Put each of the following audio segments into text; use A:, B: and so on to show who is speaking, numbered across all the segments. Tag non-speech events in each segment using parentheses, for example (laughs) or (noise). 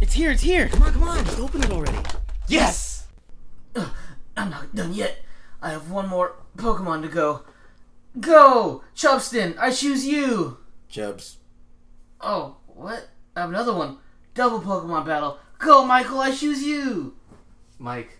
A: It's here, it's here.
B: Come on, come on. Just open it already.
A: Yes!
C: I'm not done yet. I have one more Pokemon to go. Go! Chubston, I choose you!
B: Jubs.
C: Oh, what? I have another one. Double Pokemon battle. Go, Michael, I choose you!
A: Mike.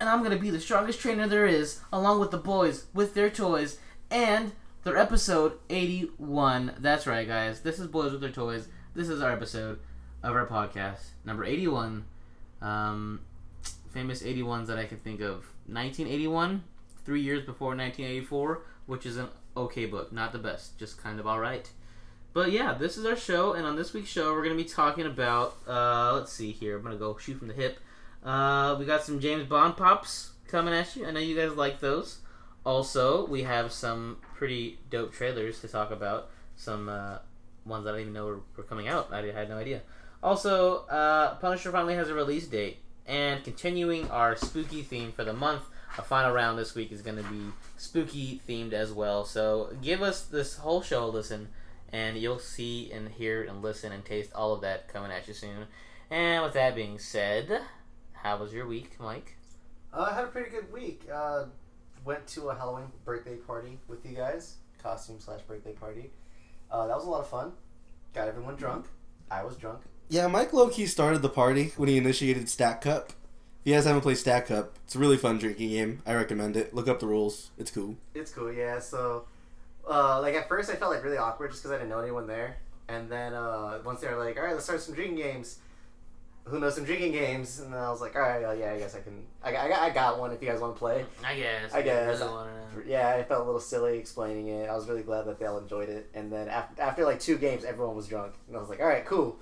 C: And I'm gonna be the strongest trainer there is, along with the boys, with their toys, and their episode 81. That's right, guys. This is Boys with Their Toys. This is our episode of our podcast, number 81. Um, famous 81s that I can think of 1981, three years before 1984, which is an okay book. Not the best, just kind of alright. But yeah, this is our show, and on this week's show, we're going to be talking about. Uh, let's see here. I'm going to go shoot from the hip. Uh, we got some James Bond pops coming at you. I know you guys like those. Also, we have some pretty dope trailers to talk about. Some uh, ones that I didn't even know were, were coming out. I had no idea. Also, uh, Punisher finally has a release date, and continuing our spooky theme for the month, our final round this week is going to be spooky themed as well. So give us this whole show a listen, and you'll see and hear and listen and taste all of that coming at you soon. And with that being said, how was your week, Mike?
D: Uh, I had a pretty good week. Uh, went to a Halloween birthday party with you guys, costume slash birthday party. Uh, that was a lot of fun. Got everyone drunk. I was drunk.
B: Yeah, Mike Lowkey started the party when he initiated Stack Cup. If you guys haven't played Stack Cup, it's a really fun drinking game. I recommend it. Look up the rules. It's cool.
D: It's cool, yeah. So, uh, like at first, I felt like really awkward just because I didn't know anyone there. And then uh, once they were like, "All right, let's start some drinking games," who knows some drinking games? And then I was like, "All right, uh, yeah, I guess I can. I, got- I, got- I got one if you guys want to play."
C: I guess.
D: I guess.
C: Really wanna know.
D: Yeah, I felt a little silly explaining it. I was really glad that they all enjoyed it. And then after, after like two games, everyone was drunk, and I was like, "All right, cool.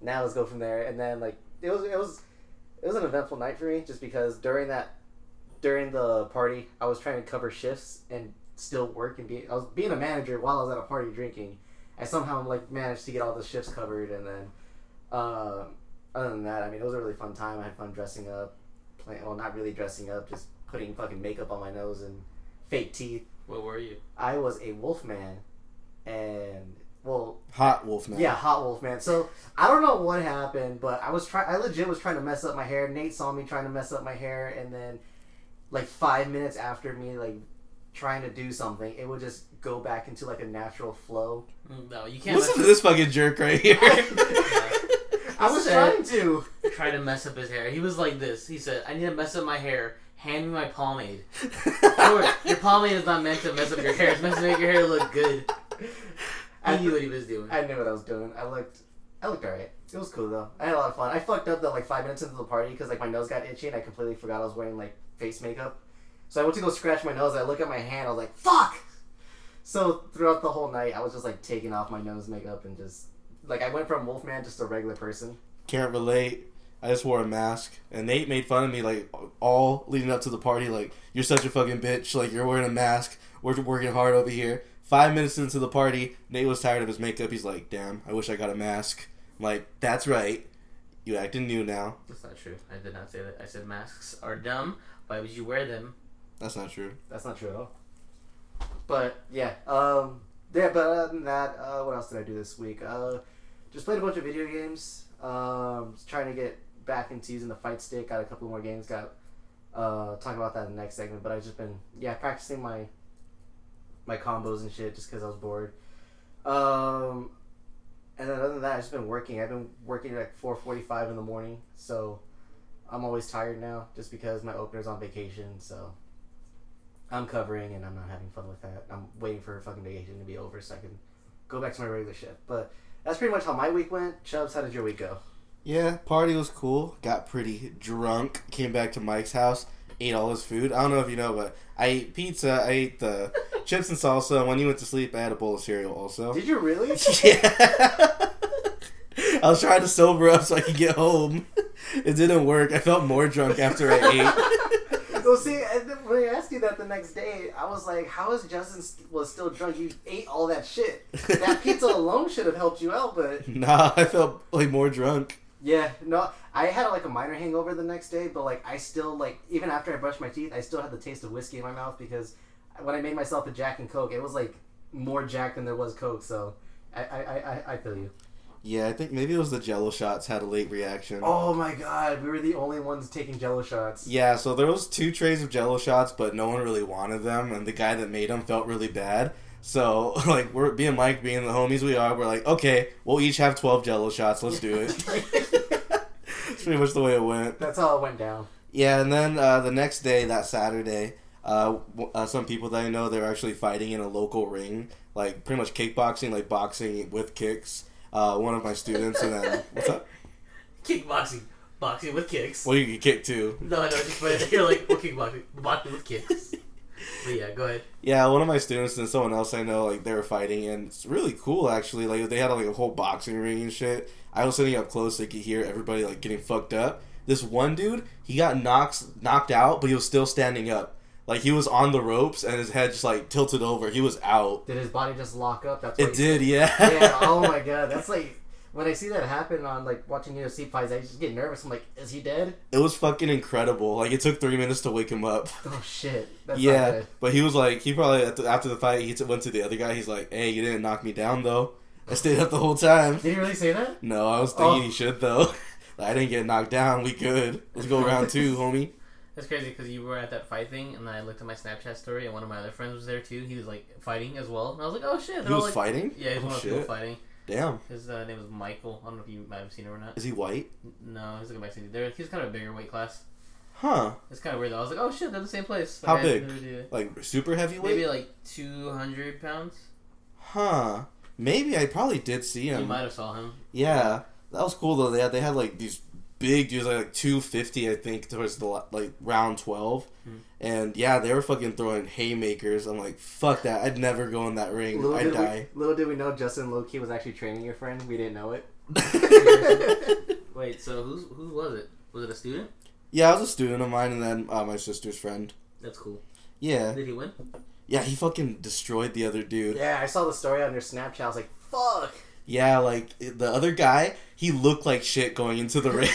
D: Now let's go from there." And then like it was it was it was an eventful night for me just because during that during the party, I was trying to cover shifts and still work and be I was being a manager while I was at a party drinking. I somehow like managed to get all the shifts covered, and then um, other than that, I mean, it was a really fun time. I had fun dressing up, playing. Well, not really dressing up, just putting fucking makeup on my nose and fake teeth.
C: What were you?
D: I was a wolf man, and well,
B: Hot Wolf now.
D: yeah, hot wolf man. So I don't know what happened, but I was trying. I legit was trying to mess up my hair. Nate saw me trying to mess up my hair, and then like five minutes after me, like trying to do something, it would just go back into like a natural flow.
C: No, you can't.
B: Listen
C: let
B: to this fucking jerk right here. (laughs)
D: I was
C: Said-
D: trying to.
C: try to mess up his hair. He was like this. He said, "I need to mess up my hair. Hand me my pomade."
D: (laughs)
C: Or, your pomade is not meant to mess up your hair. It's meant to make your hair look good. I knew what he was doing.
D: I knew what I was doing. I looked, I looked alright. It was cool though. I had a lot of fun. I fucked up though, like five minutes into the party because like my nose got itchy and I completely forgot I was wearing like face makeup. So I went to go scratch my nose. I look at my hand. I was like, "Fuck!" So throughout the whole night, I was just like taking off my nose makeup and just like I went from Wolfman just a regular person.
B: Can't relate. I just wore a mask, and Nate made fun of me like all leading up to the party. Like you're such a fucking bitch. Like you're wearing a mask. We're working hard over here. Five minutes into the party, Nate was tired of his makeup. He's like, "Damn, I wish I got a mask." I'm like that's right. You acting new now.
C: That's not true. I did not say that. I said masks are dumb. Why would you wear them?
B: That's not true.
D: That's not true at all. But yeah, um, yeah. But other than that, uh, what else did I do this week? Uh, just played a bunch of video games. Um, just trying to get back into using the fight stick. Got a couple more games. Got uh, talk about that in the next segment. But I've just been yeah practicing my my combos and shit just because I was bored. Um, and then other than that, I've just been working. I've been working at like four forty five in the morning, so I'm always tired now just because my opener's on vacation. So. I'm covering and I'm not having fun with that. I'm waiting for fucking vacation to be over so I can go back to my regular shift. But that's pretty much how my week went. Chubbs, how did your week go?
B: Yeah, party was cool. Got pretty drunk. Came back to Mike's house. Ate all his food. I don't know if you know, but I ate pizza. I
D: (laughs)
B: ate the chips and salsa. And when he went to sleep, I had a bowl of cereal also. (laughs)
D: Did you really?
B: yeah. (laughs) I was trying to sober up so I could get home. It didn't work. I felt more drunk after I
D: (laughs) well, see, and then when I asked you that the next day, I was like, how is Justin st- was still drunk? You ate all that shit. (laughs) That pizza alone should have helped you out, but
B: ate. (laughs) nah, I felt like more drunk.
D: yeah, no, I had like a minor hangover the next day, but like I still like even after I brushed my teeth, I still had the taste of whiskey in my mouth because when I made myself a Jack and Coke, it was like more Jack than there was Coke. So I I I, I- I feel you.
B: Yeah, I think maybe it was the Jello shots had a late reaction.
D: Oh my god, we were the only ones taking jello shots.
B: Yeah, so there was two trays of Jello shots, but no one really wanted them, and the guy that made them felt really bad. So (laughs) like we're being Mike, being the homies we are, we're like, okay, we'll each have twelve Jello shots. Let's do it. (laughs) That's pretty much the way it
D: (laughs)
B: went.
D: That's how it went down.
B: Yeah, and then uh, the next day, that Saturday, uh, w- uh, some people that I know they were actually fighting in a local ring, like pretty much kickboxing, like boxing with kicks. Uh, one of my students and then what's up?
C: Kickboxing. Boxing with kicks.
B: Well, you can kick too.
C: No, I know, just but you're like, we're kickboxing. Boxing with kicks. But yeah, go ahead.
B: Yeah, one of my students and someone else I know, like they were fighting, and it's really cool actually. Like they had like a whole boxing ring and shit. I was sitting up close, so I could hear everybody like getting fucked up. This one dude, he got knocked knocked out, but he was still standing up. Like he was on the ropes, and his head just like tilted over. He was out.
D: Did his body just lock up? That's
B: It
D: why-
B: did, yeah.
D: (laughs) Yeah. Oh my god, that's like when I see that happen on like watching UFC fights, I just get nervous. I'm like, is he dead?
B: (laughs) It was fucking incredible. Like it took three minutes to wake him up.
D: Oh shit. That's Not
B: yeah,
D: good.
B: but he was like, he probably after- after the fight, he t- went to the other guy. He's like, "Hey, you didn't knock me down though. I stayed up the whole time."
D: Did he really say that?
B: No, I was thinking
D: Oh.
B: he should though. (laughs) Like, I didn't get knocked down. We good. Let's go
C: (laughs)
B: round two, homie.
C: That's crazy because you were at that fight thing, and then I looked at my Snapchat story, and one of my other friends was there too. He was like fighting as well, and I was like, "Oh shit!" They're
B: He
C: all,
B: was
C: like-
B: fighting.
C: Yeah, he was
B: Oh,
C: one of the people
B: shit.
C: fighting.
B: Damn.
C: His uh, name was Michael. I don't know if you might have seen him or not.
B: Is he white?
C: No, he's like a Mexican. dude. They're, he was kind of a bigger weight class.
B: Huh?
C: It's kind of weird though. I was like, "Oh shit!" They're the same place. Like,
B: How
C: I had
B: big?
C: no idea.
B: Like super heavyweight?
C: Maybe like two hundred pounds.
B: Huh? Maybe I probably did see
C: You
B: him.
C: might have saw him.
B: Yeah, that was cool though. They had, they had like these big dudes, like two fifty, I think, towards the la- like round 12
C: Mhm.
B: and yeah, they were fucking throwing haymakers. I'm like, fuck that! I'd never go in that ring.
D: Little
B: I'd
D: did,
B: die.
D: We, little did we know Justin Loki was actually training your friend. We didn't know it.
C: (laughs) Wait, so who's who was it? Was it a student?
B: (laughs) yeah, I was a student of mine, and then uh, my sister's friend.
C: That's cool.
B: Yeah,
C: Did he win?
B: yeah, he fucking destroyed the other dude.
D: Yeah, I saw the story on your Snapchat. I was like, fuck.
B: Yeah, like the other guy, he looked like shit going into the (laughs) ring.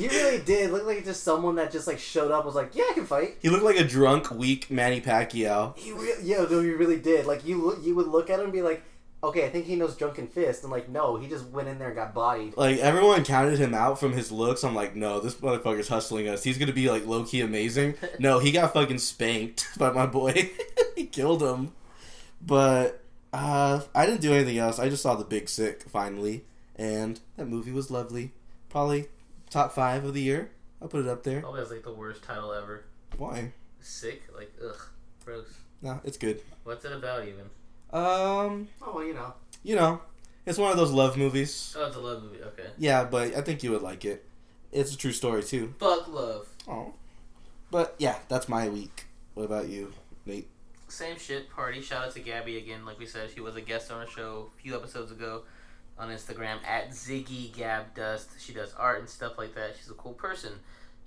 D: You really did look like just someone that just like showed up and was like, yeah, I can fight.
B: he looked like a drunk, weak Manny Pacquiao.
D: You re- yo, no, you really did. Like you, lo- you would look at him and be like, okay, I think he knows Drunken Fist, and like, no, he just went in there and got bodied.
B: Like everyone counted him out from his looks. I'm like, no, this motherfucker's hustling us. He's gonna be like low
D: (laughs)
B: key amazing. No, he got fucking spanked (laughs) by my boy. he killed him. But uh, I didn't do anything else. I just saw The Big Sick finally, and that movie was lovely. Probably top five of the year. I'll put it up there.
C: Probably has like the worst title ever.
B: Why?
C: Sick. Like ugh, gross.
B: Nah, it's good.
C: What's it about even?
B: Um,
D: Oh, well, you know,
B: you know, it's one of those love movies.
C: Oh, it's a love movie. Okay.
B: Yeah, but I think you would like it. It's a true story too.
C: Fuck love.
B: Oh. But yeah, that's my week. What about you?
C: Same shit party. Shout out to Gabby again. Like we said, she was a guest on a show a few episodes ago on Instagram at Ziggy Gab Dust. She does art and stuff like that. She's a cool person.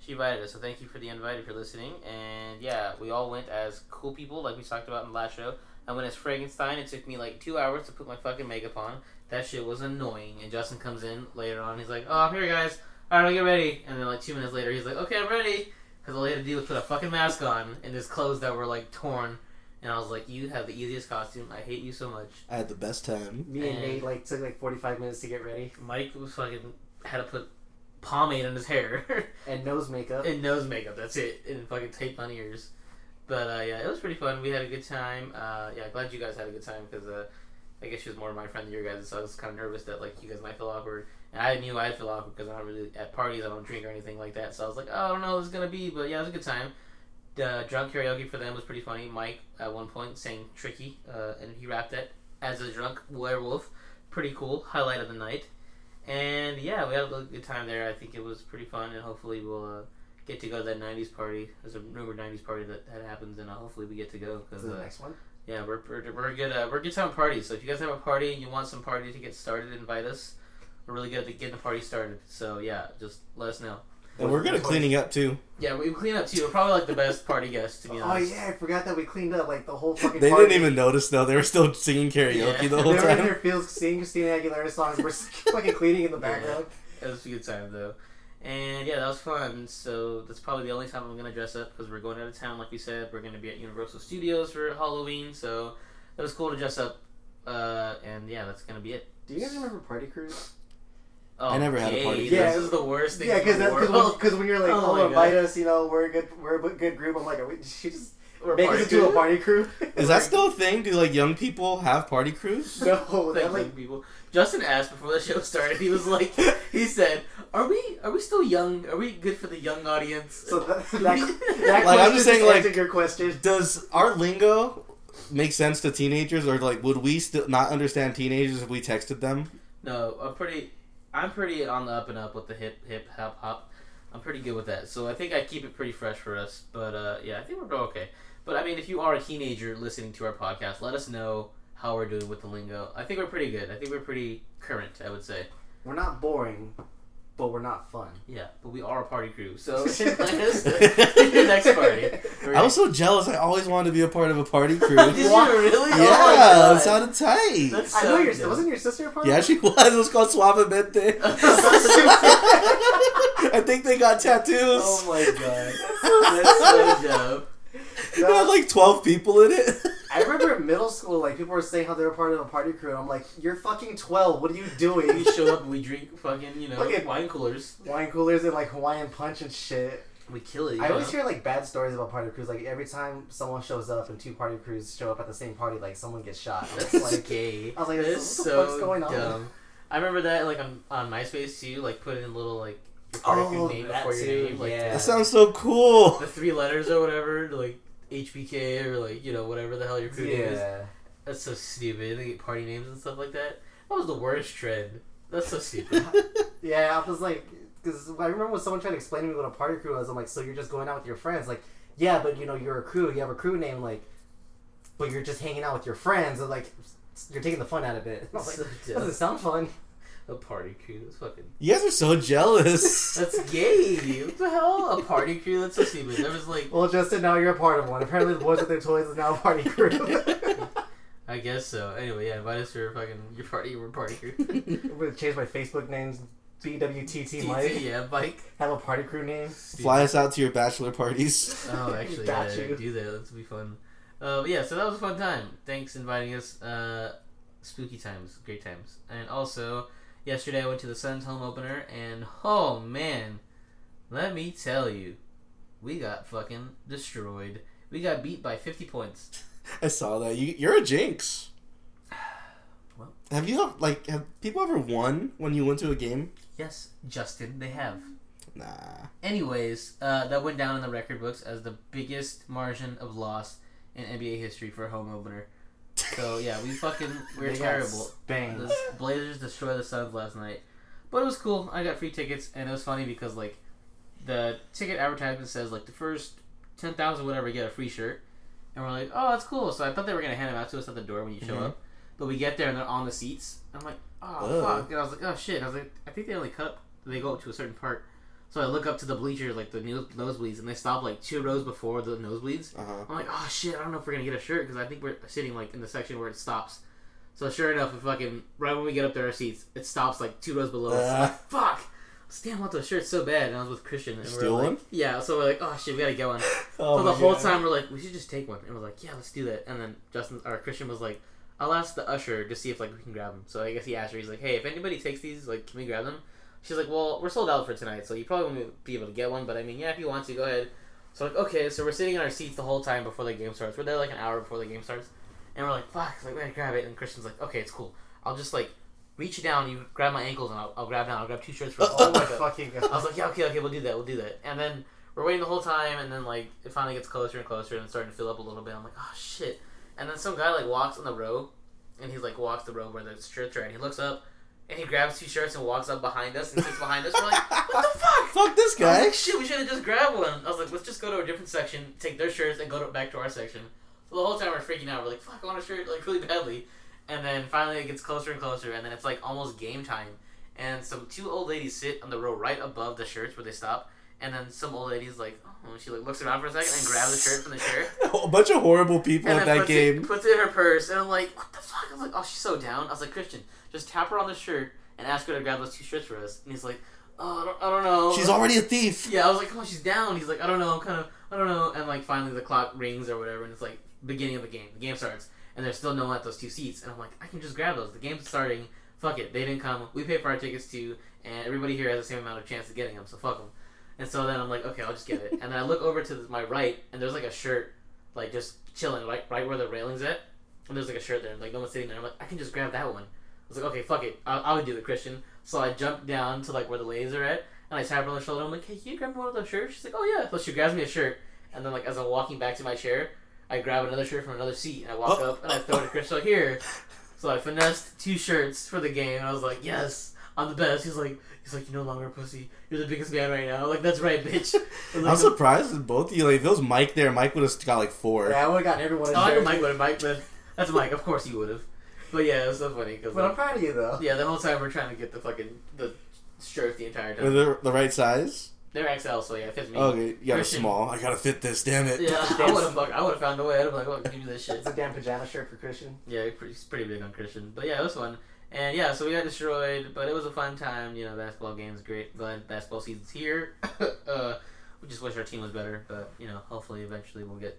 C: She invited us, so thank you for the invite if you're listening. And yeah, we all went as cool people, like we talked about in the last show. I went as Frankenstein. It took me like two hours to put my fucking makeup on. That shit was annoying. And Justin comes in later on. He's like, "Oh, I'm here, guys. All right, I'll get ready." And then like two minutes later, he's like, "Okay, I'm ready." Because all he had to do was put a fucking mask on and his clothes that were like torn. And I was like, "You have the easiest costume. I hate you so much."
B: I had the best time.
D: me and
C: And-
D: Nate like took like forty five minutes to get ready
C: Mike was fucking had to put pomade on his hair (laughs)
D: and nose makeup.
C: and nose makeup. That's it, and fucking tape on ears. But uh, yeah, it was pretty fun. We had a good time. Uh, yeah, glad you guys had a good time because uh, I guess she was more my friend than your guys, so I was kind of nervous that like you guys might feel awkward. And I knew I'd feel awkward because I don't really at parties I don't drink or anything like that. So I was like, oh, I don't know, what it's gonna be, but yeah, it was a good time. The drunk karaoke for them was pretty funny. Mike at one point sang "Tricky" uh, and he rapped it as a drunk werewolf. Pretty cool highlight of the night. And yeah, we had a good time there. I think it was pretty fun, and hopefully we'll uh, get to go to that '90s party. There's a rumored '90s party that, that happens, and uh, hopefully we get to go
D: Is
C: because
D: the
C: uh,
D: next one.
C: yeah, we're, we're, we're good. Uh, we're good time parties. So if you guys have a party and you want some party to get started, invite us. We're really good at getting the party started. So yeah, just let us know.
B: And we're good at cleaning up too.
C: Yeah, we clean up too. We're probably like the best party guests to be
D: Oh
C: honest.
D: yeah, I forgot that we cleaned up like the whole fucking.
B: They
D: party.
B: didn't even notice though. They were still singing karaoke
C: Yeah.
D: (laughs)
B: the
D: They
B: whole
D: were in
B: time.
D: their fields singing Christina Aguilera songs. We're (laughs) fucking cleaning in the background.
C: It was a good time though, and yeah, that was fun. So that's probably the only time I'm gonna dress up because we're going out of town. Like we said, we're gonna be at Universal Studios for Halloween. So it was cool to dress up, uh, and yeah, that's gonna be it.
D: Do you guys remember Party Cruise?
C: Oh,
B: I never had a
C: gay. (laughs)
B: party
C: This
D: dress.
C: is the worst thing.
D: Yeah,
C: in
D: because
C: the world.
D: because when, you're like,
C: Oh
D: oh,
C: my
D: invite
C: God.
D: us, you know, we're a good we're a good group. I'm like, (laughs) are we, she just
C: We're
D: make us
C: party
D: into a
C: people.
D: party crew.
B: Is that still a thing? Do like young people have party crews?
D: (laughs) no?
C: Thank
D: That like
C: you, people. Justin asked before the show started. He was like, he said, "Are we are we still young? Are we good for the young audience?"
D: so that (laughs) that, that
B: Like, I'm
D: question
B: just saying,
D: just
B: like-
D: answered your question.
B: Does our lingo make sense to teenagers, or like would we still not understand teenagers if we texted them?
C: no, I'm pretty. I'm pretty on the up and up with the hip hip hop hop. I'm pretty good with that, so I think I keep it pretty fresh for us. But uh, yeah, I think we're doing okay. But I mean, if you are a teenager listening to our podcast, let us know how we're doing with the lingo. I think we're pretty good. I think we're pretty current. I would say.
D: We're not boring, but we're not fun.
C: Yeah, but we are a party crew,
D: (laughs)
C: so (laughs) invite us to your next party.
B: I was so jealous. I always wanted to be a part of a
D: (laughs)
B: party crew.
C: Did
B: yeah,
C: you really? Oh
D: my God.
B: it sounded tight.
C: That's
D: I
C: so
D: know your
C: good.
D: wasn't your sister a part? (laughs)
B: yeah, she (laughs) was. It was called Suavemente. I think they got tattoos.
D: Oh my god!
C: That's so
D: (laughs)
C: dumb.
B: It had like twelve people in it.
D: I remember in middle school, like people were saying how they were part of a party crew, and I'm like, "You're fucking twelve. What are you doing?
C: (laughs) We show up, we drink fucking, you know,
D: Okay.
C: wine coolers.
D: Wine coolers and like Hawaiian punch and shit."
C: We kill it. You
D: I
C: know?
D: always hear like bad stories about party crews. Like every time someone shows up and two party crews show up at the same party, like someone gets shot. It's (laughs)
C: That's
D: like
C: gay.
D: I was like,
C: That's
D: what the
C: so
D: fuck's going on?
C: dumb. I remember that like on, on MySpace too. Like put in little like your party
D: Oh,
C: crew name
D: that
C: before your
D: too,
C: name, like
D: yeah.
B: that sounds so cool.
C: the three letters or whatever, like HBK or like you know whatever (laughs) the hell your crew name is.
D: yeah.
C: That's so stupid. They get party names and stuff like that. That was the worst trend. That's so
D: (laughs)
C: stupid.
D: Yeah, I was like, because I remember when someone tried to explain to me what a party crew was. I'm like, so you're just going out with your friends? Like, yeah, but you know, you're a crew. You have a crew name. Like, but you're just hanging out with your friends. And like, you're taking the fun out of it. (laughs) I was
C: So
D: like, that
C: dumb.
D: doesn't sound fun.
C: A party crew. That's fucking.
B: You guys are so jealous.
C: That's gay. what the hell? A party crew? That's so stupid. There was like,
D: Well, Justin, now you're a part of one. Apparently, the boys with their toys is now a party crew (laughs)
C: I guess so. Anyway, yeah, invite us to your fucking your party. We're a party crew.
D: I'm gonna change my Facebook names. BWTT
C: DT, (laughs)
D: Mike.
C: yeah, Mike.
D: Have a party crew name.
B: Fly us out to your bachelor parties.
D: (laughs)
C: Oh, actually,
D: Got
C: yeah,
D: you.
C: do that. That's be fun. Uh, but yeah, so that was a fun time. Thanks inviting us. Uh, spooky times, great times, and also yesterday I went to the Suns home opener, and oh man, let me tell you, we got fucking destroyed. We got beat by fifty points.
B: I saw that. You, you're a jinx.
C: What?
B: Have you like have people ever won when you went to a game?
C: Yes, Justin, they have.
B: Nah.
C: Anyways, uh, that went down in the record books as the biggest margin of loss in NBA history for a home opener. So yeah, we fucking we're
D: They got
C: terrible.
D: spanked.
C: The Blazers destroyed the Suns last night, but it was cool. I got free tickets, and it was funny because like the ticket advertisement says like the first ten thousand whatever get a free shirt, and we're like, oh that's cool. So I thought they were gonna hand them out to us at the door when you show
B: Mhm.
C: up, but we get there and they're on the seats. I'm like, oh
B: Ugh.
C: fuck, and I was like, oh shit. And I was like, I think they only cut up- they go up to a certain part. So I look up to the bleachers, like the nose- nosebleeds, and they stop like two rows before the nosebleeds.
B: Uh huh.
C: I'm like, oh shit, I don't know if we're gonna get a shirt because I think we're sitting like in the section where it stops. So sure enough, we fucking right when we get up to our seats, it stops like two rows below us. I'm
B: Uh,
C: like, Fuck, Stan want those shirts so bad, and I was with Christian, and we
B: Steal
C: we're like,
B: one?
C: yeah. So we're like, oh shit, we gotta get one.
B: Oh
C: so
B: my
C: the whole
B: God.
C: time we're like, we should just take one, and we're like, yeah, let's do that. And then Justin or Christian was like, I'll ask the usher to see if like we can grab them. So I guess he asked her, he's like, hey, if anybody takes these, like, can we grab them? She's like, well, we're sold out for tonight, so you probably won't be able to get one. But I mean, yeah, if you want to, go ahead. So like, okay, so we're sitting in our seats the whole time before the game starts. We're there like an hour before the game starts, and we're like, "Fuck!" Like, we gotta grab it. And Christian's like, "Okay, it's cool. I'll just like reach down. You grab my ankles, and I'll, I'll grab down. I'll grab two shirts for us."
D: Oh my fucking
C: (laughs) I was
D: god.
C: like, "Yeah, okay, okay, we'll do that. We'll do that." And then we're waiting the whole time, and then like it finally gets closer and closer, and it's starting to fill up a little bit. I'm like, "Oh shit!" And then some guy like walks on the row, and he's like walks the row where the shirts are, and he looks up. And he grabs two shirts and walks up behind us and sits behind us. We're like, what the fuck?
B: Fuck this
C: I was
B: guy.
C: like, shit, we should have just grabbed one. I was like, let's just go to a different section, take their shirts, and go to, back to our section. So the whole time we're freaking out. We're like, fuck, I want a shirt, like, really badly. And then finally it gets closer and closer, and then it's like almost game time. And some two old ladies sit on the row right above the shirts where they stop. And then some old lady's like, oh, and she like looks around for a second and grabs the shirt from the
B: (laughs)
C: shirt.
B: A bunch of horrible people
C: And
B: at
C: then
B: that
C: puts
B: game.
C: It, puts it in her purse, and I'm like, what the fuck? I was like, oh, she's so down. I was like, Christian, just tap her on the shirt and ask her to grab those two shirts for us. And he's like, oh, I don't, I don't know.
B: She's already a thief.
C: Yeah, I was like, come on, she's down. He's like, I don't know, I'm kind of, I don't know. And like, finally, the clock rings or whatever, and it's like beginning of the game. The game starts, and there's still no one at those two seats. And I'm like, I can just grab those. The game's starting. fuck it, they didn't come. We paid for our tickets too, and everybody here has the same amount of chance of getting them, so fuck them. And so then I'm like, okay, I'll just get it. and then I look over to th- my right, and there's like a shirt, like just chilling right right where the railing's at. And there's like a shirt there, and like no one's sitting there. I'm like, I can just grab that one. I was like, okay, fuck it, I, I would do the Christian. So I jumped down to like where the ladies are at, and I tap her on the shoulder. I'm like, hey, can you grab one of those shirts? She's like, oh yeah. So she grabs me a shirt, and then like as I'm walking back to my chair, I grab another shirt from another seat, and I walk
B: Oh.
C: up and I throw it at Christian. Like, here. So I finessed two shirts for the game, and I was like, yes. I'm the best. He's like, he's like, you're no longer a pussy. You're the biggest man right now. Like, that's right, bitch. And, like,
B: I'm surprised with both of you. Like, if it was Mike there, Mike would have got like four.
D: Yeah, I would have gotten everyone. in
C: Oh, I
D: there.
C: know Mike would have, Mike, but that's Mike. Of course you would have. But yeah, it was so funny because
D: But I'm proud of you though.
C: yeah, the whole time we're trying to get the fucking the shirt the entire
B: Were
C: time.
B: they the right size?
C: They're XL, so yeah, it fits me.
B: Okay, you
C: (laughs)
B: got a
C: Christian.
B: small. I gotta fit this. Damn it. (laughs)
C: Yeah, I would have fuck. I would have found a way. I'd have been like, oh, give me this shit.
D: It's a damn pajama shirt for Christian.
C: Yeah, it's pretty, it's pretty big on Christian, but yeah, it was fun. And yeah, so we got destroyed, but it was a fun time. You know, basketball game's great. Glad basketball season's here. (coughs) uh, we just wish our team was better, but you know, hopefully eventually we'll get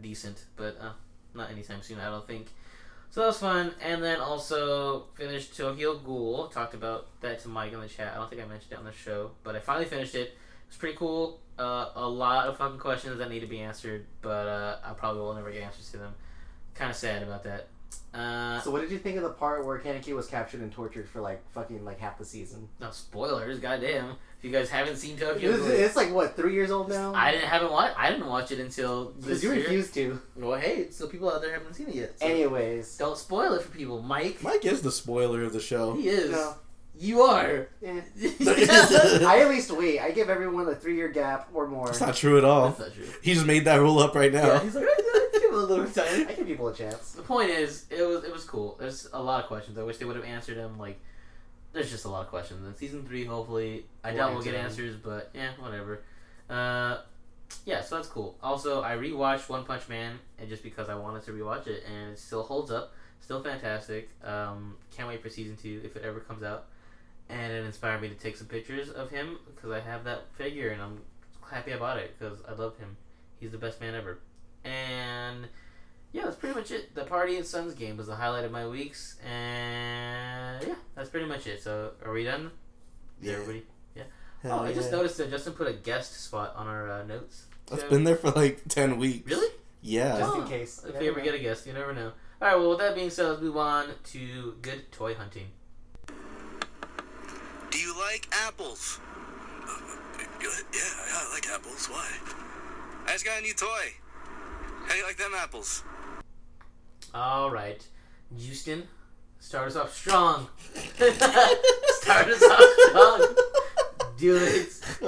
C: decent, but uh, not anytime soon, I don't think. So that was fun. And then also finished Tokyo Ghoul. Talked about that to Mike in the chat. I don't think I mentioned it on the show, but I finally finished it. It's pretty cool. Uh, a lot of fucking questions that need to be answered, but uh, I probably will never get answers to them. Kind of sad about that. Uh,
D: So what did you think of the part where Kaneki was captured and tortured for like fucking like half the season?
C: no spoilers, goddamn. If you guys haven't seen
D: It's,
C: Tokyo Ghoul,
D: it's like what three years old now.
C: I didn't haven't watch. I didn't watch it until
D: Because
C: this
D: you
C: year. (laughs)
D: refused to.
C: Well, hey, so people out there haven't seen it yet. So (laughs)
D: Anyways,
C: don't spoil it for people, Mike.
B: Mike is the spoiler of the show.
C: He is.
D: no.
C: You are. (laughs)
D: Eh.
C: That's
D: I at least wait. I give everyone a three year gap or more.
B: It's not true at all.
C: (laughs) not true.
B: He just made that rule up right
C: Yeah,
B: now.
C: he's like, "Oh, yeah, give it a little time.
D: I give people a chance.
C: The point is, it was it was cool. There's a lot of questions. I wish they would have answered them. Like, there's just a lot of questions. In season three, hopefully, I
D: We'll
C: doubt we'll
D: answer
C: get
D: them.
C: answers, but yeah, whatever. Uh, yeah, so that's cool. Also, I rewatched One Punch Man, and just because I wanted to rewatch it, and it still holds up. Still fantastic. Um, can't wait for season two if it ever comes out. And it inspired me to take some pictures of him because I have that figure, and I'm happy I bought it because I love him. He's the best man ever. And yeah, that's pretty much it. The party and Suns game was the highlight of my weeks, and yeah, that's pretty much it. So, are we done?
B: Yeah.
C: Everybody.
B: Hell
C: oh, I just
B: yeah.
C: noticed that Justin put a guest spot on our uh, notes.
B: That's
C: So-
B: been there for like ten weeks.
C: really.
B: Yeah.
D: Just
C: Oh,
D: in case.
C: If we ever get a guest, you never know. All right. Well, with that being said, let's move on to good toy hunting.
E: Do you like apples? Uh, yeah, yeah, I like apples. Why? I just got a new toy. How do you like them apples?
C: All right, Houston, start us off strong. (laughs) start us off strong. Do it.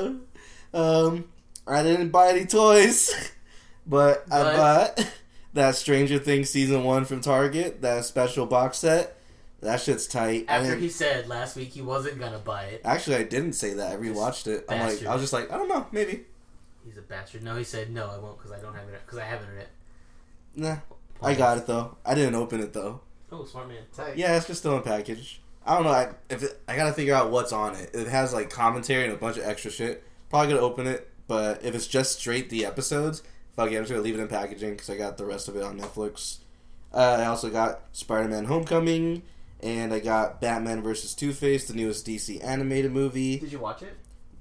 B: um, I didn't buy any toys, (laughs) but I
C: But-
B: bought (laughs) that Stranger Things season one from Target, that special box set. That shit's tight. I
C: After
B: didn't-
C: he said last week he wasn't gonna buy it,
B: actually, I didn't say that. I rewatched it. I'm like,
C: bastard.
B: I was just like, I don't know, maybe.
C: he's a bastard. No, he said no, I won't because I don't have internet. Because I have internet.
B: Nah, I got it though. I didn't open it though.
C: Oh, smart man.
D: Tight.
B: Yeah, it's just still in package. I don't know. I if it, I gotta figure out what's on it. It has like commentary and a bunch of extra shit. Probably gonna open it, but if it's just straight the episodes, fuck yeah, I'm just gonna leave it in packaging because I got the rest of it on Netflix. Uh, I also got Spider-Man: Homecoming, and I got Batman vs. Two Face, the newest DC animated movie.
C: Did you watch it?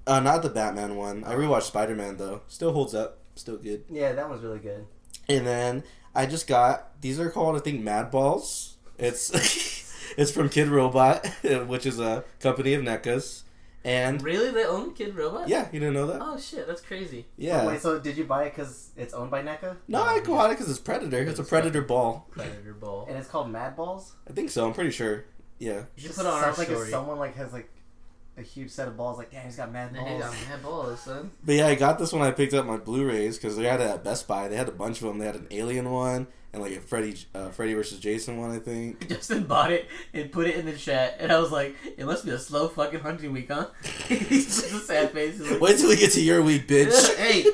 B: Uh, not the Batman one. I rewatched Spider-Man though. Still holds up. Still good.
D: Yeah, that one's really good.
B: And then I just got these are called I think Mad Balls. It's (laughs) it's from Kid Robot, (laughs) which is a company of NECAs. And
C: Really, they own Kid Robot?
B: yeah, you didn't know that?
C: Oh shit, that's crazy.
B: Yeah.
D: Wait, so did you buy it because it's owned by E NECA?
B: no, I got it because it's Predator. It's a Predator ball.
C: Predator ball.
D: And it's called Mad Balls?
B: I think so. I'm pretty sure. Yeah.
C: You should
D: Just
C: put it on our
D: sounds like if
C: story.
D: someone like has like a huge set of balls. Like, damn, he's got mad
C: Hey,
D: balls.
C: I'm
D: (laughs)
C: mad balls, son.
B: But yeah, I got this when I picked up my Blu-rays because they had it at Best Buy. They had a bunch of them. They had an Alien one and like a Freddy uh, Freddy versus Jason one, I
C: (laughs)
B: think.
C: Justin bought it and put it in the chat, and I was like, "It must be a slow fucking hunting week, huh?" (laughs) He's just a sad face. He's like,
B: Wait till we get to your week, bitch.
C: (laughs) hey,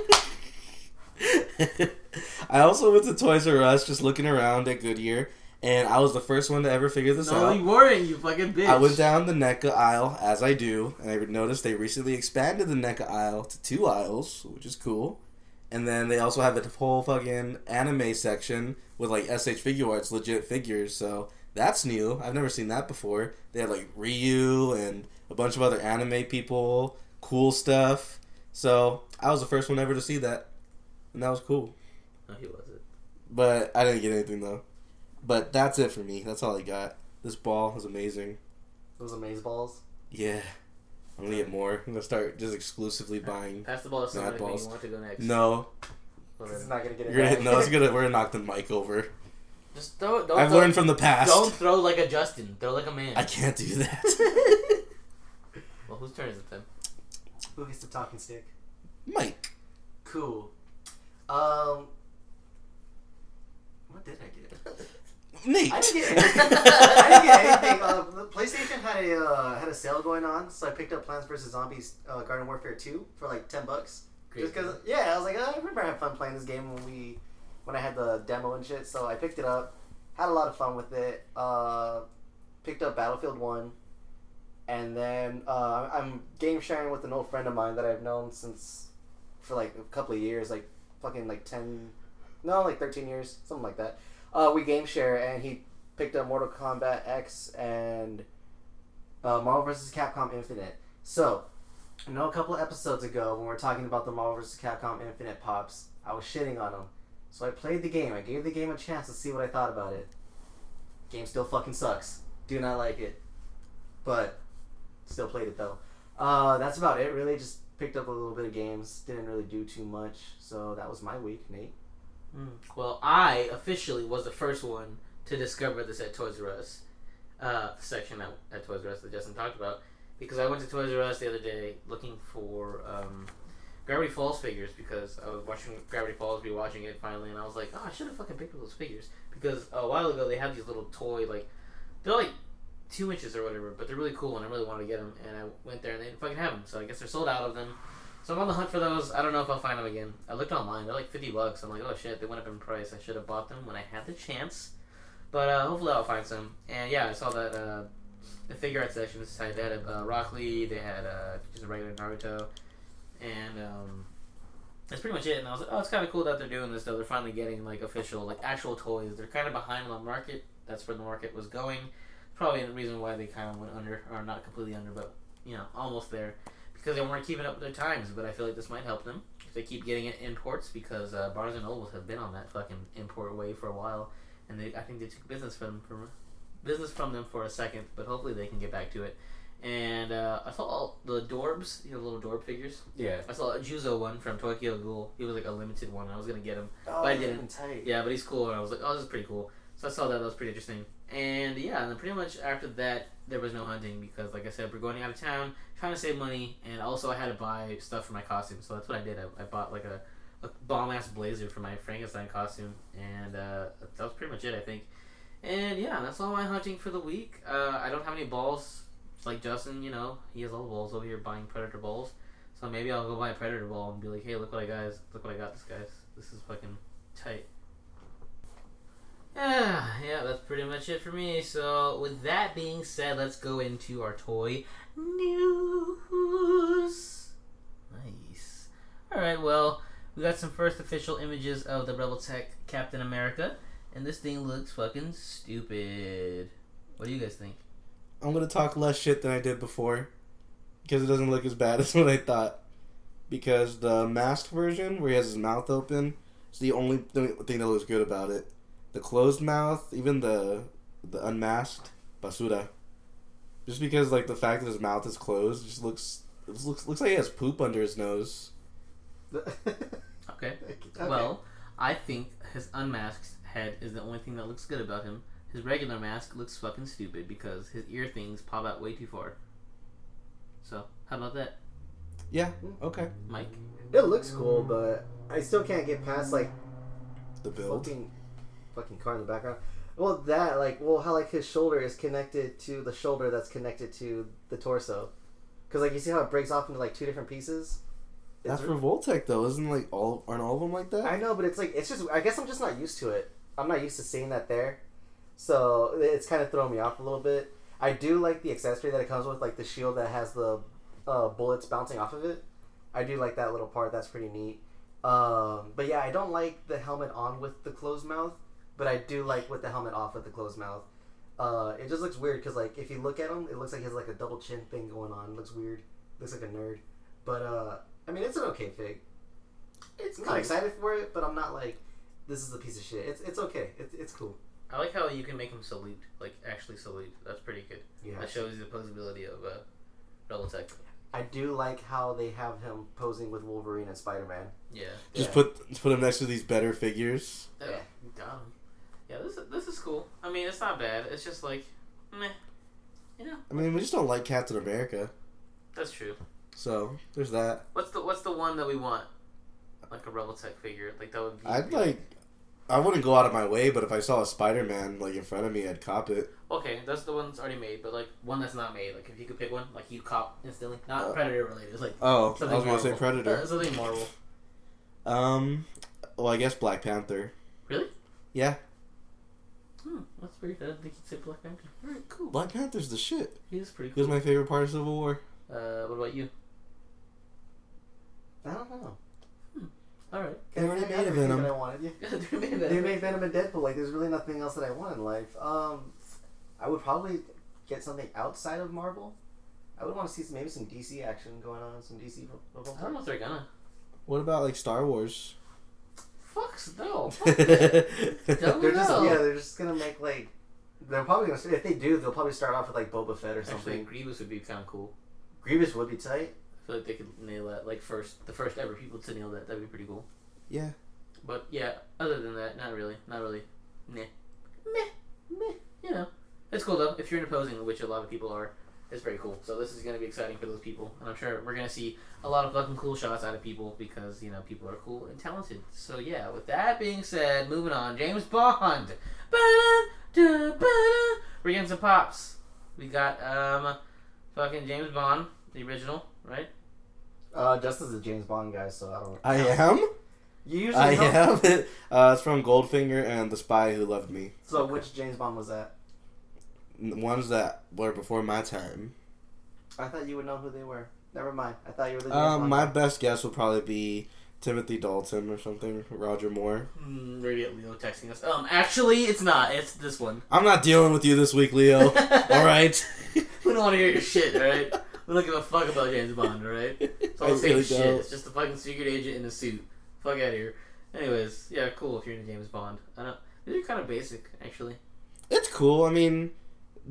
B: (laughs) I also went to Toys R Us just looking around at Goodyear, and I was the first one to ever figure this
C: no, you
B: out.
C: weren't, you fucking bitch.
B: I went down the NECA aisle, as I do, and I noticed they recently expanded the NECA aisle to two aisles, which is cool. And then they also have a whole fucking anime section with like SH figure arts, legit figures, so That's new. I've never seen that before. They had like Ryu and a bunch of other anime people, cool stuff. So I was the first one ever to see that, and that was cool.
C: No, he wasn't.
B: But I didn't get anything though. But that's it for me. That's all I got. This ball is amazing.
D: Those amaze balls.
B: Yeah, I'm gonna get more. I'm gonna start just exclusively buying.
C: Pass the ball to someone
B: Mad
C: if you
B: balls.
C: want to go next.
B: No,
C: Well,
D: It's
C: then-
D: not gonna get it.
B: you're gonna
D: back. (laughs)
B: no. It's gonna we're gonna knock the mic over.
C: Just throw it. Don't
B: I've
C: throw,
B: learned from the past.
C: Don't throw like a Justin. Throw like a man.
B: I can't do that.
D: (laughs)
C: well, whose turn is it then?
D: Who gets the talking stick?
B: Mike.
D: Cool. Um. What did I get? (laughs)
B: Nate.
D: I didn't get anything. I didn't get anything. Uh, the PlayStation had a uh, had a sale going on, so I picked up Plants vs Zombies uh, Garden Warfare Two for like ten bucks. Just
C: Great.
D: because, yeah, I was like, oh, I remember having fun playing this game when we when I had the demo and shit. So I picked it up, had a lot of fun with it. Uh, picked up Battlefield One, and then uh, I'm game sharing with an old friend of mine that I've known since for like a couple of years, like fucking like ten, no, like thirteen years, something like that. Uh, we game share, and he picked up Mortal Kombat X and uh, Marvel vs. Capcom Infinite. So, I know a couple of episodes ago when we were talking about the Marvel vs. Capcom Infinite pops, I was shitting on them. So I played the game. I gave the game a chance to see what I thought about it. Game still fucking sucks. Do not like it. But still played it though. Uh, that's about it. Really, just picked up a little bit of games. Didn't really do too much. So that was my week, Nate.
C: Well, I officially was the first one to discover this at Toys R Us uh, section at, at Toys R Us that Justin talked about because I went to Toys R Us the other day looking for um, Gravity Falls figures because I was watching Gravity Falls, be watching it finally, and I was like, oh, I should have fucking picked up those figures because a while ago they had these little toy like they're like two inches or whatever, but they're really cool and I really wanted to get them, and I went there and they didn't fucking have them, so I guess they're sold out of them. So I'm on the hunt for those. I don't know if I'll find them again. I looked online; they're like fifty bucks. I'm like, oh shit, they went up in price. I should have bought them when I had the chance. But uh, hopefully, I'll find some. And yeah, I saw that uh, the figure art section this side. They had uh, Rock Lee. They had uh, just a regular Naruto, and um, that's pretty much it. And I was like, oh, it's kind of cool that they're doing this though. They're finally getting like official, like actual toys. They're kind of behind on the market. That's where the market was going. Probably the reason why they kind of went under, or not completely under, but you know, almost there because they weren't keeping up with their times. But I feel like this might help them if they keep getting it imports because uh, Barnes and Nobles have been on that fucking import wave for a while, and they I think they took business from from business from them for a second. But hopefully they can get back to it. And uh, I saw all the Dorbs, you know, little Dorb figures.
D: Yeah.
C: I saw a Juzo one from Tokyo Ghoul. He was like a limited one. I was gonna get him.
D: Oh,
C: But I didn't.
D: Tight.
C: Yeah, but he's cool, and I was like, oh, this is pretty cool. So I saw that; that was pretty interesting. And yeah, and then pretty much after that, there was no hunting because, like I said, we're going out of town, trying to save money, and also I had to buy stuff for my costume. So that's what I did. I, I bought like a, a bomb ass blazer for my Frankenstein costume, and uh, that was pretty much it, I think. And yeah, that's all my hunting for the week. Uh, I don't have any balls like Justin. You know, he has all the balls over here buying predator balls. So maybe I'll go buy a predator ball and be like, hey, look what I guys, look what I got this guys. This is fucking tight. Yeah, Ah, yeah, that's pretty much it for me. So, with that being said, let's go into our toy news. Nice. All right, well, we got some first official images of the Rebel Tech Captain America, and this thing looks fucking stupid. What do you guys think?
B: I'm gonna talk less shit than I did before because it doesn't look as bad (laughs) as what I thought. Because the masked version, where he has his mouth open, is the only th- thing that looks good about it. The closed mouth, even the the unmasked, basura. Just because like the fact that his mouth is closed, just looks it just looks looks like he has poop under his nose.
C: Okay.
D: (laughs) Okay.
C: Well, I think his unmasked head is the only thing that looks good about him. His regular mask looks fucking stupid because his ear things pop out way too far. So, how about that,
B: Yeah, okay.
C: Mike?
D: It looks cool, but I still can't get past like
B: The build.
D: fucking fucking car in the background. Well, that like well how like his shoulder is connected to the shoulder that's connected to the torso, because like you see how it breaks off into like two different pieces. It's
B: That's
D: re-
B: for Voltec though, isn't like all aren't all of them like that?
D: I know, but it's like it's just I guess I'm just not used to it. I'm not used to seeing that there, so it's kind of throwing me off a little bit. I do like the accessory that it comes with, like the shield that has the uh, bullets bouncing off of it. I do like that little part. That's pretty neat. Um, but yeah, I don't like the helmet on with the closed mouth, but I do like with the helmet off with the closed mouth. Uh, it just looks weird because like if you look at him, it looks like he has like a double chin thing going on. It looks weird. Looks like a nerd. But uh, I mean, it's an okay fig.
C: It's
D: I'm not excited for it, but I'm not like this is a piece of shit. It's it's okay. It's it's cool.
C: I like how you can make him salute, like actually salute. That's pretty good.
D: Yeah.
C: That shows you the possibility of uh, Rebel Tech.
D: I do like how they have him posing with Wolverine and Spider Man.
C: Yeah.
B: Just
D: Yeah.
B: put just put him next to these better figures.
C: Uh,
D: Yeah.
C: Got him. Yeah, this this is cool. I mean, it's not bad. It's just like, meh. You know,
B: I mean, we just don't like Captain America,
C: that's true.
B: so there's that.
C: What's the what's the one that we want? Like a Rebel Tech figure, like that would be.
B: I'd like. I wouldn't go out of my way, but if I saw a Spider Man like in front of me, I'd cop it.
C: Okay, that's the one that's already made, but like one that's not made. Like if you could pick one, like you cop instantly, not
B: Uh,
C: Predator related, like
B: Oh,
C: something.
B: I was gonna say
C: Marvel. Uh,
B: Predator.
C: something Marvel.
B: Um, well, I guess Black Panther.
C: Really?
B: Yeah.
C: Hmm, that's weird. I didn't think you'd say Black Panther. All right, cool.
B: Black Panther's the shit.
C: He is pretty
B: He was
C: cool.
B: my favorite part of Civil War.
C: Uh, what about you?
D: I don't know.
C: All right.
B: They already
D: I
B: made a
D: everything
B: Venom.
D: that I wanted. Yeah. They made Venom and Deadpool. Like, there's really nothing else that I want in life. Um, I would probably get something outside of Marvel. I would want to see some, maybe some DC action going on, some DC. pro- pro-
C: I don't know if they're gonna.
B: What about like Star Wars?
C: Fucks
D: (laughs)
C: no. Fuck that.
B: That's
D: They're just
C: No.
D: yeah, they're just gonna make like they're probably gonna if they do they'll probably start off with like Boba Fett or
C: Actually,
D: something.
C: Grievous would be kind of cool.
D: Grievous would be tight.
C: I feel like they could nail that. Like first, the first ever people to nail that. That'd be pretty cool.
B: Yeah.
C: But yeah, other than that, not really. Not really. Meh. Meh. Meh. You know, it's cool though. If you're into posing, which a lot of people are, it's very cool. So this is gonna be exciting for those people, and I'm sure we're gonna see a lot of fucking cool shots out of people because you know people are cool and talented. So yeah. With that being said, moving on. James Bond. Ba-da, da, ba-da. We're getting some pops. We got um, fucking James Bond, the original, right?
D: Uh, Justice is a James Bond guy, so I don't.
B: (laughs) I am.
D: You usually
B: I
D: don't.
B: am. (laughs) uh, it's from Goldfinger and The Spy Who Loved Me.
D: So which James Bond was that?
B: The Ones that were before my time.
D: I thought you would know who they were. Never mind. I thought you were the James
B: Um,
D: Bond.
B: my
D: guy.
B: best guess would probably be Timothy Dalton or something. Roger Moore.
C: Mm, Maybe Leo texting us. Um, actually, it's not. It's this one.
B: I'm not dealing with you this week, Leo. Oh,
C: (laughs)
B: All right.
C: we don't want to hear your shit, all right? We don't give a fuck about James Bond, all right? It's all the same shit. It's just a fucking secret agent in a suit. Fuck out of here. Anyways, yeah, cool if you're into James Bond. I don't. These are kind of basic, actually.
B: It's cool. I mean,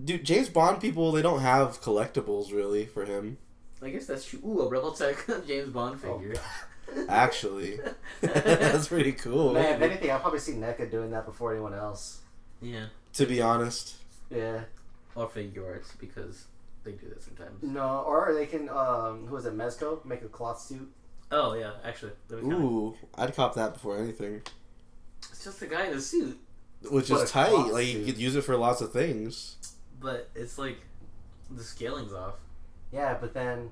B: dude, James Bond people they don't have collectibles really for him.
C: I guess that's true. Ooh, a Rebel Tech (laughs) James Bond
D: Oh.
C: figure. (laughs)
B: Actually, (laughs) that's pretty cool.
D: Man, if anything, I'll probably see NECA doing that before anyone else.
C: yeah,
B: To be honest,
D: Yeah.
C: or figure arts because they do that sometimes.
D: No, or they can. Um, who is it? Mezco make a cloth suit.
C: Oh yeah, actually, that'd be kinda-
B: ooh, I'd cop that before anything,
C: it's just a guy in a suit,
B: which
D: What
B: is
D: a
B: tight.
D: cloth
B: Like you
D: suit.
B: could use it for lots of things.
C: but it's like the scaling's off.
D: Yeah, but then,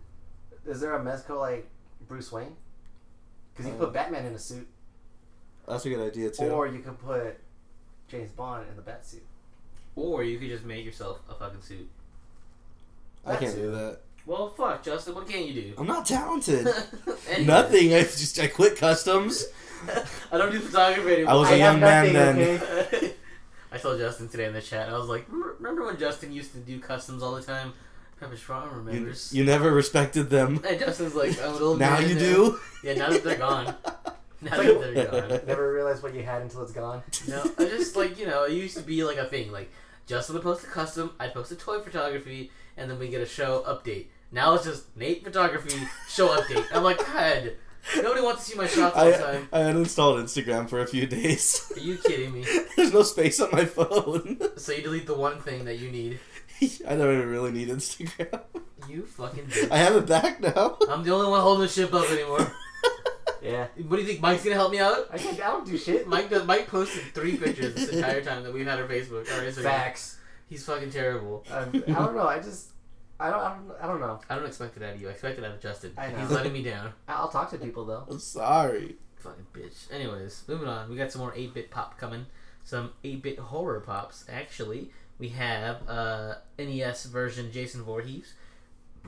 D: is there a Mezco like Bruce Wayne? Because you can
B: Uh,
D: put Batman in a suit,
B: That's a good idea too.
D: or you can put James Bond in the bat
B: (laughs)
D: suit.
C: Or you could just make yourself a fucking suit.
B: I can't
D: That's
B: do
C: (laughs)
D: it.
B: that.
C: Well, fuck, Justin, what can you
B: (laughs)
C: do?
B: I'm not talented.
C: (laughs) Anyway.
B: Nothing. I just I quit customs.
C: (laughs) I don't do photography anymore.
B: I was a
D: I have
B: young
D: nothing,
B: man then.
D: okay?
C: (laughs) I saw Justin today in the chat. I was like, "Remember- remember when Justin used to do customs all the time? Pepper Strong
B: You,
C: remembers.
B: you never respected them.
C: and Justin's like, I'm an old
B: Now
C: man
B: you
C: now."
B: do.
C: Yeah, now that they're
B: (laughs)
C: gone. Now
D: It's
C: that they're gone.
D: Never realize what you had until it's gone.
C: No, I just like you know, it used to be like a thing. Like Justin would post a custom, I'd post a toy photography, and then we get a show update. Now it's just Nate photography show update. I'm like, God, nobody wants to see my shots all the
B: I,
C: time.
B: I uninstalled Instagram for a few days.
C: Are you kidding me?
B: (laughs) There's no space on my phone. (laughs)
C: So you delete the one thing that you need.
B: I don't even really need Instagram.
C: You fucking. Bitch.
B: I have it back now.
C: I'm the only one holding the ship up anymore.
D: Yeah.
C: What do you think? Mike's gonna help me out?
D: I, can't, I don't do shit.
C: Mike does, Mike posted three pictures this entire time that we've had our Facebook or Instagram.
D: Facts.
C: He's fucking terrible.
D: Um, I don't know. I just. I don't, I don't. I don't know.
C: I don't expect it out of you. I expect it out of Justin.
D: I know.
C: He's letting me down.
D: I- I'll talk to people though.
B: (laughs) I'm sorry.
C: Fucking bitch. Anyways, moving on. We got some more 8 bit pop coming. Some 8 bit horror pops, actually. We have uh, NES version Jason Voorhees.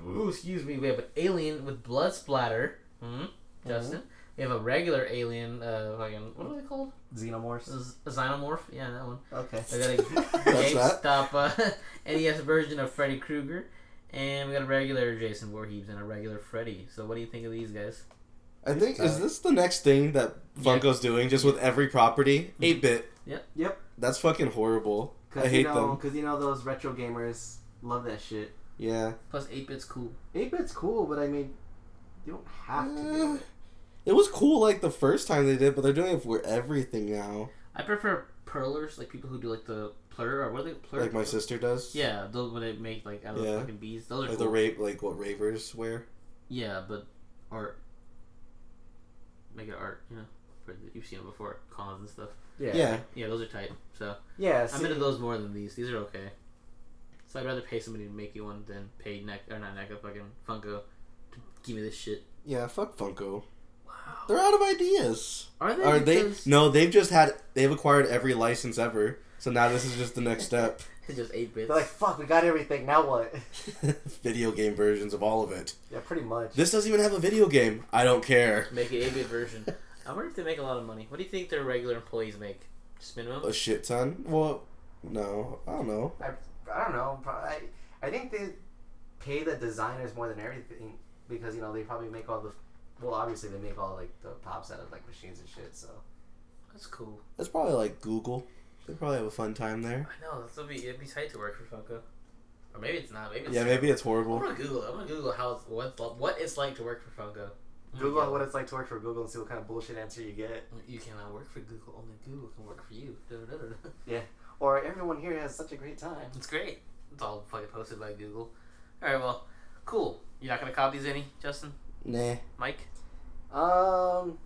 C: Ooh, excuse me. We have an alien with blood splatter. Hmm? Justin. You have a regular alien, uh, fucking, what are they called?
D: Xenomorphs.
C: Z- xenomorph? Yeah, that one.
D: Okay.
C: I got a
B: that.
C: GameStop uh, (laughs) NES version of Freddy Krueger, and we got a regular Jason Voorhees and a regular Freddy. So, what do you think of these guys?
B: I think
D: Uh,
B: is this the next thing that Funko's doing, just with every property,
C: Mm-hmm.
B: eight bit.
D: Yep.
B: That's fucking horrible.
D: Cause
B: I hate
D: you know,
B: them.
D: Cause you know those retro gamers love that shit.
B: Yeah,
C: Plus, 8 bit's cool.
D: Eight bit's cool, but I mean, you don't have to. Do
B: Eh,
D: it.
B: it was cool like the first time they did, but they're doing it for everything now.
C: I prefer pearlers, like people who do like the plur, or what are they? Plur?
B: Like my sister does.
C: Yeah, those where they make like out of
B: Yeah.
C: fucking bees. Those are
B: Like
C: cool.
B: the rave, like what ravers wear.
C: Yeah, but art. Make it art, you know. for the- You've seen it before, cons and stuff.
D: Yeah.
B: Yeah,
C: Yeah, those are tight. So
D: Yeah.
C: I'm
D: see-
C: into those more than these. These are okay. So I'd rather pay somebody to make you one than pay neck or not neck fucking Funko to give me this shit.
B: yeah. Fuck Funko.
C: Wow.
B: They're out of ideas.
C: Are they?
B: Are they?
C: Because
B: No, they've just had. They've acquired every license ever. So now this is just the next step.
C: (laughs)
B: (laughs)
C: It's just eight bits.
D: They're like, fuck, we got everything. Now what? (laughs)
B: video game versions of all of it.
D: yeah, pretty much.
B: This doesn't even have a video game. I don't care.
C: Make an eight bit version. I wonder if they make a lot of money. What do you think their regular employees make? Just minimum.
B: A shit ton. Well, no, I don't know.
D: I, I don't know. pro- I, I think they pay the designers more than everything because you know they probably make all the well obviously they make all like the pops out of like machines and shit. So
C: That's cool.
B: That's probably like Google. They probably have a fun time there.
C: I know. This will be it'd be tight to work for Funko, or maybe it's not. Maybe it's
B: Yeah, maybe it's
C: I'm
B: horrible.
C: gonna Google. it. I'm gonna Google how it's, what what it's like to work for Funko. Oh
D: Google what it's like to work for Google and see what kind of bullshit answer you get.
C: You cannot work for Google. Only Google can work for you. Da-da-da-da-da.
D: Or everyone here has such a great time.
C: It's great. It's all fucking posted by Google. All right. Well, cool. You're not gonna copy these any, Justin,
B: Nah.
C: Mike.
D: Um,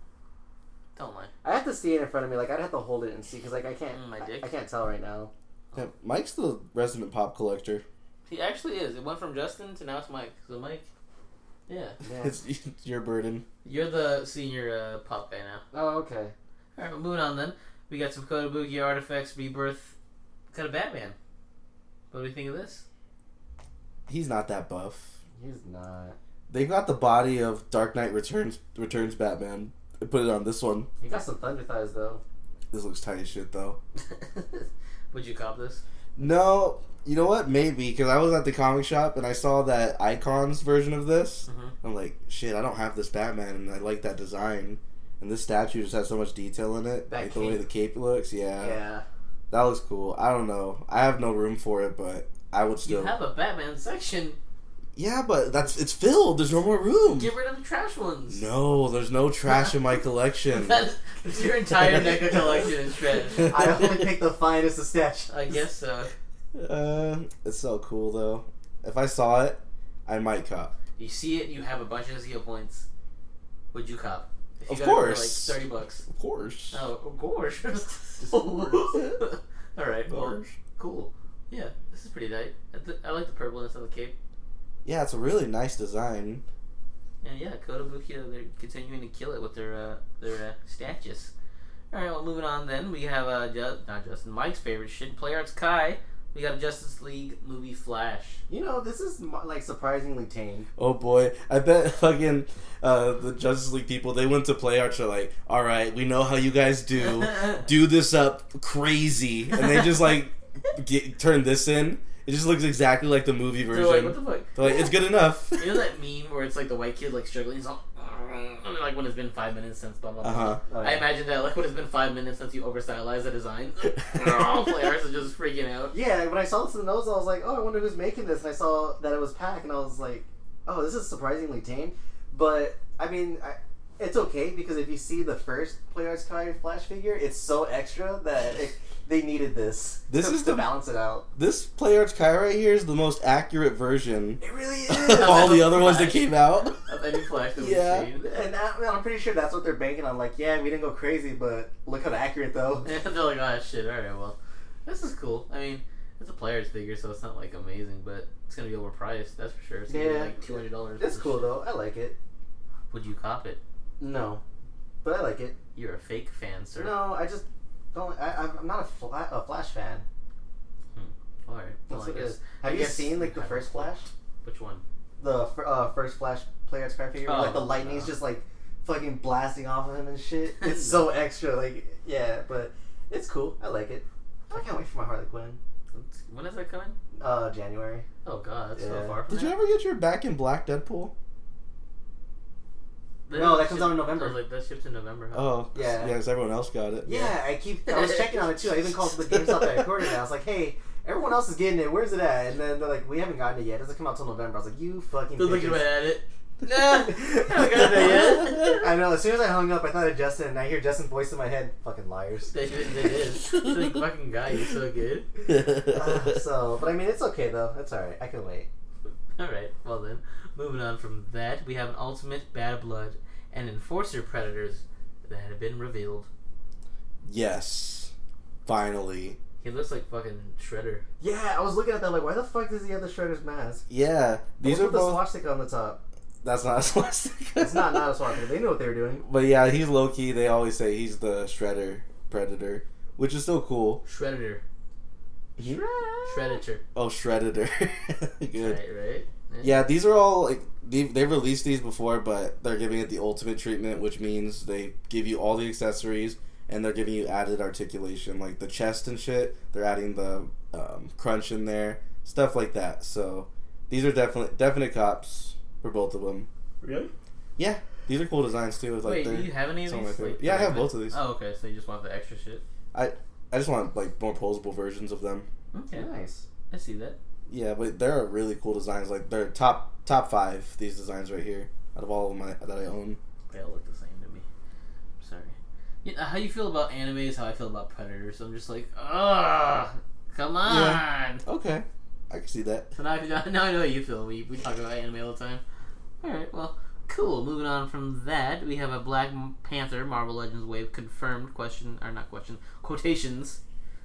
C: Don't lie.
D: I have to see it in front of me. Like I'd have to hold it and see because like I can't.
C: Mm, my
D: I-
C: dick.
D: I, can't tell right now.
B: Yeah, Mike's the resident pop collector.
C: He actually is. It went from Justin to now it's Mike. So Mike, yeah,
D: Yeah.
B: It's, (laughs) it's your burden.
C: you're the senior uh, pop guy now.
D: oh okay.
C: All right, well, moving on then. We got some Kotobuki artifacts, rebirth, got a Batman. What do we think of this?
B: He's not that buff.
D: He's not.
B: They got the body of Dark Knight Returns Returns Batman. They put it on this one.
D: He got some thunder thighs though.
B: This looks tight as shit though.
C: Would you cop this?
B: No, you know what? Maybe because I was at the comic shop and I saw that Icons version of this.
C: Mhm.
B: I'm like, shit, I don't have this Batman, and I like that design. And this statue just has so much detail in it,
D: That
B: like the way
D: cape.
B: the cape looks. Yeah,
D: yeah.
B: that looks cool. I don't know. I have no room for it, but I
C: You
B: would still.
C: have a Batman section.
B: yeah, but that's it's filled. There's no more room.
C: Get rid of the trash ones. (laughs)
B: No, there's no trash in my collection.
C: That's, that's your
B: (laughs)
C: entire NECA collection is trash.
D: I only pick the finest of statues.
C: I guess so.
B: Uh, it's so cool though. If I saw it, I might cop.
C: You see it, you have a bunch of zeal points. Would you cop? If you
B: Of
C: got it for,
B: course.
C: like thirty bucks.
B: Of course.
C: Oh, of course. (laughs)
B: (laughs)
D: course.
C: All right.
B: Of
C: Well,
B: course.
C: cool. Yeah, this is pretty tight. I, th- I like the purpleness on the cape.
B: Yeah, it's a really nice design.
C: And yeah, Kotobuki, uh, they're continuing to kill it with their uh, their uh, statues. All right, well, moving on then, we have uh, Ju- not Justin, Mike's favorite shit, Play Arts Kai. We got a Justice League movie Flash.
D: You know, this is mo- like surprisingly tame.
B: Oh boy, I bet (laughs) fucking uh, the Justice League people they went to play arts are like, all right, we know how you
C: (laughs)
B: guys do, do this up crazy, and they just like get, turn this in. It just looks exactly like the
C: (laughs)
B: movie
C: They're like, what
B: version.
C: the fuck?
B: They're like,
C: (laughs)
B: it's good enough.
C: You know
B: (laughs)
C: that meme where it's like the white kid like struggling, he's all, I mean, like when it's been five minutes since blah blah blah.
B: Uh huh.
D: Oh,
C: I
D: yeah.
C: imagine that like when it's been five minutes since you over stylized the
B: (laughs)
C: design, (laughs) Play Arts is just freaking out.
D: Yeah, when I saw this in the nose, I was like, oh, I wonder who's making this. And I saw that it was Pack, and I was like, oh, this is surprisingly tame. But, I mean, I, it's okay because if you see the first Play Arts Kai Flash figure, it's so extra that it, they needed this.
B: This
D: to,
B: is
D: to
B: the-
D: balance it out.
B: This play arts Kai right here is the most accurate version
D: It (laughs) really
B: of
D: is.
B: all the other ones that came out.
C: Of any Flash that we've
B: Yeah.
C: seen.
D: and that, I'm pretty sure that's what they're banking on. Like, yeah, we didn't go crazy, but look how accurate though. (laughs)
C: Yeah, (laughs) they're like, oh shit, alright, well, this is cool. I mean, it's a player's figure, so it's not like amazing, but it's gonna be overpriced, that's for sure. It's gonna be
D: Yeah.
C: like $200.
D: It's cool though. I like it.
C: Would you cop it?
D: No, but I like it.
C: You're a fake fan, sir.
D: No, I just don't. I, I'm not a, fla- a Flash fan.
C: Alright, well,
D: That's
C: I
D: what it
C: guess.
D: is. Have
C: I
D: you
C: guess-
D: seen like the first Flash?
C: Which one?
D: The fir- uh, first Flash player Sky figure, where,
C: Oh,
D: like the lightning's
C: no.
D: just like fucking blasting off of him and
C: (laughs)
D: shit. It's so extra, like yeah, but it's cool. I like it. I can't wait for my Harley Quinn.
C: When is that coming?
D: Uh, January.
C: Oh god, that's so
D: Yeah.
C: far. From
B: Did you
C: that.
B: ever get your back in black Deadpool?
D: No, that comes out in
C: shipped-
D: November.
C: I was like, that ships in November. Huh?
B: Oh,
D: Yeah.
B: Yes, everyone else got it.
D: Yeah, I keep. I was checking on it too. I even called the GameStop that I recorded it. I was like, hey. Everyone else is getting it. Where's it at? And then they're like, "We haven't gotten it yet. It doesn't come out till November." I was like, "You fucking."
C: They're looking
D: bitches."
C: right
D: (laughs)
C: at it.
B: (laughs)
C: Nah,
D: I
C: (laughs) haven't got it yet.
D: know. As soon as I hung up, I thought of Justin, and I hear Justin's voice in my head. Fucking liars.
C: they did. They did.
D: (laughs)
C: It's like fucking guy, you're so good.
B: (laughs)
D: Uh, (laughs) so, but I mean, it's okay though. It's all right. I can wait.
C: All right. Well then, moving on from that, we have an ultimate bad blood and enforcer predators that have been revealed.
B: Yes. Finally.
C: He looks like fucking Shredder.
D: Yeah, I was looking at that like, why the fuck does he have the Shredder's mask?
B: Yeah. These
D: These
B: are
D: with the
B: both.
D: swastika on the top.
B: That's not a swastika.
D: It's not not a swastika. They knew what they were doing.
B: But yeah, he's low key. They always say he's the Shredder Predator, which is so cool.
C: Shredder.
B: He-
C: Shredditor.
B: Oh, Shredditor. (laughs) Good.
C: Right. Right.
B: Yeah, these are all like they they released these before, but they're giving it the ultimate treatment, which means they give you all the accessories and they're giving you added articulation, like the chest and shit. They're adding the um, crunch in there, stuff like that. So these are definitely definite cops for both of them.
C: Really?
B: Yeah, these are cool designs too. With, like,
C: Wait,
B: they're-
C: do you have any of
B: some of my
C: these?
B: favorite-
C: Like,
B: Yeah, I have
C: like-
B: both of these.
C: Oh, okay. So you just want the extra shit.
B: I just want like more posable versions of them.
C: Okay,
D: Nice.
C: I see that.
B: Yeah, but they're really cool designs. Like they're top top five. These designs right here, out of all of my that I own.
C: They all look the same to me. I'm sorry. You know, how you feel about anime is how I feel about Predators. I'm just like, ugh, come on.
B: Yeah. Okay, I can see that.
C: So now, I can- now I know (laughs) how you feel. We, we talk about anime all the time. Alright, well, cool. Moving on from that, we have a Black Panther Marvel Legends Wave confirmed question, or not question, quotations.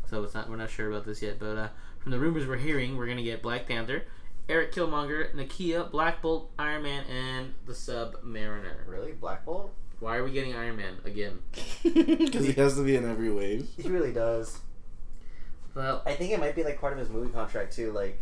C: So it's not we're not sure about this yet, but uh, from the rumors we're hearing, we're gonna get Black Panther, Eric Killmonger, Nakia, Black Bolt, Iron Man, and the Sub Mariner.
D: Really, Black Bolt?
C: Why are we getting Iron Man again?
B: Because he has to be in every wave.
D: He really does.
C: Well,
D: I think it might be like part of his movie contract too. Like,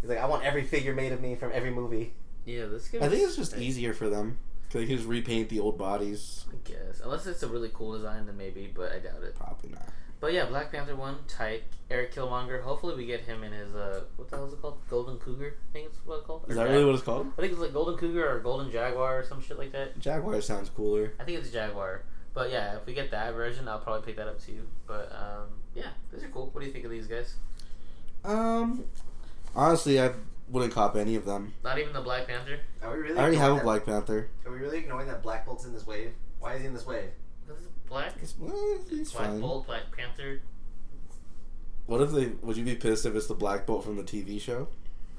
D: he's like, I want every figure made of me from every movie.
C: yeah, this guy.
B: I think it's just easier for them. Cause they can just repaint the old bodies.
C: I guess unless it's a really cool design, then maybe, but I doubt it.
B: Probably not.
C: But yeah, Black Panther one tight. Eric Killmonger. Hopefully, we get him in his uh, what the hell is it called? Golden Cougar. I think it's what it's called.
B: Is
C: Or
B: that
C: Jag-
B: really what it's called?
C: I think it's like Golden Cougar or Golden Jaguar or some shit like that.
B: Jaguar sounds cooler.
C: I think it's Jaguar. But yeah, if we get that version, I'll probably pick that up too. But um, yeah, these are cool. What do you think of these guys?
B: Um, honestly, I wouldn't cop any of them.
C: Not even the Black Panther.
D: Are we
B: I
D: really?
B: already
D: ignoring
B: have a
D: that-
B: Black Panther.
D: Are we really ignoring that Black Bolt's in this wave? Why is he in this wave?
C: This is black.
B: It's, well, he's
C: Black
B: fine.
C: Bolt, Black Panther.
B: What if they? Would you be pissed if it's the Black Bolt from the TV show?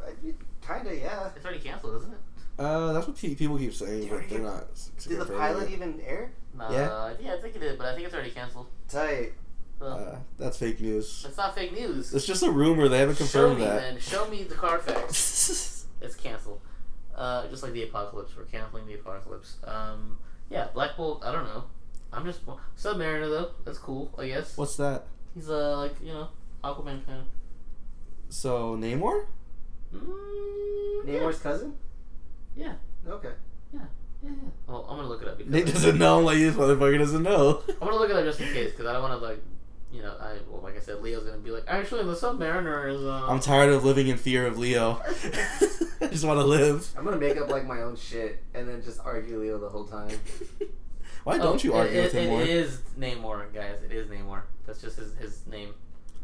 D: I- Uh, Kinda, yeah.
C: It's already canceled, isn't it?
B: Uh, that's what pe- people keep saying,
D: Dude,
B: but they're
D: you-
B: not. s-
D: Did the
B: confirming
D: pilot
B: it. Uh,
D: even air?
C: Nah,
B: Yeah.
C: yeah, I think it is, but I think it's already canceled.
D: Tight.
C: So,
B: Uh, that's fake news.
C: it's not fake news.
B: It's just a rumor. They haven't confirmed
C: Show me,
B: that.
C: Then. Show me the car facts. it's canceled. Uh, just like the apocalypse, we're canceling the apocalypse. Um, yeah, Black Bolt. I don't know. I'm just Submariner though. That's cool, I guess.
B: (laughs) What's that?
C: He's uh like you know Aquaman fan.
B: So Namor?
C: Mm, yeah.
D: Namor's cousin?
C: Yeah.
D: Okay.
C: Yeah, yeah. Well, I'm gonna look it up because
B: Nate doesn't know. Like this motherfucker doesn't know.
C: (laughs) I'm gonna look it up just in case because I don't want to like you know I well like I said Leo's gonna be like actually the Submariner is um
B: I'm tired of living in fear of Leo.
C: (laughs)
B: (laughs) I just want to live.
D: I'm gonna make up like my own shit and then just argue Leo the whole time.
B: Why don't you
C: Oh,
B: argue
C: it,
B: with him
C: it,
B: more?
C: It is Namor, guys. It is Namor. That's just his, his name.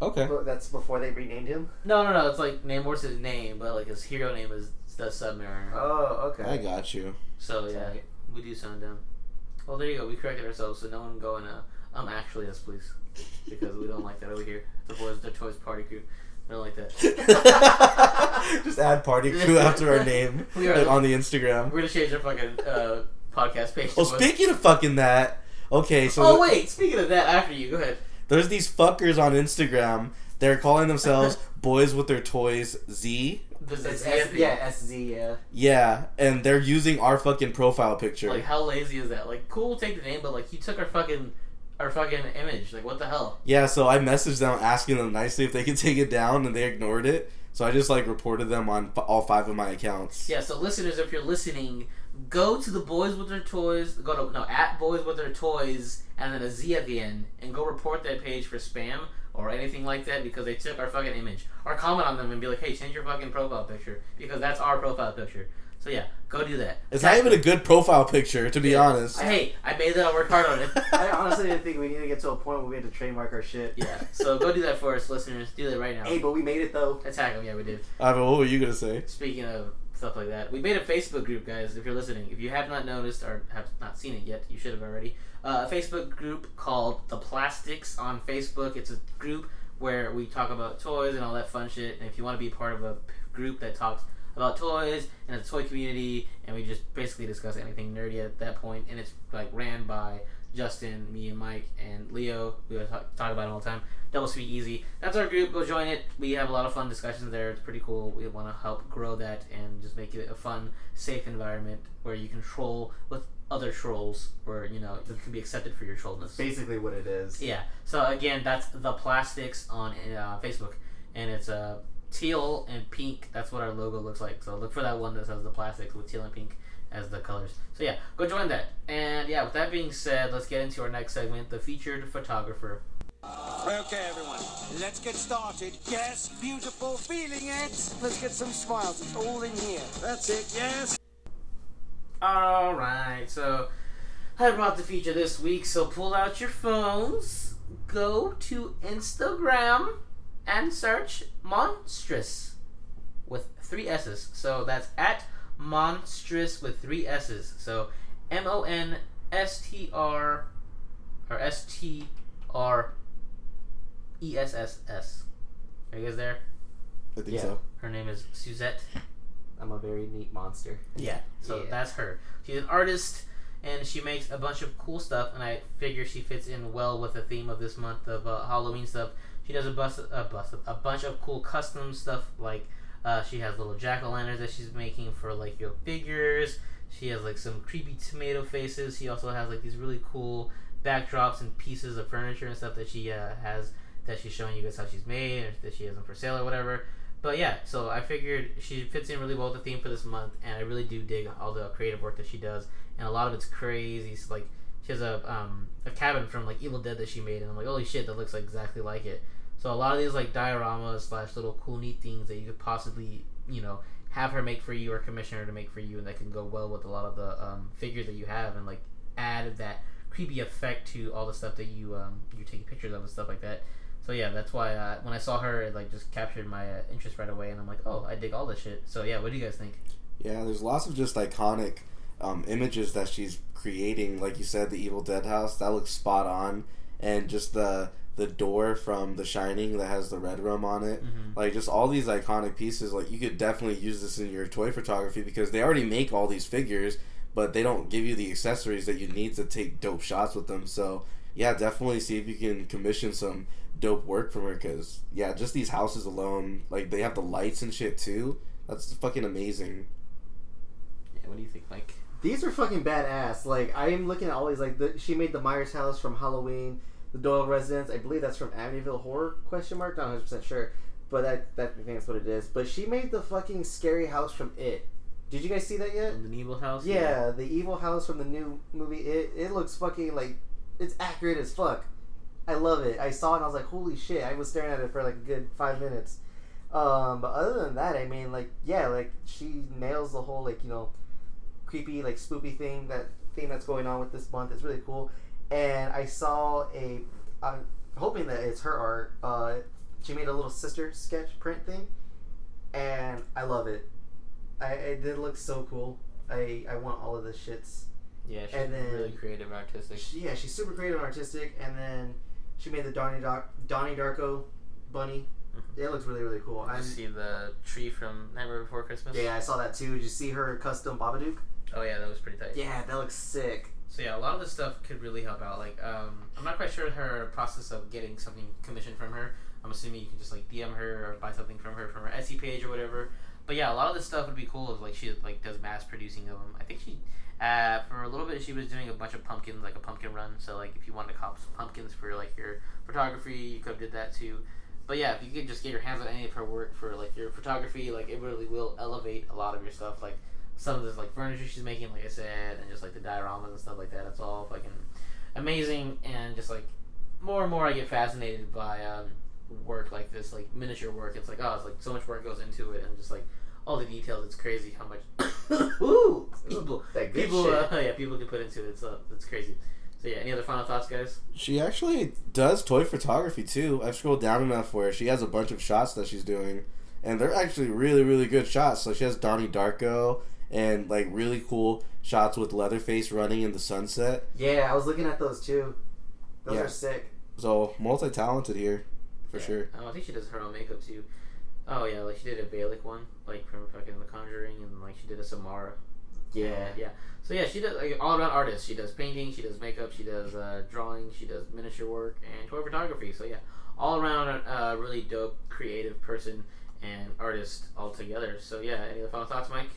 B: Okay.
D: But that's before they renamed him.
C: No, no, no. It's like Namor's his name, but like his hero name is the Submariner.
D: Oh, okay.
B: I
C: (laughs)
B: got you. (laughs)
C: so
D: Oh,
C: yeah, we do sound dumb. Well, there you go. We corrected ourselves, so no one go and uh, um actually us please, because we don't like that over here. The boys, the toys party group, we don't like that.
B: just add party
C: (laughs)
B: crew after our name
C: We are-
B: like, on the Instagram.
C: We're gonna change our fucking uh, podcast page.
B: Well,
C: to what-
B: speaking of fucking that, okay, so
C: oh wait, speaking of that, after you, go ahead.
B: there's these fuckers on Instagram. They're
C: (laughs)
B: calling themselves Boys with Their Toys Z.
C: This is
D: It's S-
C: Anthony.
D: yeah, SZ, yeah.
B: Yeah, and they're using our fucking profile picture.
C: Like how lazy is that? Like cool, take the name, but like you took our fucking our fucking image. Like what the hell?
B: Yeah, so I messaged them asking them nicely if they could (laughs) take it down, and they ignored it. So I just like reported them on f- all five of my accounts.
C: Yeah, so listeners, if you're listening, go to the boys with their toys. Go to no at boys with their toys, and then a Z at the end, and go report that page for spam or anything like that because they took our fucking image, or comment on them and be like, hey, change your fucking profile picture because that's our profile picture. So yeah, go do that.
B: It's not even a good profile picture, to be honest.
C: Hey, I made that. I worked hard on it.
D: I
B: (laughs)
D: honestly didn't think we needed to get to a point where we had to trademark our shit.
C: Yeah. So go do that for us, listeners. Do that right now.
D: Hey, but we made it though.
C: Attack them. Yeah, we did.
B: Ivan, what were you gonna say?
C: Speaking of stuff like that, we made a Facebook group, guys. If you're listening, if you have not noticed or have not seen it yet, you should have already. Uh, a Facebook group called The Plastics on Facebook. It's a group where we talk about toys and all that fun shit. And if you want to be part of a p- group that talks about toys and the toy community, and we just basically discuss anything nerdy at that point, and it's like ran by Justin, me, and Mike, and Leo. We always talk talk about it all the time. Double Speak Easy. That's our group. Go join it. We have a lot of fun discussions there. It's pretty cool. We want to help grow that and just make it a fun, safe environment where you can troll with other trolls, where you know you can be accepted for your trollness.
D: Basically, what it is.
C: Yeah. So again, that's the plastics on uh, Facebook, and it's uh, teal and pink. That's what our logo looks like. So look for that one that says the plastics with teal and pink as the colors. So yeah, go join that. And yeah, with that being said, let's get into our next segment, the featured photographer.
F: Okay, everyone, let's get started. Yes, beautiful, feeling it. Let's get some smiles. It's all in here. That's it, yes.
C: All right. So I brought the feature this week. So pull out your phones, go to Instagram, and search monstrous with three s's. So that's at monstrous with three s's. So M O N S T R or S T R E S S S. Are you guys there?
B: I think
D: Yeah.
B: so.
C: Her name is Suzette.
D: I'm a very neat monster.
C: Yeah. So
D: Yeah.
C: that's her. She's an artist and she makes a bunch of cool stuff and I figure she fits in well with the theme of this month of uh, Halloween stuff. She does a bus a bus a bunch of cool custom stuff like uh, she has little jack-o'-lanterns that she's making for like your figures. She has like some creepy tomato faces. She also has like these really cool backdrops and pieces of furniture and stuff that she uh, has that she's showing you guys how she's made or that she has them for sale or whatever. But yeah, so I figured she fits in really well with the theme for this month, and I really do dig all the creative work that she does, and a lot of it's crazy. It's like she has a um, a cabin from like Evil Dead that she made, and I'm like, holy shit, that looks like exactly like it. So a lot of these like dioramas slash little cool neat things that you could possibly you know have her make for you or commission her to make for you, and that can go well with a lot of the um, figures that you have, and like add that creepy effect to all the stuff that you um, you're taking pictures of and stuff like that. So yeah, that's why uh, when I saw her, it like just captured my uh, interest right away, and I'm like, oh, I dig all this shit. So yeah, what do you guys think?
B: Yeah, there's lots of just iconic um, images that she's creating. Like you said, the Evil Dead house that looks spot on, and just the the door from The Shining that has the red room on it.
C: Mm-hmm.
B: Like just all these iconic pieces. Like you could definitely use this in your toy photography because they already make all these figures, but they don't give you the accessories that you need to take dope shots with them. So yeah, definitely see if you can commission some dope work from her because yeah, just these houses alone, like they have the lights and shit too. That's fucking amazing.
C: Yeah, what do you think, Mike?
D: These are fucking badass. Like I am looking at all these. Like the, she made the Myers house from Halloween, the Doyle residence. I believe that's from Amityville Horror? Question mark. Not 100 percent sure, but that that I think that's what it is. But she made the fucking scary house from It. Did you guys see that yet?
C: In the Nebel house?
D: Yeah, the evil house from the new movie. It it looks fucking like it's accurate as fuck. I love it. I saw it and I was like, holy shit! I was staring at it for like a good five minutes. Um, but other than that, I mean, like, yeah, like she nails the whole like you know creepy like spoopy thing that thing that's going on with this month. It's really cool. And I saw a. I'm hoping that it's her art. Uh, she made a little sister sketch print thing, and I love it. I it did look so cool. I I want all of the shits.
C: Yeah, she's
D: And then-
C: really creative, artistic.
D: She, yeah, she's super creative and artistic, and then she made the Donnie Doc Donnie Darko bunny. It looks really really cool.
C: Did
D: I'm,
C: you see the tree from Nightmare Before Christmas?
D: yeah, I saw that too. Did you see her custom Babadook?
C: Oh yeah, that was pretty tight.
D: Yeah, that looks sick.
C: So yeah, a lot of this stuff could really help out. Like, um, I'm not quite sure her process of getting something commissioned from her. I'm assuming you can just like DM her or buy something from her from her Etsy page or whatever. But yeah, a lot of this stuff would be cool if like she like does mass producing of them. I think she, uh, for a little bit she was doing a bunch of pumpkins, like a pumpkin run. So like if you wanted to cop some pumpkins for like your photography, you could have did that too. But yeah, if you could just get your hands on any of her work for like your photography, like it really will elevate a lot of your stuff. Like some of this like furniture she's making, like I said, and just like the dioramas and stuff like that. It's all fucking amazing, and just like more and more I get fascinated by um, work like this, like miniature work. It's like oh, it's like so much work goes into it, and just like all the details. It's crazy how much (coughs) ooh people
D: That good
C: people
D: shit.
C: uh, (laughs) yeah people can put into it. So it's crazy. So yeah, any other final thoughts, guys?
B: She actually does toy photography too. I've scrolled down enough where she has a bunch of shots that she's doing, and they're actually really, really good shots. So she has Donnie Darko and like really cool shots with Leatherface running in the sunset.
D: Yeah, I was looking at those too. Those
B: Yeah.
D: are sick.
B: So multi talented here, for
C: Yeah.
B: sure.
C: Oh, I think she does her own makeup too. Oh yeah, like she did a Balik one, like from fucking The Conjuring, and like she did a Samara.
D: Yeah.
C: yeah. So yeah, she does like all around artist. She does painting, she does makeup, she does uh, drawing, she does miniature work, and toy photography. So yeah, all around uh, really dope, creative person and artist altogether. So yeah, any other final thoughts, Mike?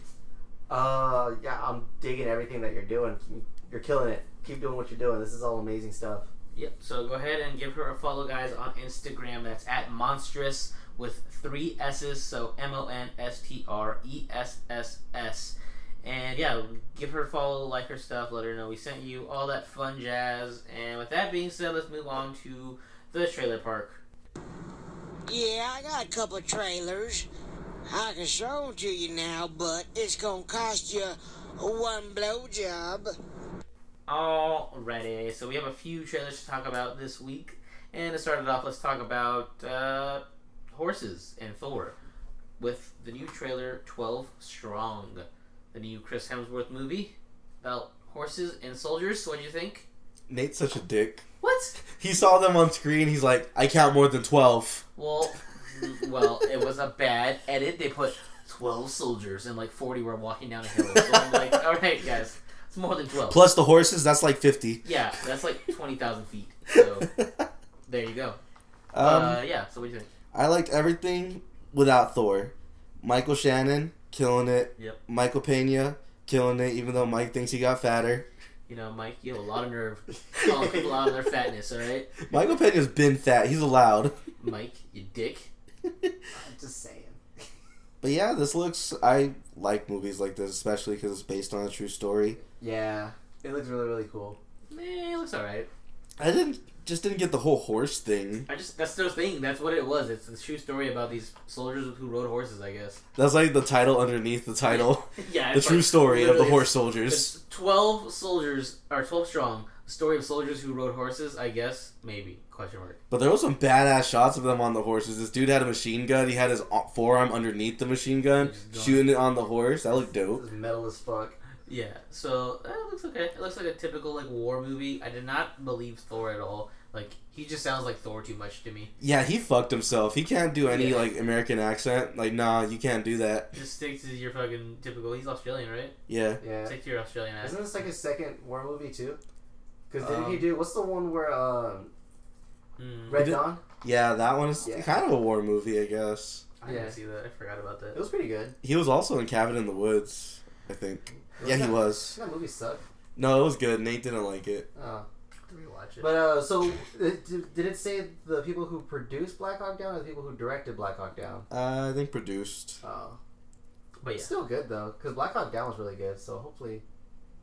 D: Uh, yeah, I'm digging everything that you're doing. You're killing it. Keep doing what you're doing. This is all amazing stuff.
C: Yep. So go ahead and give her a follow, guys, on Instagram. That's at monstrous with three S's. So M O N S T R E S S S. And yeah, give her a follow, like her stuff, let her know we sent you, all that fun jazz. And with that being said, let's move on to the trailer park.
F: Yeah, I got a couple of trailers. I can show 'em to you now, but it's gonna cost you one blowjob.
C: Alrighty, so we have a few trailers to talk about this week. And to start it off, let's talk about uh, horses and Thor with the new trailer 12 Strong, the new Chris Hemsworth movie about horses and soldiers. What do you think?
B: Nate's such a dick.
C: What?
B: He saw them on screen. He's like, I count more than twelve.
C: Well, (laughs) well, it was a bad edit. They put 12 soldiers and like 40 were walking down a hill. So I'm like, (laughs) alright, guys, it's more than 12.
B: Plus the horses, that's like fifty.
C: Yeah, that's like 20,000 feet. So there you go.
B: (laughs) um,
C: uh, yeah, so what do you think?
B: I liked everything without Thor. Michael Shannon killing it.
C: Yep.
B: Michael Pena killing it, even though Mike thinks he got
C: (laughs)
B: fatter.
C: You know, Mike, you have a lot of nerve. Calling Oh, people out of their fatness, all right?
B: (laughs) Michael Pena's been fat. He's allowed. (laughs)
C: Mike, you dick.
D: I'm just saying.
B: But yeah, this looks. I like movies like this, especially because it's based on a true story.
D: Yeah, it looks really really cool.
C: Man, it looks all right.
B: I didn't just didn't get the whole horse thing.
C: I just that's the thing. That's what it was. It's the true story about these soldiers who rode horses, I guess.
B: That's like the title underneath the title.
C: (laughs) yeah,
B: the
C: it's
B: true
C: like,
B: story of the
C: literally,
B: horse
C: it's-
B: soldiers.
C: it's Twelve soldiers or twelve strong. Story of soldiers who rode horses, I guess. Maybe question mark.
B: But there was some badass shots of them on the horses. This dude had a machine gun. He had his o- forearm underneath the machine gun,
C: Just going-
B: shooting it on the horse. That looked
D: This
B: dope.
D: is metal as fuck.
C: Yeah, so uh, it looks okay. It looks like a typical like war movie. I did not believe Thor at all. Like he just sounds like Thor too much to me.
B: Yeah, he fucked himself. He can't do any
C: Yeah.
B: like American accent. Like, nah, you can't do that.
C: Just stick to your fucking typical. He's Australian, right?
B: Yeah,
D: Yeah.
C: Stick to your Australian accent.
D: Isn't this like his second war movie too? Because didn't
B: Um,
D: he do what's the one where um,
C: Mm.
D: Red
B: did-
D: Dawn?
B: yeah, that one is
D: Yeah.
B: kind of a war movie, I guess.
C: I didn't
D: Yeah.
C: see that. I forgot about
D: It
C: that.
D: was pretty good.
B: He was also in Cabin in the Woods, I think. Yeah, he was.
D: That movie sucked.
B: No, it was good. Nate didn't like it.
D: Oh.
C: To rewatch it.
D: But uh, so it- did did it say the people who produced Black Hawk Down or the people who directed Black Hawk Down?
B: Uh, I think produced.
D: Oh,
C: But
D: it's
C: yeah,
D: still good though, because Black Hawk Down was really good. So hopefully,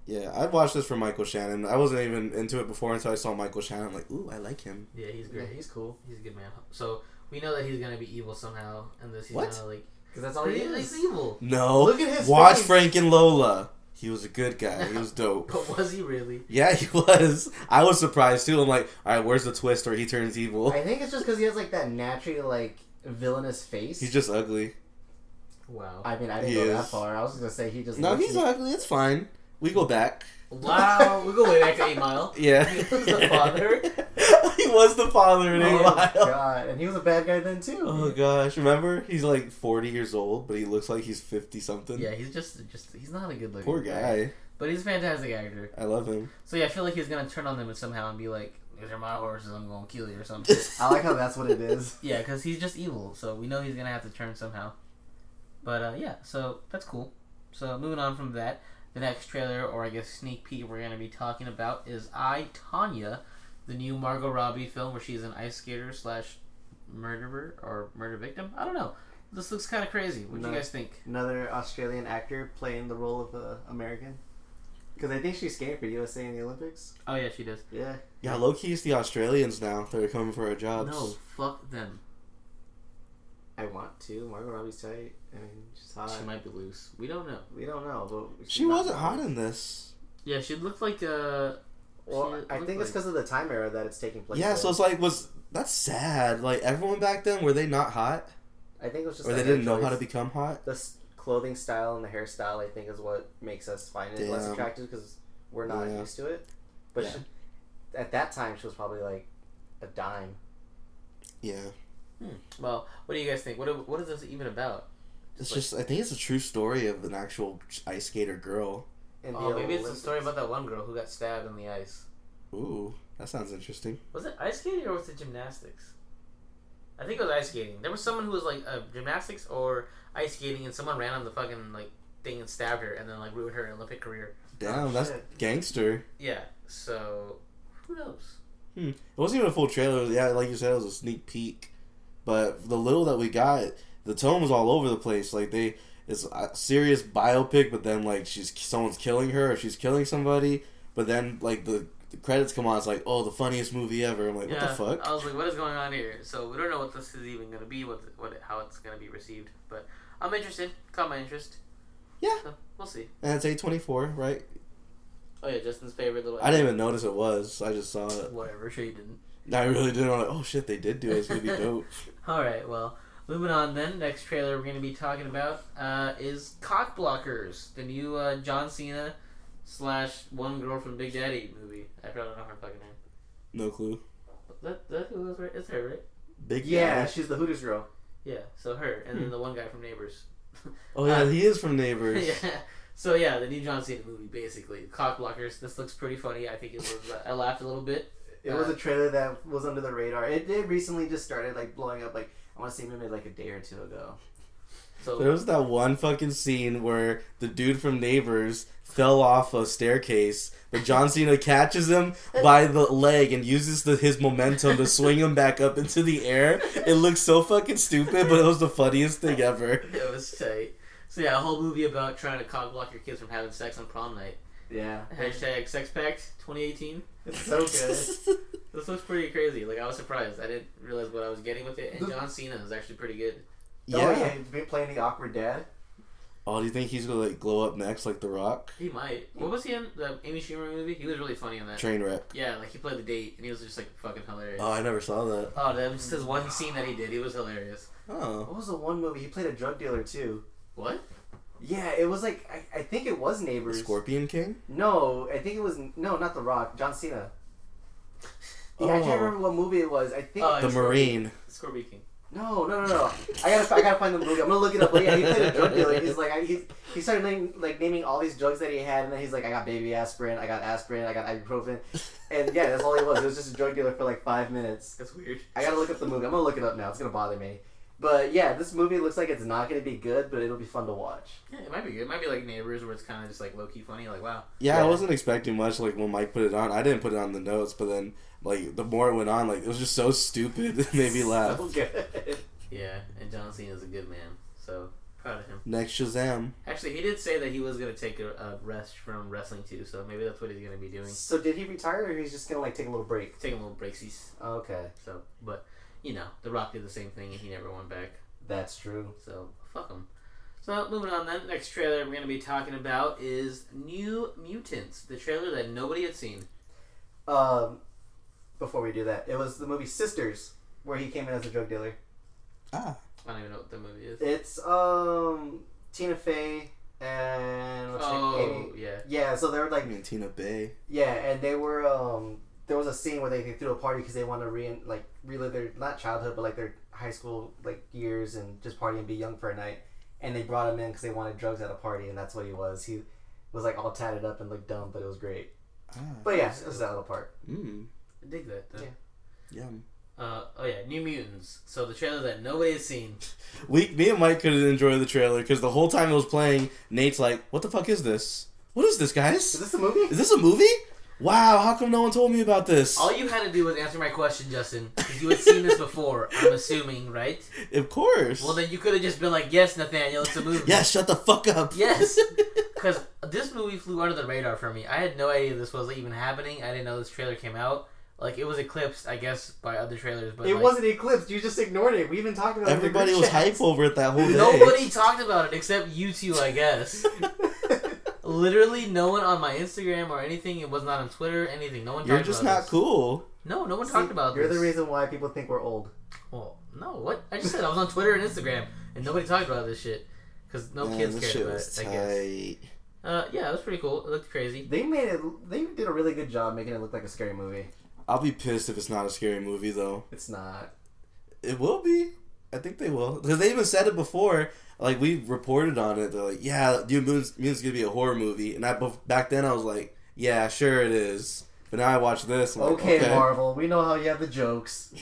B: Yeah, I watched this for Michael Shannon. I wasn't even into it before until I saw Michael Shannon. I'm like, ooh, I like him.
C: yeah, he's
D: yeah,
C: great.
D: he's cool.
C: He's a good man. So we know that he's gonna be evil somehow, and this he's
B: What?
C: gonna like
D: Because that's all he
C: He's
D: is.
C: evil.
B: No.
D: Look at his
B: Watch
D: face.
B: Frank and Lola. He was a good guy. He was dope.
C: But was he really?
B: yeah, he was. I was surprised too. I'm like, all right, where's the twist where he turns evil?
D: I think it's just because he has like that natural like villainous face.
B: He's just ugly.
C: Wow.
D: I mean, I didn't
B: He
D: go
B: is.
D: that far. I was gonna say he just.
B: No,
D: looks-
B: he's ugly. It's fine. We go back.
C: wow. We go way back to Eight Mile.
B: Yeah.
C: He was the father?
B: (laughs) he was the father in
D: Oh
B: (laughs) Eight
D: my (laughs)
B: Mile.
D: god, and he was a bad guy then too.
B: Oh gosh, remember he's like 40 years old, but he looks like he's 50 something.
C: Yeah, he's just just he's not a good looking
B: Poor guy.
C: but he's a fantastic actor.
B: I love him.
C: So yeah, I feel like he's gonna turn on them somehow and be like, "These are my horses. I'm gonna kill you" or
D: (laughs)
C: something.
D: I like how that's what it is.
C: Yeah, because he's just evil, so we know he's gonna have to turn somehow. But uh, yeah, so that's cool. So moving on from that, the next trailer or I guess sneak peek we're gonna be talking about is I Tanya, the new Margot Robbie film where she's an ice skater slash murderer or murder victim. I don't know. This looks kind of crazy. What do
D: No.
C: you guys think?
D: Another Australian actor playing the role of an American. Because I think she skated for USA in the Olympics.
C: Oh yeah, she does.
D: Yeah.
B: (laughs) Yeah, low key, it's the Australians now that are coming for our jobs.
C: No, fuck them.
D: I want to. Margot Robbie's tight. I mean, she's hot.
C: She might be loose. We don't know.
D: We don't know, but
B: She wasn't hot in this.
C: Yeah, she looked like uh.
D: Well,
C: she
D: I
C: looked
D: think it's
C: like-
D: because of the time era that it's taking place.
B: yeah,
D: in.
B: so it's like, was that's sad. Like everyone back then, were they not hot,
D: I think it was just
B: or they
D: like their
B: didn't know how to
D: choice.
B: become hot?
D: The s- clothing style and the hairstyle, I think, is what makes us find it less
B: Damn.
D: attractive because we're not
B: Yeah.
D: used to it. But
B: Yeah.
D: she- at that time, she was probably like a dime.
B: Yeah,
C: Well, what do you guys think? What what is this even about?
B: it's just I think it's a true story of an actual ice skater girl.
D: In
C: Oh,
D: the
C: maybe it's a
D: Olympics.
C: story about that one girl who got stabbed in the ice.
B: Ooh, that sounds interesting.
C: Was it ice skating or was it gymnastics? I think it was ice skating. There was someone who was like uh, gymnastics or ice skating, and someone ran on the fucking like thing and stabbed her, and then like ruined her Olympic career.
B: Damn,
D: Oh,
B: that's
D: shit.
B: gangster.
C: Yeah. So who knows?
B: It wasn't even a full trailer. Yeah, like you said, it was a sneak peek. But the little that we got, the tone was all over the place. Like they, it's a serious biopic, but then like she's someone's killing her or she's killing somebody. But then like the, the credits come on, it's like oh the funniest movie ever. I'm like
C: yeah,
B: what the fuck?
C: I was like, what is going on here? So we don't know what this is even gonna be, what what how it's gonna be received. But I'm interested. Caught my interest.
B: Yeah.
C: So we'll see.
B: and it's eight twenty four, right?
C: Oh yeah, Justin's favorite little.
B: I didn't even notice it was. I just saw it.
C: Whatever. Sure you didn't.
B: I really didn't. I'm like oh shit, they did do it.
D: (laughs)
B: It's gonna be dope.
C: All right, well, moving on then. Next trailer we're going to be talking about uh, is Cock Blockers, the new uh, John Cena slash One Girl from Big Daddy movie. I probably don't know her fucking name.
B: No clue.
C: That that who was right? It's her, right?
B: Big
D: Yeah,
B: Daddy.
D: she's the Hooters girl.
C: Yeah. So her, and then the one guy from (laughs) Neighbors.
B: Oh yeah,
C: Uh,
B: he is from
D: (laughs)
B: Neighbors.
C: yeah. So yeah, the new John Cena movie, basically Cock Blockers. This looks pretty funny. I think it was. uh, I laughed a little bit.
D: It was a trailer that was under the radar. It, it recently just started like blowing up. Like I want to say maybe like a day or two ago.
B: There
C: So
B: was that one fucking scene where the dude from Neighbors fell off a staircase, but
D: (laughs)
B: John Cena catches him by the leg and uses the, his momentum to swing him back up into the air. It looks so fucking stupid, but it was the funniest thing ever.
C: (laughs) it was tight. So yeah, a whole movie about trying to cock block your kids from having sex on prom night.
D: Yeah,
C: Hashtag Sex Pact 2018.
D: (laughs) it's so
B: (laughs)
D: good. Oh,
C: This looks pretty crazy. Like I was surprised. I didn't realize what I was getting with it. And
D: The-
C: John Cena is actually pretty good.
B: yeah.
D: Oh yeah, he's been playing the awkward dad.
B: Oh, do you think he's gonna like glow up next like The Rock?
C: He might. What was he in the Amy Schumer movie? He was really funny in that.
B: Train wreck.
C: Yeah, like he played the date and he was just like fucking hilarious.
B: Oh, I never saw that.
C: oh, that was just his one scene that he did. He was hilarious.
B: Oh.
D: What was the one movie he played a drug dealer too?
C: What?
D: Yeah, it was like I, I think it was
B: The
D: Neighbors.
B: Scorpion King?
D: No, I think it was no, not The Rock, John Cena. Yeah, I
B: Oh.
D: can't remember what movie it was. I think
C: Oh,
B: The
C: Scorpion.
B: Marine.
C: Scorpion King.
D: no, no, no, no. I gotta, I gotta find the movie. I'm gonna look it up. But yeah, he played a drug dealer. He's like, I, he, he started naming, like naming all these drugs that he had, and then he's like, I got baby aspirin, I got aspirin, I got ibuprofen, (laughs) and yeah, that's all he was. It was just a drug dealer for like five minutes.
C: That's weird.
D: I gotta look up the movie. I'm gonna look it up now. It's gonna bother me. But yeah, this movie looks like it's not gonna be good, but it'll be fun to watch.
C: Yeah, it might be good. It might be like Neighbors, where it's kind of just like low key funny. Like wow.
B: Yeah, I
D: Yeah.
B: wasn't expecting much. Like when Mike put it on, I didn't put it on the notes, but then like the more it went on, like it was just so stupid. (laughs) It made me laugh.
D: So good.
C: Yeah, and John Cena is a good man. So proud of him.
B: Next Shazam.
C: Actually, he did say that he was gonna take a, a rest from wrestling too. So maybe that's what he's gonna be doing.
D: So did he retire, or he's just gonna like take a little break?
C: Taking little breaksies.
D: Okay,
C: So, but you know, The Rock did the same thing and he never won back.
D: that's true.
C: So fuck him. So moving on, then next trailer we're gonna be talking about is New Mutants, the trailer that nobody had seen.
D: Um, before we do that, it was the movie Sisters where he came in as a drug dealer.
B: Ah,
C: I don't even know what the movie is.
D: It's um Tina Fey and what's her
C: Oh
D: name? Amy.
C: yeah,
D: Yeah, so they were like
B: I mean Tina Bay.
D: yeah, and they were um there was a scene where they, they threw a party because they want to re like relive their not childhood but like their high school like years and just party and be young for a night. And they brought him in because they wanted drugs at a party, and that's what he was. He was like all tatted up and looked dumb, but it was great.
B: Ah,
D: But yeah, it was that little part.
B: mm,
C: I dig that. Though.
D: Yeah.
B: yum.
C: Uh, oh yeah, New Mutants. So the trailer that nobody had seen.
B: We, me and Mike couldn't enjoy the trailer because the whole time it was playing, Nate's like, "What the fuck is this? What is this, guys?
D: Is this a movie?
B: Is this a movie?" Wow, how come no one told me about this?
C: All you had to do was answer my question, Justin, because you had seen this before. I'm assuming, right?
B: Of course.
C: Well, then you could have just been like, "Yes, Nathaniel, it's a
B: (laughs)
C: movie."
B: yeah, shut the fuck up.
C: Yes. Because this movie flew under the radar for me. I had no idea this was even happening. I didn't know this trailer came out. Like it was eclipsed, I guess, by other trailers. But
D: It
C: like,
D: wasn't Eclipse. You just ignored it. We even talked about it. in the
B: Everybody
D: group (laughs)
B: was
D: chat.
B: hype over it that whole day.
C: Nobody talked about it except you two, I
D: (laughs)
C: guess. Literally, no one on my Instagram or anything. It was not on Twitter. Anything. No one.
B: You're
C: talked
B: just
C: about
B: not
C: this.
B: cool.
C: No, no one
D: See,
C: talked about
D: You're
C: this.
D: the reason why people think we're old.
C: Well, no. What I just said, I was on Twitter and Instagram, and nobody talked about this shit because no
B: Man,
C: kids
B: this
C: cared
B: shit
C: about
B: was
C: it. I guess.
B: tight.
C: Uh, yeah, it was pretty cool. It looked crazy.
D: They made it. They did a really good job making it look like a scary movie.
B: I'll be pissed if it's not a scary movie though.
D: It's not.
B: It will be. I think they will because they even said it before. Like we reported on it. They're like, "Yeah, New Moon's, Moon's gonna be a horror movie," and I bef- back then I was like, "Yeah, sure it is." But now I watch this. I'm like,
D: Okay, Marvel. We know how you have the jokes.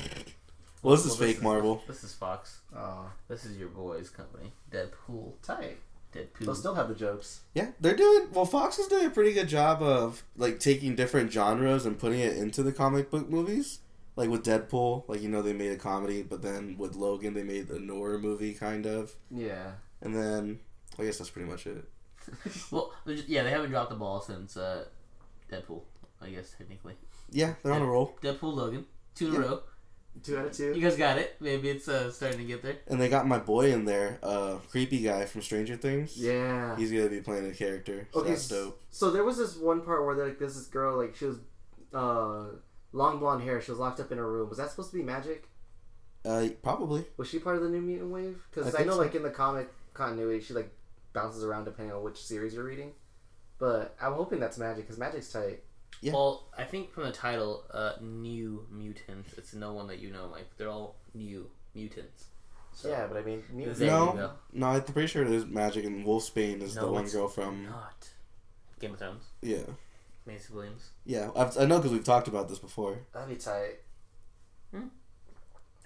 B: Well, this is
C: Well,
B: fake Marvel.
C: This is Fox.
D: Oh,
C: This is your boy's company, Deadpool.
D: tight.
C: Deadpool.
D: They'll still have the jokes.
B: Yeah, they're doing well. Fox is doing a pretty good job of like taking different genres and putting it into the comic book movies. Like with Deadpool, like you know they made a comedy, but then with Logan they made the horror movie kind of,
D: Yeah.
B: and then I guess that's pretty much it.
C: well, they're just, yeah, they haven't dropped the ball since uh, Deadpool. I guess technically,
B: Yeah, they're on a roll,
C: Deadpool, Logan, two in a
B: Yeah.
C: row.
D: Two out of
C: You
D: two.
C: guys got it. Maybe it's uh, starting to get there.
B: and they got my boy in there, uh, creepy guy from Stranger Things.
D: Yeah.
B: he's gonna be playing a character. So
D: Okay.
B: that's
D: s-
B: dope.
D: So there was this one part where like there's this girl like she was uh long blonde hair. She was locked up in her room. Was that supposed to be magic?
B: Uh, probably.
D: Was she part of the New Mutant Wave? Because
B: I
D: I,
B: think
D: know
B: so.
D: like in the comic continuity she like bounces around depending on which series you're reading. But I'm hoping that's magic because magic's tight.
B: Yeah.
C: Well, I think from the title, uh, New Mutants, it's no one that you know. Like, they're all new mutants. So,
D: Yeah, but I mean, mutant-
C: There you
B: no,
C: go.
B: no, I'm pretty sure there's magic, and Wolfsbane is
C: No,
B: the one
C: it's
B: girl from.
C: Not Game of Thrones,
B: Yeah,
C: Macy Williams.
B: yeah, I've, I know because we've talked about this before.
D: that'd be tight.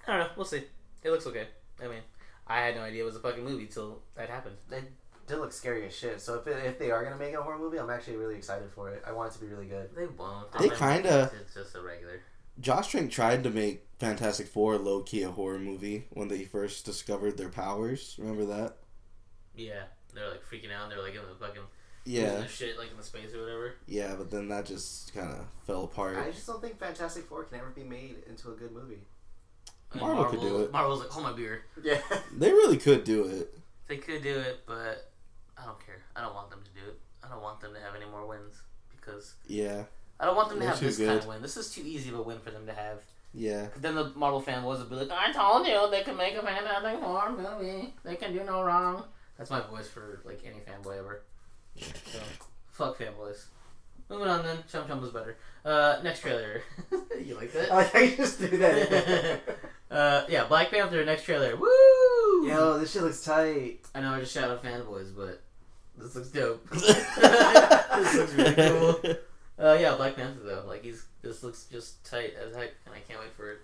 C: I don't know. We'll see. It looks okay. I mean, I had no idea it was a fucking movie till that happened.
D: They did look scary as shit. So if it, if they are gonna make a horror movie, I'm actually really excited for it. I want it to be really good.
C: They won't.
B: They kinda-
C: It's just a regular.
B: Josh Trank tried to make Fantastic Four low key a horror movie when they first discovered their powers. Remember that?
C: Yeah, they're like freaking out. They're like in the fucking losing
B: Yeah,
C: their shit like in the space or whatever.
B: yeah, but then that just kind of fell apart.
D: I just don't think Fantastic Four can ever be made into a good movie.
C: And
B: Marvel could do it.
C: Marvel's like, hold my beer.
D: (laughs) Yeah.
B: They really could do it.
C: They could do it, but I don't care. I don't want them to do it. I don't want them to have any more wins because
B: Yeah,
C: I don't want them to
B: They're
C: have
B: too
C: this kind of
B: good.
C: win. This is too easy of a win for them to have. (laughs)
B: yeah. (laughs)
C: 'Cause Then the Marvel fan was be like, I told you they can make a fantastic horror movie. They can do no wrong. That's my voice for like any fanboy ever. So, fuck fanboys. Moving on then, Chum Chum was better. Uh, next trailer. (laughs) you like that?
D: I just threw that.
C: uh, yeah, Black Panther next trailer. Woo!
D: in. (laughs) Yo, this shit looks tight.
C: I know I just shouted fanboys, but this looks
B: (laughs)
C: dope. this looks really cool. Uh, yeah, Black Panther though, like he's this looks just tight as heck, and I can't wait for it.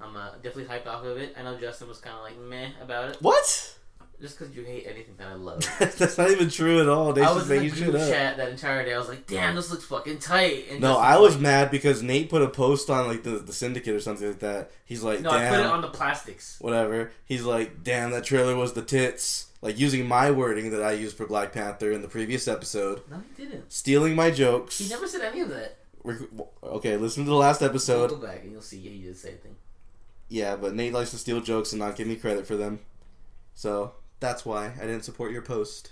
C: I'm uh, definitely hyped off of it. I know Justin was kind of like meh about it,
B: What? (laughs)
C: just because you hate anything that I love.
B: That's not even true at all. They
C: I
B: just
C: was in the
B: making shit
C: group
B: up.
C: chat that entire day. I was like, damn, this looks fucking tight. And
B: No,
C: Justin's
B: I was
C: like-
B: mad because Nate put a post on like the, the syndicate or something like that. He's (laughs) like,
C: No, I
B: damn,
C: put it on the plastics.
B: whatever. He's like, damn, that trailer was the tits. Like using my wording that I used for Black Panther in the previous episode,
C: No, he didn't.
B: stealing my jokes.
C: He never said any of that.
B: Rec- Okay, listen to the last
C: go
B: episode.
C: back and you'll see. Yeah, he did say anything.
B: Yeah, but Nate likes to steal jokes and not give me credit for them. So that's why I didn't support your post.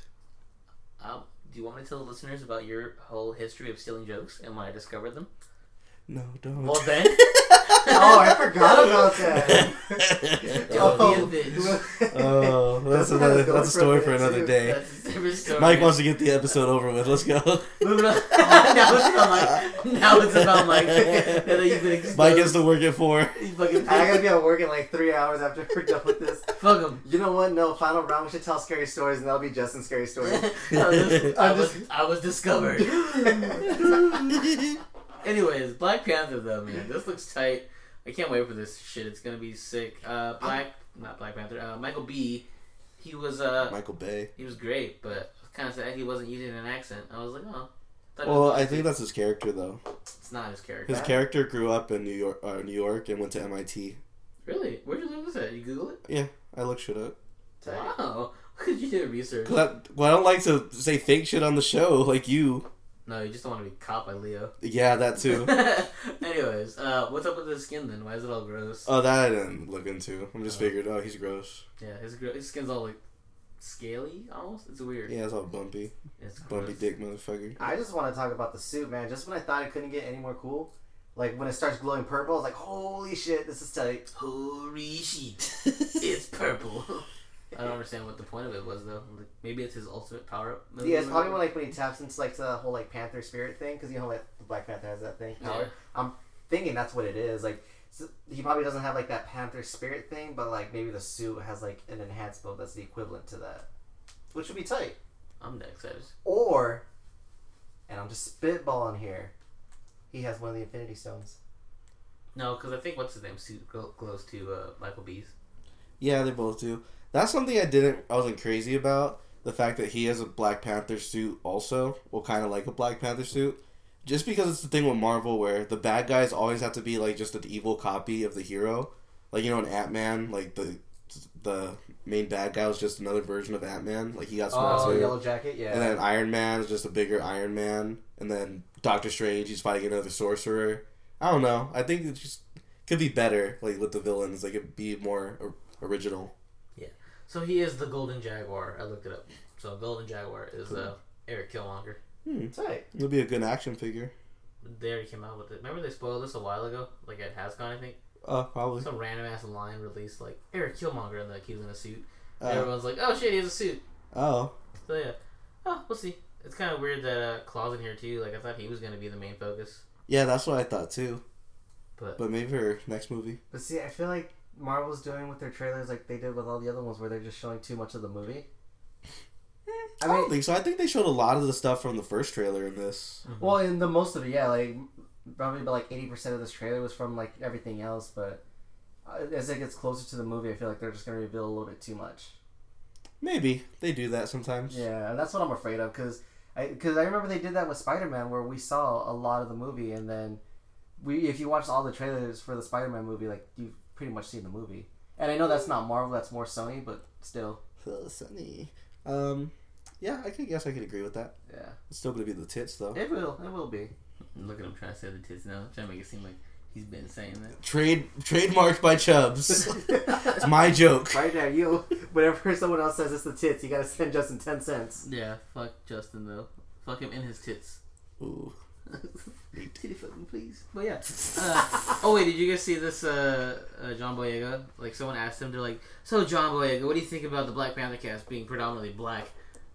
C: Um, do you want me to tell the listeners about your whole history of stealing jokes and when I discovered them?
B: No, don't.
C: (laughs) Well,
B: (laughs)
C: then, uh,
D: Oh, I forgot about that. (laughs)
C: Don't be a bitch.
B: oh, that's another. That's a story for another
C: (laughs)
B: day.
C: that's a different story.
B: Mike wants to get the episode over with.
C: (laughs)
B: Let's go.
C: Moving on. (laughs) now it's about Mike. (laughs) Now it's about
D: (laughs)
C: Mike. (laughs) now that you've been exposed,
B: Mike has to work at four.
C: you fucking
D: I gotta be at work in like three hours after we're done with this.
C: (laughs) fuck him.
D: You know what? No, final round. We should tell scary stories, and that'll be Justin's scary story. (laughs)
C: I,
B: (laughs)
C: was, I, was, I was discovered. Anyways, Black Panther though, man, this looks tight. I can't wait for this shit. It's gonna be sick. Uh, Black, not Black Panther. Uh, Michael B. He was uh,
B: Michael Bay.
C: he was great, but kind of sad he wasn't using an accent. I was like, oh, That
B: Well, I think that's his character though.
C: it's not his character.
B: His character grew up in New York, uh, New York, and went to MIT.
C: really? Where'd you learn this at? You Google it?
B: Yeah, I looked shit up.
D: Dang.
C: (laughs) Wow. Because you did research.
B: 'Cause I, well, I don't like to say fake shit on the show, (laughs) like you.
C: No, you just don't want to be caught by Leo.
B: Yeah, that too.
C: (laughs) Anyways, uh, what's up with his skin then? Why is it all gross?
B: oh, that I didn't look into. I'm just figured. Oh, he's gross.
C: yeah, his, gro- his skin's all like scaly almost. It's weird.
B: Yeah, it's all bumpy,
C: It's
B: bumpy
C: gross.
D: (laughs)
B: dick motherfucker.
D: I just want to talk about the suit, man. Just when I thought it couldn't get any more cool, like when it starts glowing purple, I was like, holy shit, this is tight.
C: Holy shit. it's purple. (laughs) I don't understand what the point of it was though. Like, maybe it's his ultimate power up. move
D: Yeah,
C: or
D: it's probably
C: whatever.
D: when, like when he taps into like the whole like Panther spirit thing, because you know like the Black Panther has that thing power.
C: Yeah.
D: I'm thinking that's what it is. Like s- he probably doesn't have like that Panther spirit thing, but like maybe the suit has like an enhanced build that's the equivalent to that, which would be tight.
C: I'm that excited.
D: Or, and I'm just spitballing here, he has one of the Infinity Stones.
C: No, because I think what's his name suit gl- glows to uh, Michael B's.
B: Yeah, they both do. That's something I didn't. I wasn't crazy about the fact that he has a Black Panther suit. Also, well, kind of like a Black Panther suit, just because it's the thing with Marvel where the bad guys always have to be like just an evil copy of the hero. Like you know, in Ant Man, like the the main bad guy was just another version of Ant Man. Like he got smart
D: Oh,
B: too.
D: Yellow Jacket, yeah.
B: And then Iron Man is just a bigger Iron Man. And then Doctor Strange, he's fighting another sorcerer. I don't know. I think it just could be better, like with the villains. They could be more or- original.
C: So he is the Golden Jaguar. I looked it up. So Golden Jaguar is uh, Eric Killmonger.
D: tight.
B: It'll be a good action figure.
C: They already came out with it. Remember they spoiled this a while ago, like at HasCon, I think.
B: Oh, probably.
C: Some random ass line released like Eric Killmonger and like he was in a suit.
B: Uh,
C: Everyone's like, oh shit, he has a suit.
B: oh,
C: So yeah, oh we'll see. It's kind of weird that uh, Claw's in here too. Like I thought he was gonna be the main focus,
B: yeah, that's what I thought too.
C: but
B: But maybe her next movie.
D: But see, I feel like Marvel's doing with their trailers like they did with all the other ones, where they're just showing too much of the movie.
B: I,
D: I mean,
B: don't think so. I think Oh, they showed a lot of the stuff from the first trailer in this.
D: well, in the most of it, yeah, like probably about like eighty percent of this trailer was from like everything else. But uh, as it gets closer to the movie, I feel like they're just gonna reveal a little bit too much.
B: Maybe they do that sometimes.
D: Yeah, and that's what I'm afraid of because I because I remember they did that with Spider Man where we saw a lot of the movie and then we if you watched all the trailers for the Spider Man movie, like you've pretty much seen the movie. And I know that's not Marvel, that's more Sony, but still,
B: Oh, Sunny. Um, yeah, I could guess I could agree with that.
D: yeah,
B: It's still gonna be the tits though.
D: it will, it will (laughs) be.
C: look at him trying to say the tits now, trying to make it seem like he's been saying that.
B: Trade trademarked
D: (laughs)
B: by Chubbs. it's my
C: (laughs)
B: joke.
D: Right now, you whenever someone else says it's the tits, you gotta send Justin ten cents.
C: Yeah, fuck Justin though. Fuck him in his tits.
B: Ooh.
D: (laughs)
C: Titty fucking please. But yeah. Uh, oh wait, did you guys see this? Uh, uh, John Boyega. Like someone asked him, they're like, "So John Boyega, what do you think about the Black Panther cast being predominantly black?"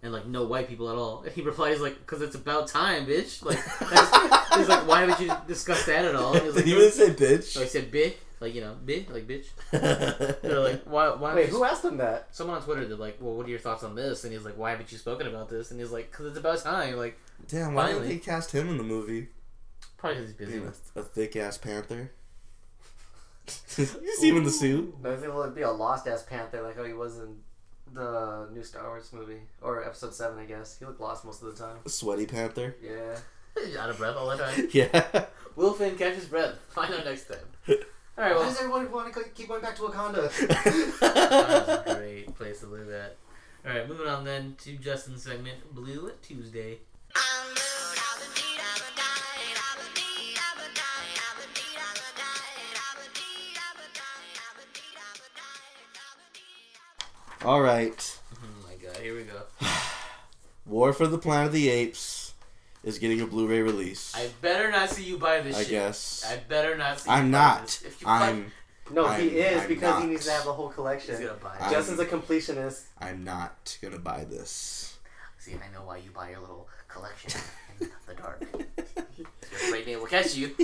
C: And like no white people at all. And he replies like, "Cause it's about time, bitch." Like,
D: (laughs)
C: that's, he's like, "Why would you discuss that at all?" And he was
B: Did (laughs)
C: like,
B: he even
C: "No."
B: say
C: So he
B: bitch?
C: said, "Bitch," like you know, "Bitch," like bitch. They're like, "Why? Why?"
D: Wait, who asked him that?
C: Someone on Twitter did like, "Well, what are your thoughts on this?" And he's like, "Why haven't you spoken about this?" And he's like, "Cause it's about time." Like,
B: (laughs) Damn, why didn't
C: Finally.
B: they cast him in the movie?
C: probably 'cause he's busy.
B: Being
C: with (laughs)
B: a, a thick ass panther. (laughs) He's even the suit.
D: No, I think it'll be a lost ass panther like how he was in the new Star Wars movie or Episode Seven, I guess. He looked lost most of the time.
C: (laughs)
B: Sweaty panther.
D: Yeah.
C: out of breath all the time.
B: Yeah.
C: Will Finn catches breath. (laughs) Find out next time.
B: (laughs)
C: All right,
D: Why (laughs)
C: well,
D: does everyone want to keep going back to Wakanda?
C: that's a great place to live at. All right, moving on then to Justin's segment, Blue Tuesday.
B: (laughs) All right.
C: Oh my god, here we go.
B: War for the Planet of the Apes is getting a Blu-ray release.
C: I better not see you buy this
B: I
C: shit.
B: guess.
C: I better not see.
B: I'm
C: you buy
B: not.
C: This. If you buy-
B: I'm.
D: (laughs) No, he
B: I'm-
D: is
B: I'm
D: because he
B: not.
D: needs to have the whole collection.
C: He's gonna buy it.
B: I-
D: Justin's a completionist.
B: I'm not gonna buy
C: (laughs)
B: this.
C: See, I know why you buy your little collection in the dark. You're afraid they will catch you.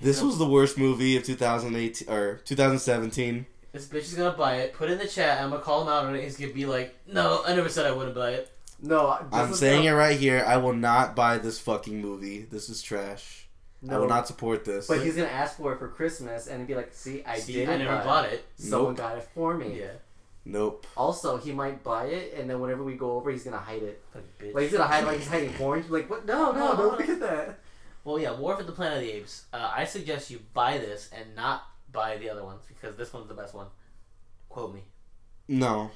B: This was the worst movie of 2018 or 2017.
C: This bitch is gonna buy it. Put it in the chat. I'm gonna call him out on it. He's gonna be like, "No, I never said I wouldn't buy it."
D: No,
B: I'm saying it right here. I will not buy this fucking movie. This is trash. I
D: No.
B: will not support this.
D: But he's gonna ask for it for Christmas and be like, "See, I
C: see, I
D: didn't.
C: never
D: buy
C: bought it.
D: Someone
B: Nope.
D: got it for me."
C: Yeah.
B: Nope.
D: Also, he might buy it, and then whenever we go over, he's gonna hide it.
C: Like, bitch.
D: Like he's gonna hide like he's hiding porn. Like what? No, no, don't look at that.
C: Well, yeah, War for the Planet of the Apes. Uh, I suggest you buy this and not buy the other ones because this one's the best one. Quote me.
B: No.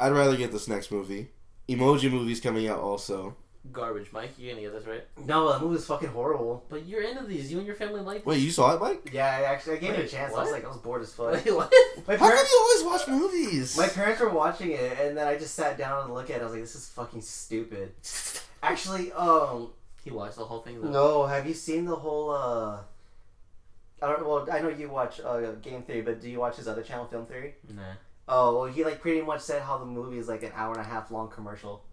B: I'd rather get this next movie. Emoji movie's coming out also.
C: Garbage, Mike. You're gonna get this right.
D: No, that movie was fucking horrible.
C: But you're into these. You and your family
D: (laughs)
C: like.
B: Wait, you saw it, Mike?
D: Yeah, I actually I gave it a
C: Wait,
D: chance. I was
C: what?
D: like, I was bored as fuck.
C: Wait, what?
D: My
B: How come
D: parents,
B: you always watch movies?
D: my parents were watching it, and then I just sat down and looked at. it. I was like, this is fucking (laughs) stupid. Actually, um,
C: He watched the whole thing. Though.
D: No, have you seen the whole? uh I don't. Well, I know you watch uh, Game Theory, but do you watch his other channel, Film Theory?
C: Nah.
D: Oh, well, he like pretty much said how the movie is like an hour and a half long commercial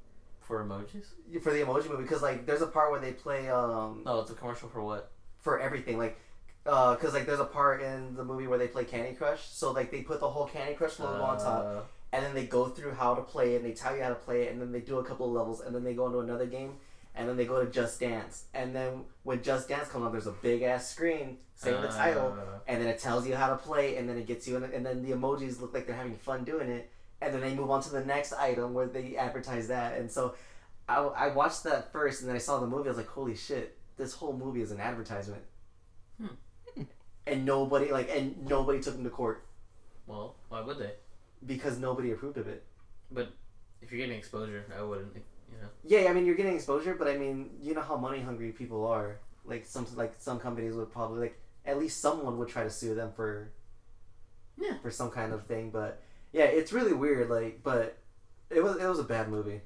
C: For emojis?
D: for the Emoji Movie because like there's a part where they play um
C: No, Oh, it's a commercial for what?
D: for everything like. uh 'cause like there's a part in the movie where they play Candy Crush, so like they put the whole Candy Crush logo on top,
C: Uh,
D: and then they go through how to play it, and they tell you how to play it, and then they do a couple of levels, and then they go into another game, and then they go to Just Dance, and then when Just Dance comes up, there's a big ass screen saying the
C: uh,
D: title, and then it tells you how to play, and then it gets you, in, and then the emojis look like they're having fun doing it, and then they move on to the next item where they advertise that, and so I, I watched that first, and then I saw the movie, I was like, holy shit, this whole movie is an advertisement,
C: Hmm.
D: and nobody like, and nobody took them to court
C: Well, why would they?
D: because nobody approved of it.
C: But if you're getting exposure, I wouldn't. You know.
D: Yeah, I mean you're getting exposure, but I mean you know how money hungry people are. Like some like some companies would probably like at least someone would try to sue them for
C: Yeah.
D: for some kind of thing. But yeah, it's really weird. Like, but it was it was a bad movie.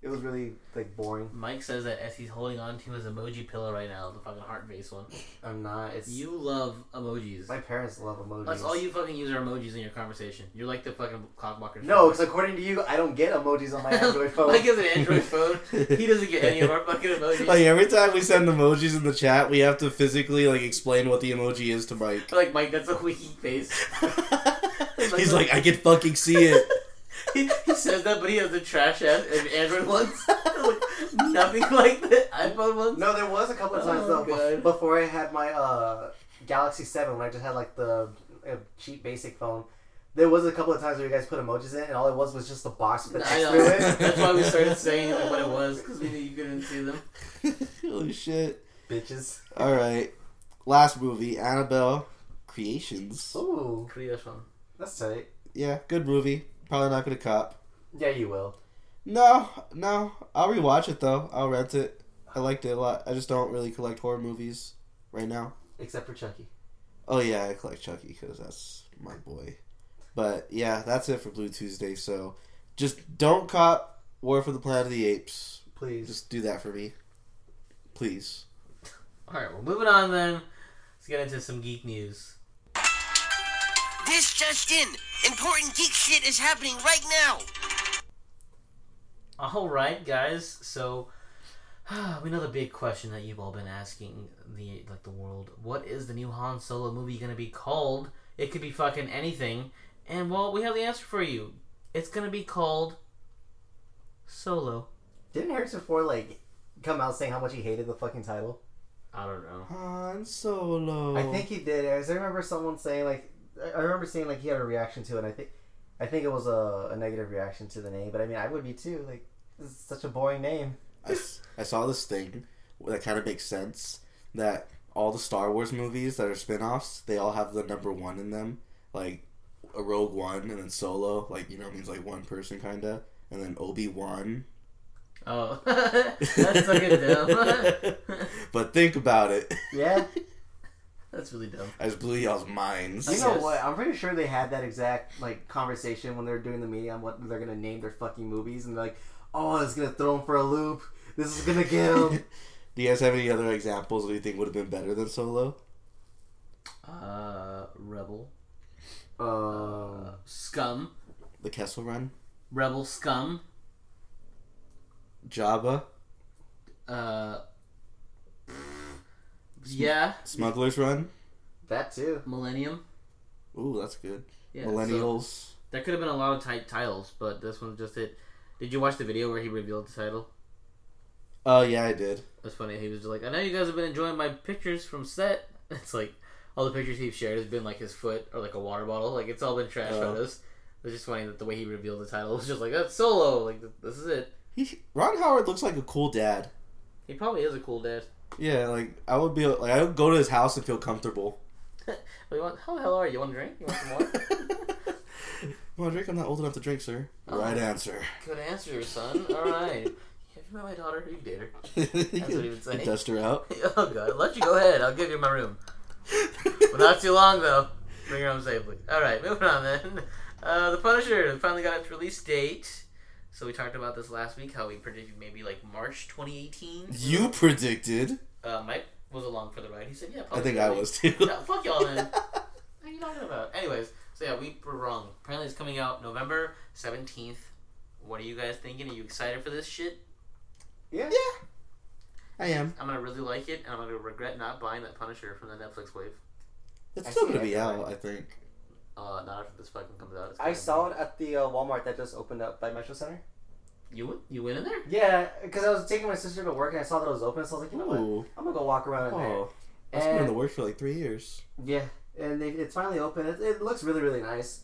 D: It was really like boring.
C: Mike says that as he's holding on to his emoji pillow right now, the fucking heart face one.
D: I'm not. It's
C: You love emojis.
D: My parents love emojis.
C: That's all you fucking use are emojis in your conversation. You're like the fucking cockblocker.
D: No, because according to you, I don't get emojis
C: (laughs)
D: on my Android phone.
C: Mike has an
B: (laughs)
C: Android phone. He doesn't get any of our fucking emojis.
B: Like every time we send emojis in the chat, we have to physically like explain what the emoji is to Mike.
C: like Mike, that's a winky face.
B: He's like, I can fucking see it. (laughs)
C: (laughs) he, he says that, but he has the trash ass and Android ones. (laughs) Like, nothing like the iPhone ones.
D: No, there was a couple of times
C: Oh,
D: though
C: God.
D: bef- before I had my uh, Galaxy Seven when I just had like the uh, cheap basic phone. There was a couple of times where you guys put emojis in, and all it was was just the box with the
C: I
D: text
C: know.
D: through
C: (laughs)
D: it.
C: That's why we started saying like, what it was because we knew you couldn't see them.
B: Holy shit!
D: Bitches.
B: All right, last movie, Annabelle Creations.
D: Ooh,
C: Creative one.
D: that's tight.
B: Yeah, good movie. Probably not gonna cop.
D: Yeah, you will.
B: No, no. I'll rewatch it though. I'll rent it. I liked it a lot. I just don't really collect horror movies right now.
D: Except for Chucky.
B: Oh yeah, I collect Chucky because that's my boy. But yeah, that's it for Blue Tuesday. So just don't cop War for the Planet of the Apes.
D: Please.
B: Just do that for me, please.
C: All right, well, moving on then. Let's get into some geek news.
E: This just in. Important geek shit is happening right now.
C: All right, guys. So (sighs) we know the big question that you've all been asking the like the world. What is the new Han Solo movie going to be called? It could be fucking anything. And well, we have the answer for you. It's going to be called Solo.
D: Didn't Harrison Ford like come out saying how much he hated the fucking title?
C: I don't know.
B: Han Solo.
D: I think he did. I just remember someone saying like I- I remember seeing like he had a reaction to it. I think I think it was a, a negative reaction to the name, but I mean I would be too. Like this is such a boring name.
B: I, s- I saw this thing that kind of makes sense that all the Star Wars movies that are spin-offs, they all have the number one in them, like a Rogue One and then Solo, like you know, it means like one person kind of, and then Obi Wan.
C: Oh, (laughs) that's fucking dumb.
B: (laughs)
C: (laughs)
B: But think about it.
D: (laughs) Yeah.
C: that's really dumb.
B: I just blew y'all's minds.
D: You know
C: Yes.
D: what? I'm pretty sure they had that exact like conversation when they were doing the meeting on what they're gonna name their fucking movies, and they're like, "Oh, it's gonna throw them for a loop. This is gonna get them."
B: (laughs) Do you guys have any other examples that you think would have been better than Solo?
C: Uh, Rebel,
D: um,
C: Scum,
B: The Kessel Run?
C: Rebel Scum,
B: Jabba?
C: uh, yeah,
B: Smuggler's Run?
D: that too.
C: Millennium.
B: Ooh, that's good.
C: Yeah, so-
B: Millennials.
C: That could have been a lot of tight titles, but this one just hit. Did you watch the video where he revealed the title?
B: Oh, yeah, I did.
C: That's funny. He was just like, "I know you guys have been enjoying my pictures from set." (laughs) It's like all the pictures he's shared has been like his foot or like a water bottle. Like it's all been trash
B: Oh.
C: photos. was just funny that the way he revealed the title was just like that's solo. Like th- this is it.
B: He, Ron Howard looks like a cool dad.
C: He probably is a cool dad.
B: Yeah, like I would be like I would go to his house and feel comfortable.
C: Well, Oh, you want, how the hell are you? You want a drink? You want some more?
B: (laughs) Well, drink. I'm not old enough to drink, sir. Right answer.
C: Good answer, son. All right. (laughs) Have you met my daughter? You can date her. (laughs)
B: That's
C: what he would say.
B: (laughs) Dust her out.
C: oh god, let you go ahead. I'll give you my room. But not too long though. Bring her home safely. All right, moving on then. Uh, the Punisher finally got its release date. So we talked about this last week. How we predicted maybe like March 2018.
B: (laughs) you predicted.
C: Uh, Mike was along for the ride. He said, "Yeah."
B: I
C: Probably
B: think I was too.
C: (laughs) No, fuck y'all
B: (laughs)
C: then. what are you talking about? Anyways, so yeah, we were wrong. Apparently, it's coming out November 17th. What are you guys thinking? Are you excited for this shit?
D: Yeah.
B: I am.
C: I'm gonna really like it, and I'm gonna regret not buying that Punisher from the Netflix wave.
B: It's
D: I
B: still
D: see
B: gonna be
D: that.
B: out. I think.
C: Uh, not after this fucking comes out. It's
D: I
C: gonna
D: saw it at the uh, Walmart that just opened up by Metro Center.
C: be- You went- you went in there?
D: Yeah, because I was taking my sister to work and I saw that it was open, so I was like, you know what? Eh.
B: Ooh.
D: I'm gonna go walk around in there.
B: Oh, that's been in
D: And-
B: the works for like three years.
D: Yeah, and they, it's finally open. It, it looks really, really nice.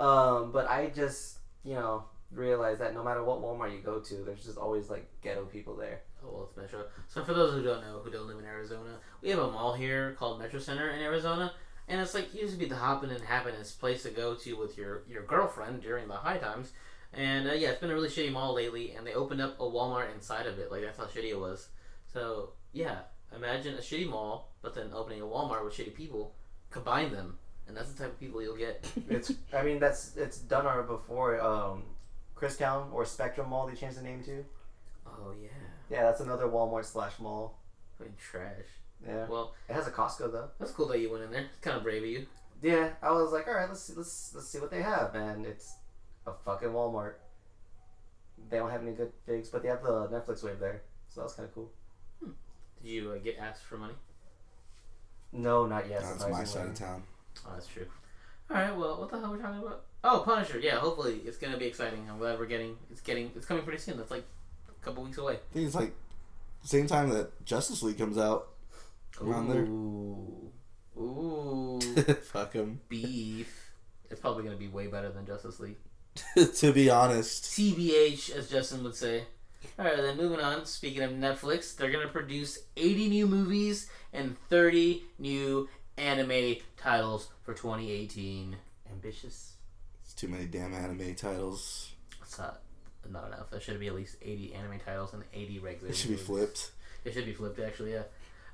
D: Um, but I just, you know, realized that no matter what Walmart you go to, there's just always like ghetto people there.
C: Oh, well, it's Metro. So for those who don't know, who don't live in Arizona, we have a mall here called Metro Center in Arizona, and it's like used to be the hoppin' and happinest place to go to with your your girlfriend during the high times. And uh, yeah, it's been a really shitty mall lately, and they opened up a Walmart inside of it. Like that's how shitty it was. So yeah, imagine a shitty mall, but then opening a Walmart with shitty people, combine them, and that's the type of people you'll get.
D: It's, I mean, that's it's done already before. Um, Christown or Spectrum Mall, they changed the name to.
C: Oh yeah,
D: Yeah, that's another Walmart slash mall.
C: fucking trash.
D: Yeah,
C: Well,
D: it has a Costco though.
C: that's cool that you went in there. It's kind of brave of you.
D: Yeah, I was like, all right, let's see, let's let's see what they have, and it's a fucking Walmart. They don't have any good figs, but they have the Netflix wave there, so that's kind of cool.
C: Did you uh, get asked for money?
D: No, not yet.
B: That's my
D: surprisingly.
B: side of town.
C: Oh, that's true. All right. Well, what the hell are we talking about? Oh, Punisher. Yeah. Hopefully, it's gonna be exciting. I'm glad we're getting. It's getting. It's coming pretty soon. That's like a couple weeks away.
B: I think it's like same time that Justice League comes out. (laughs) Around there.
C: Ooh. Ooh. (laughs)
B: Fuck him.
C: Beef. It's probably gonna be way better than Justice League.
B: (laughs) to be honest,
C: TBH, as Justin would say. All right. Then moving on. Speaking of Netflix, they're gonna produce 80 new movies and 30 new anime titles for 2018. Ambitious.
B: it's too many damn anime titles.
C: That's not not enough. There should be at least eighty anime titles and eighty regular.
B: It should be
C: movies.
B: flipped.
C: It should be flipped. Actually, yeah.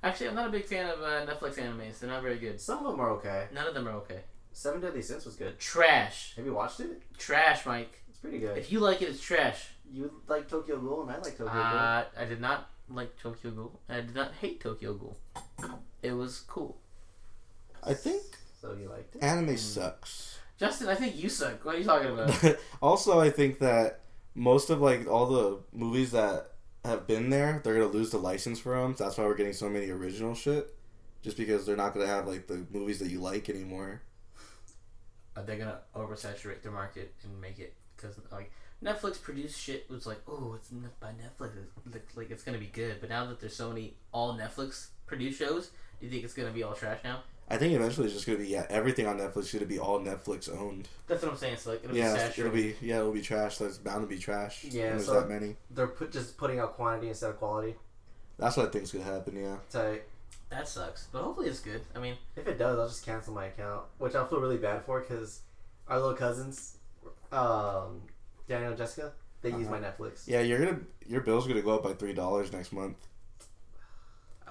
C: Actually, I'm not a big fan of uh, Netflix animes. They're not very good.
D: Some of them are okay.
C: None of them are okay.
D: Seven Deadly Sins was good.
C: Trash.
D: Have you watched it?
C: Trash, Mike.
D: It's pretty good.
C: If you like it, it's trash.
D: You like Tokyo Ghoul, and I like Tokyo Ghoul.
C: Uh, I did not like Tokyo Ghoul. and I did not hate Tokyo Ghoul. It was cool.
B: I think
D: So you liked it.
B: anime sucks. (laughs)
C: Justin, I think you suck. What are you talking
D: (laughs)
C: about?
B: also, I think that most of like all the movies that have been there, they're gonna lose the license for them. That's why we're getting so many original shit. Just because they're not gonna have like the movies that you like anymore.
C: Are they gonna oversaturate the market and make it because like Netflix produced shit was like oh it's n- by Netflix it's, like, like it's gonna be good but now that there's so many all Netflix produced shows you think it's gonna be all trash now
B: I think eventually it's just gonna be yeah, everything on Netflix is gonna be all Netflix owned.
C: that's what I'm saying it's like it'll be
B: Yeah, it's- it'll
C: saturated
B: be yeah, it'll be trash. There's bound to be trash.
D: Yeah,
B: when there's
D: so-
B: that many.
D: They're put, just putting out quantity instead of quality.
B: That's what I think's gonna happen. Yeah,
D: So
C: that sucks but hopefully it's good I mean
D: if it does, I'll just cancel my account, which I feel really bad for because our little cousins, um, Daniel and Jessica, they use my Netflix.
B: yeah, you're gonna your bill's gonna go up by three dollars next month.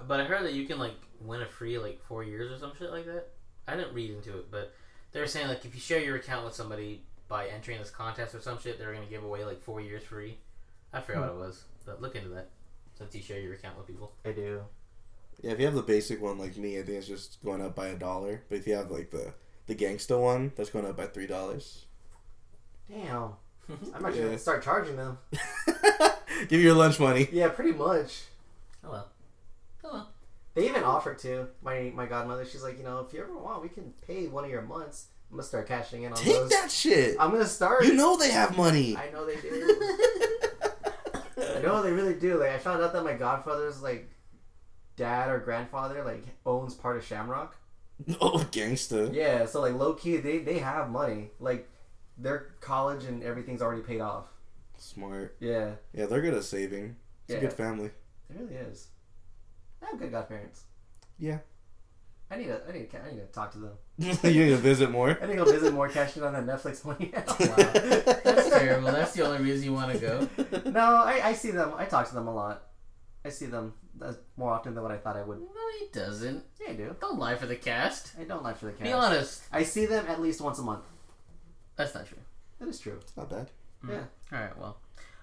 C: but I heard that you can like win a free like four years or some shit like that I didn't read into it but they were saying like if you share your account with somebody by entering this contest or some shit they're gonna give away like four years free I forgot what it was but look into that since you share your account with people.
D: I do.
B: Yeah, if you have the basic one like me, I think it's just going up by a dollar. But if you have like the the gangsta one, that's going up by three dollars. (laughs)
D: (laughs) Damn. I'm actually
B: Yeah.
D: gonna start charging them.
B: Give you your lunch money.
D: Yeah, pretty much.
C: Oh well. Oh well.
D: They even offered to my my godmother. She's like, you know, if you ever want, we can pay one of your months. I'm gonna start cashing in on
B: Take
D: those.
B: that shit.
D: I'm gonna start.
B: You know they have money.
D: I know they (laughs) do. I know they really do. Like I found out that my godfather's like dad or grandfather like owns part of Shamrock.
B: (laughs) oh, gangsta.
D: Yeah, so like low key they they have money. Like their college and everything's already paid off.
B: Smart.
D: Yeah,
B: Yeah, they're good at saving. It's a
D: Yeah.
B: good family. (laughs)
D: it really is. I have good godparents.
B: Yeah.
D: I need to. I need to. I need to talk to them.
B: you need to visit more.
D: I need to go visit more, cash in on that Netflix (laughs) money. (laughs)
C: That's terrible. That's the only reason you want to go.
D: no, I, I see them. I talk to them a lot. I see them uh, more often than what I thought I would.
C: No, he doesn't.
D: Yeah, I do.
C: Don't lie for the cast.
D: I don't lie for the
C: Be
D: cast.
C: honest.
D: I see them at least once a month.
C: That's not true.
D: That is true.
B: Not bad.
D: (laughs) Yeah.
C: All right, well,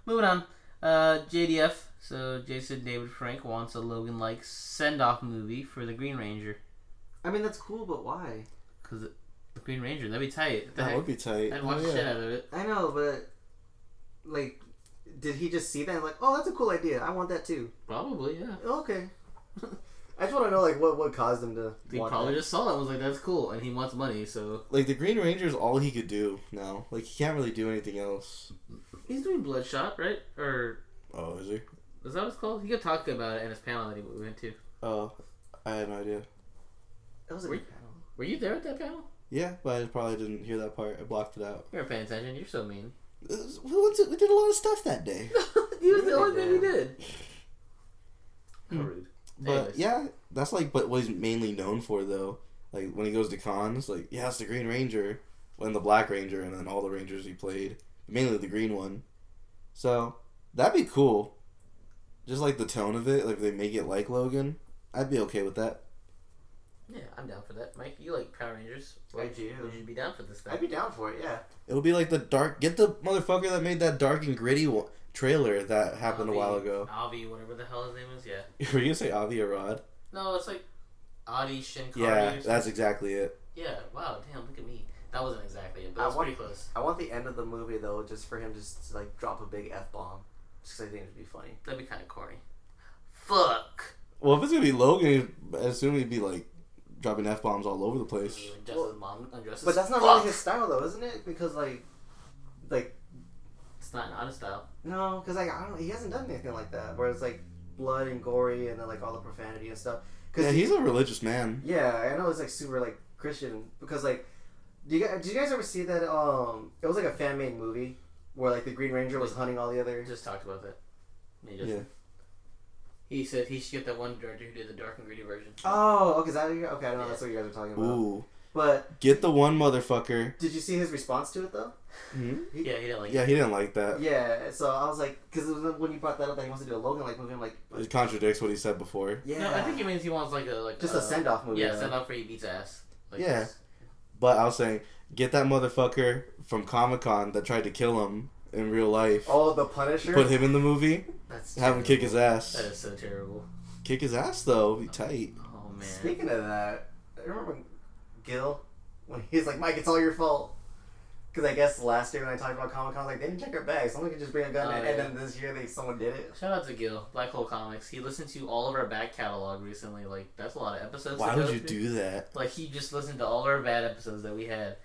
C: moving on. Uh, JDF. So Jason David Frank wants a Logan-like send-off movie for the Green Ranger
D: I mean, that's cool, but why?
C: because the Green Ranger that'd be tight. What the
B: That
C: heck?
B: would be tight.
C: I'd watch
B: Oh, yeah.
C: shit out of it.
D: I know, but like, did he just see that and like, oh, that's a cool idea. I want that too. Oh,
C: Probably, yeah.
D: Okay. (laughs) I just want to know like what what caused him to
C: He
D: want
C: probably
D: that.
C: just saw that and was like, "That's cool," and he wants money, so
B: Like the Green Ranger's all he could do now. Like he can't really do anything else.
C: he's doing Bloodshot, right? Or
B: Oh, is he?
C: is that what it's called? He kept talking about it in his panel that he went to.
B: Oh, I had no idea.
D: That was a
C: Wait.
D: good panel.
C: Were you there at that panel?
B: Yeah, but I probably didn't hear that part. I blocked it out.
C: You weren't paying attention. You're so (laughs) mean.
B: It was- we, went to- we did a lot of stuff that day.
C: he was the only thing he
D: Yeah.
C: did.
D: How rude.
B: But
C: Anyways.
B: yeah, that's like but what he's mainly known for though. Like when he goes to cons, like yeah, it's the Green Ranger, and the Black Ranger, and then all the Rangers he played, mainly the green one. So that'd be cool. Just like the tone of it, like if they make it like Logan, I'd be okay with that.
C: Yeah, I'm down for that. Mike, you like Power Rangers?
D: I do.
C: Would you be down for this? Thing?
D: I'd be down for it. Yeah.
B: It would be like the dark. Get the motherfucker that made that dark and gritty wa- trailer that happened a
C: Avi-
B: while ago. (laughs)
C: Avi, whatever the hell his name is, yeah.
B: Were you gonna say Avi or Rod?
C: No, it's like Adi Shinkari.
B: Yeah,
C: or
B: that's exactly it.
C: yeah. Wow, damn, look at me. That wasn't exactly it, but
D: I
C: that's pretty
D: want-
C: close.
D: I want the end of the movie though, just for him just to, like drop a big f bomb, just 'cause I think it'd be funny.
C: That'd be kind of corny. Fuck.
B: Well, if it's gonna be Logan, I assume he'd be like dropping f bombs all over the place.
C: You and Justin's
D: Well,
C: mom undresses.
D: But that's not
C: uh, Fuck.
D: really his style though, isn't it? Because like, like
C: It's not an honest style.
D: no, because like I don't, he hasn't done anything like that where it's like blood and gory and then like all the profanity and stuff. Because
B: Yeah, he's a religious man.
D: Yeah, I know it's like super like Christian because like, do you guys, did you guys ever see that? Um, it was like a fan made movie where like the Green Ranger was hunting all the
C: We
D: other.
C: just talked about that. Me and
B: Yeah.
C: Justin. He said he should get that one director who did the dark and gritty version.
D: Oh, okay, is that your- okay? I don't know. That's what you guys are talking about.
B: Ooh,
D: But
B: get the one motherfucker.
D: did you see his response to it though?
C: yeah, he didn't like
B: Yeah, he didn't like that.
D: Yeah. So I was like, because when you brought that up that he wants to do a Logan like movie, I'm like,
B: It contradicts what he said before.
D: yeah,
C: No, I think he means he wants like a like
D: just
C: a,
D: a send off movie.
C: Yeah,
D: though.
C: send off where he beats ass. Like
B: Yeah.
C: this.
B: But I was saying, get that motherfucker from Comic Con that tried to kill him in real life.
D: Oh, the Punisher.
B: Put him in the movie.
C: That's
B: Have him kick his
C: That
B: ass.
C: is so terrible.
B: Kick his ass though. Be tight.
C: Oh man.
D: Speaking of that, I remember when Gil, when he's like, Mike, it's all your fault. Because I guess last year when I talked about Comic Con, I was like, they didn't check our bag. Someone could just bring a gun
C: Oh,
D: in.
C: yeah.
D: And then this year, they someone did it.
C: Shout out to Gil, Black Hole Comics. He listened to all of our back catalog recently. Like that's a lot of episodes.
B: Why
C: to go
B: would you
C: through.
B: do that?
C: Like he just listened to all of our bad episodes that we had.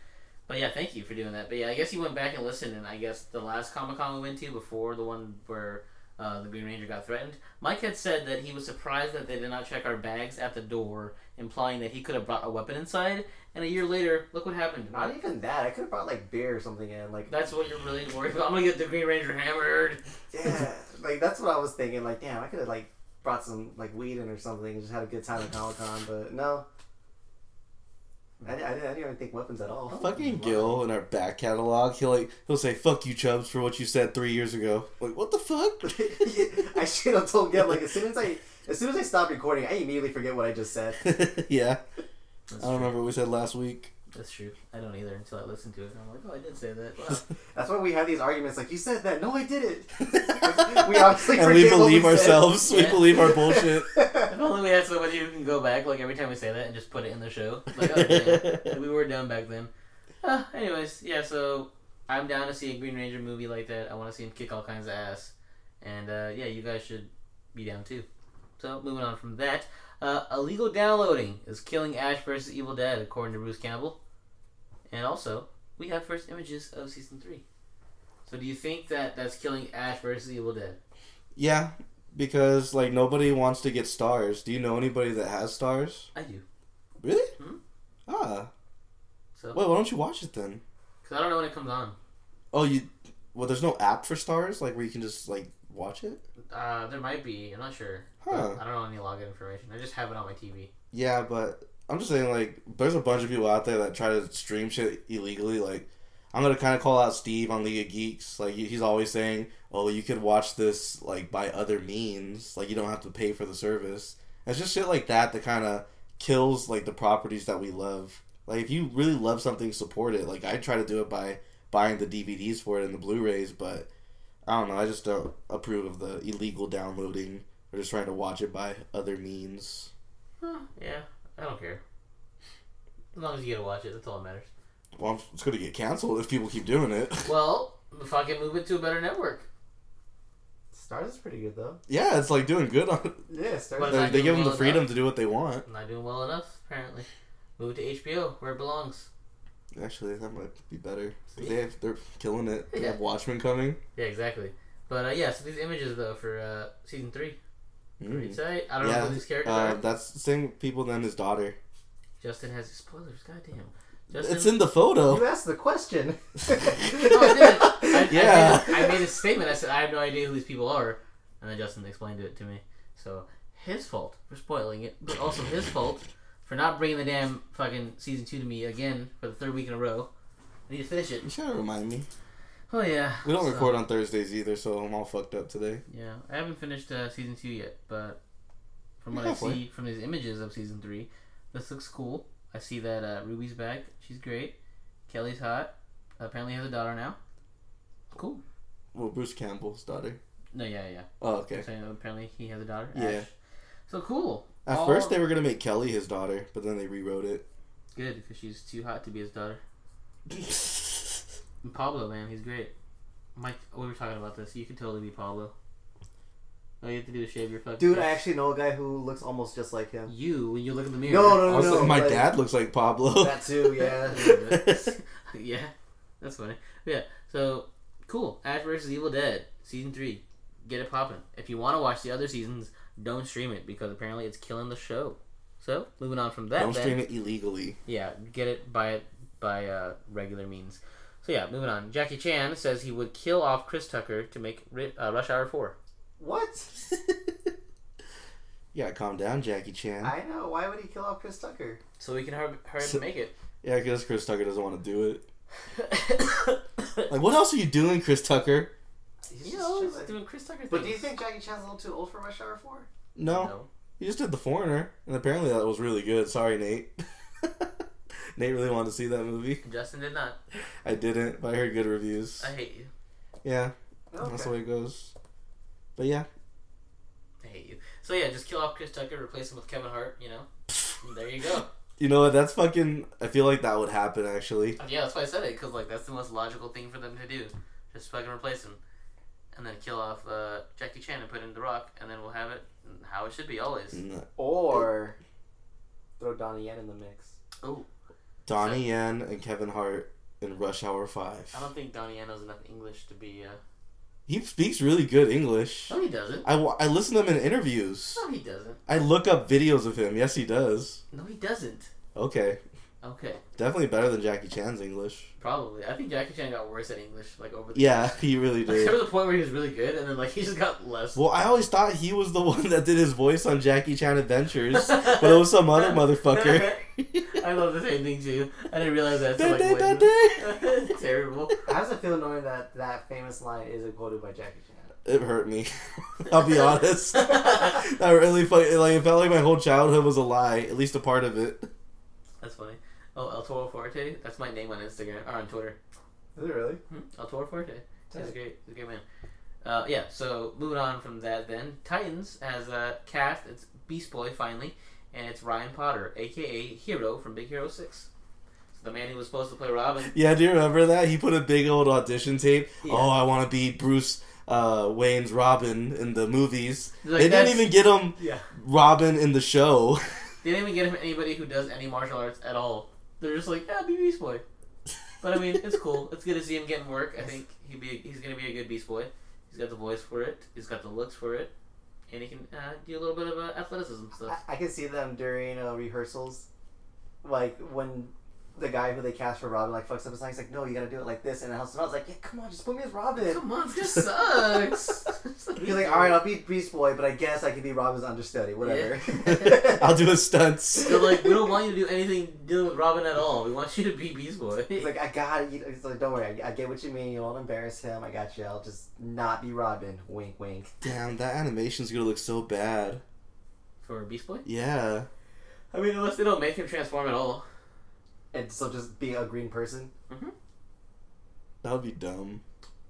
C: But yeah, thank you for doing that. But yeah, I guess he went back and listened. And I guess the last Comic Con we went to before the one where uh, the Green Ranger got threatened, Mike had said that he was surprised that they did not check our bags at the door, implying that he could have brought a weapon inside. And a year later, look what happened.
D: Not even that. I could have brought like beer or something in. Like,
C: That's what you're really worried about. I'm gonna get the Green Ranger hammered.
D: yeah. like, that's what I was thinking. Like, damn, I could have like brought some like weed in or something and just had a good time at Comic Con. But no. I, di- I, didn't, I didn't even think weapons at all. Oh,
B: Fucking
D: (laughs)
B: Gil in our back catalog. He'll like he'll say, "Fuck you, Chubbs, for what you said three years ago." Like what the fuck?
D: (laughs) I should have told Gil, like, as soon as I. As soon as I stop recording, I immediately forget what I just said.
B: (laughs) yeah, I
C: That's
B: don't remember what we said last week.
C: That's true. I don't either until I listen to it. And I'm like, oh, I did say that.
B: (laughs)
C: Wow.
D: That's why we have these arguments. Like you said that. No, I did it. We obviously
B: (laughs) and we
D: forget what we
B: believe
D: said.
B: ourselves. We
C: Yeah.
B: believe
D: (laughs)
B: our bullshit.
C: if only we had somebody who can go back, like every time we say that, and just put it in the show. Like, oh, damn. we were dumb back then. Uh, anyways, yeah. So I'm down to see a Green Ranger movie like that. I want to see him kick all kinds of ass. And uh, yeah, you guys should be down too. So moving on from that, uh, illegal downloading is killing Ash versus Evil Dead, according to Bruce Campbell. And also, we have first images of season three. So do you think that that's killing Ash versus Evil Dead?
B: yeah, because like nobody wants to get stars. Do you know anybody that has stars?
C: I do.
B: Really?
D: Hmm?
C: Mhm.
B: Ah,
C: So
B: well, why don't you watch it then?
C: Because I don't know when it comes on.
B: Oh, you. Well, there's no app for stars, like where you can just like watch it.
C: Uh, there might be. I'm not sure.
B: Huh.
C: I don't know any login information. I just have it on my TV.
B: Yeah, but I'm just saying, like, there's a bunch of people out there that try to stream shit illegally. Like, I'm gonna kind of call out Steve on League of Geeks. Like, he- he's always saying, "Oh, you could watch this like by other means. Like, you don't have to pay for the service." It's just shit like that that kind of kills like the properties that we love. Like, if you really love something, support it. Like, I try to do it by buying the DVDs for it and the Blu-rays, but I don't know. I just don't approve of the illegal downloading or just trying to watch it by other means.
C: Huh, yeah, I don't care. As long as you get to watch it, that's all that matters.
B: Well, it's going to get canceled if people keep doing it. (laughs)
C: Well, if I can move it to a better network.
D: Stars is pretty good though.
B: yeah, it's like doing good on.
D: Yeah, Stars.
C: But-
B: They,
C: not
B: they
C: doing
B: give them the
C: well
B: freedom
C: enough.
B: to do what they want.
C: I'm not doing well enough, apparently. Move it to HBO, where it belongs.
B: Actually, that might be better. They have, they're killing it. They
C: Yeah.
B: have Watchmen coming.
C: Yeah, exactly. But uh, yeah, so these images though for uh, season three, pretty
B: Mm.
C: tight. I don't know
B: Yeah,
C: who these characters
B: uh,
C: are.
B: that's the same people than his daughter.
C: Justin has spoilers. Goddamn. Justin.
B: It's in the photo.
D: You asked the
C: (laughs)
D: question.
C: no, Oh, I did. I,
B: Yeah.
C: I, made, I made a statement. I said I have no idea who these people are, and then Justin explained it to me. So his fault for spoiling it, but also his fault for not bringing the damn fucking season two to me again for the third week in a row. I need to finish it.
B: (laughs) You should remind me.
C: Oh yeah.
B: We don't
C: So,
B: record on Thursdays either, so I'm all fucked up today.
C: Yeah, I haven't finished uh, season two yet, but from what I
B: Halfway.
C: see from these images of season three, this looks cool. I see that uh, Ruby's back. She's great. Kelly's hot. Apparently has a daughter now. Cool.
B: Well, Bruce Campbell's daughter.
C: No, yeah, yeah.
B: Oh, okay.
C: So apparently he has a daughter.
B: Yeah.
C: Ash. So cool.
B: At
C: All-
B: first, they were gonna make Kelly his daughter, but then they
C: (laughs)
B: rewrote it.
C: good because she's too hot to be his daughter. And Pablo, man, he's great. Mike, we were talking about this. You could totally be Pablo. All you have to do is shave your fucking.
D: Dude, I actually know a guy who looks almost just like him.
C: You when you look in the mirror.
D: No,
C: (laughs)
D: no, no,
B: Also,
D: no.
B: my
D: like,
B: dad looks like Pablo. (laughs)
D: That too. Yeah.
C: yeah, that's funny. Yeah, so cool. Ash versus Evil Dead season three. Get it poppin'. If you want to watch the other seasons, don't stream it because apparently it's killing the show. So moving on from that,
B: Don't
C: then-
B: stream it illegally.
C: Yeah, get it by it by uh, regular means. So yeah, moving on. Jackie Chan says he would kill off Chris Tucker to make Ri- uh, Rush Hour Four.
D: what?
B: (laughs) Yeah, calm down, Jackie Chan.
D: I know. Why would he kill off Chris Tucker?
C: So we can hurry, hurry up and make it.
B: Yeah, because Chris Tucker doesn't want to do it. Like, what else are you doing, Chris Tucker?
D: He's
C: you know,
D: just
C: he's doing Chris Tucker. Things.
D: But do you think Jackie Chan's a little too old for Rush Hour Four?
B: No, he just did The Foreigner, and apparently that was really good. Sorry, Nate. (laughs) Nate really wanted to see that movie.
C: Justin did not.
B: I didn't, but I heard good reviews.
C: I hate you.
B: Yeah, that's
D: Okay.
B: the way it goes. But yeah,
C: I hate you. So yeah, just kill off Chris Tucker, replace him with Kevin Hart. You know, And there you go.
B: you know what? That's fucking. I feel like that would happen actually.
C: Yeah, that's why I said it because like that's the most logical thing for them to do. Just fucking replace him, and then kill off uh, Jackie Chan and put in The Rock, and then we'll have it how it should be always.
B: N-
D: Or throw Donnie Yen in the mix.
B: Donnie Yen and Kevin Hart in Rush Hour Five.
C: I don't think Donnie Yen knows enough English to be. Uh...
B: He speaks really good English.
C: No, he doesn't.
B: I, wa- I listen to him in interviews.
C: No, he doesn't.
B: I look up videos of him. Yes, he does.
C: No, he doesn't.
B: Okay.
C: Okay,
B: Definitely better than Jackie Chan's English.
C: probably. I think Jackie Chan got worse at English, like over the.
B: Yeah, (laughs) he really
C: Like, (laughs) there
B: did.
C: was a point where he was really good, and then like he just got less.
B: Well, I always thought he was the (laughs) one that did his voice on Jackie
C: (laughs)
B: Chan Adventures, but it was some other motherfucker.
C: I love the same thing too. I didn't realize that. So,
B: Da,
C: like,
B: da, da,
C: when-
B: da.
C: (laughs) Terrible.
D: How does it feel knowing that that famous line isn't quoted by Jackie Chan?
B: It hurt me. (laughs) I'll be honest. that really fu- like it felt like my whole childhood was a lie, at least a part of it.
C: That's funny. Oh, El Toro Forte. That's my name on Instagram or on Twitter.
D: Is it really?
C: Hmm? El Toro Forte. He's a
D: Tight.
C: great, he's a great man. Uh, yeah. So moving on from that, then Titans has a cast. It's Beast Boy finally, and it's Ryan Potter, aka Hero from Big Hero Six. So the man who was supposed to play Robin.
B: (laughs) Yeah, do you remember that? He put a big old audition tape.
C: Yeah.
B: Oh, I want to be Bruce uh, Wayne's Robin in the movies.
C: Like,
B: they didn't
C: that's-
B: even get him
C: Yeah.
B: Robin in the show. (laughs)
C: They didn't even get him anybody who does any martial arts at all. They're just like, yeah, be Beast Boy. But I
B: (laughs)
C: mean, it's cool. It's good to see him getting work. I think he be he's gonna be a good Beast Boy. He's got the voice for it. He's got the looks for it, and he can uh, do a little bit of uh, athleticism stuff.
D: I, I can see them during uh, rehearsals, like when the guy who they cast for Robin like fucks up his line. He's like, no, you gotta do it like this. And Al Snow's like, yeah, come on, just put me as Robin.
C: Come on, this (laughs) sucks.
D: He's like, all right, I'll be Beast Boy, but I guess I can be Robin's understudy, whatever. (laughs)
C: Yeah.
B: (laughs) I'll do his stunts.
C: They're like, we don't want you to do anything dealing with Robin at all. We want you to be Beast Boy.
D: He's like, I got it. He's like, don't worry, I, I get what you mean. You won't embarrass him. I got you. I'll just not be Robin. Wink, wink.
B: Damn, that animation's gonna look so bad.
C: for Beast Boy?
B: Yeah.
C: I mean, unless they don't make him transform at all.
D: And so just be a green person.
B: That would be dumb.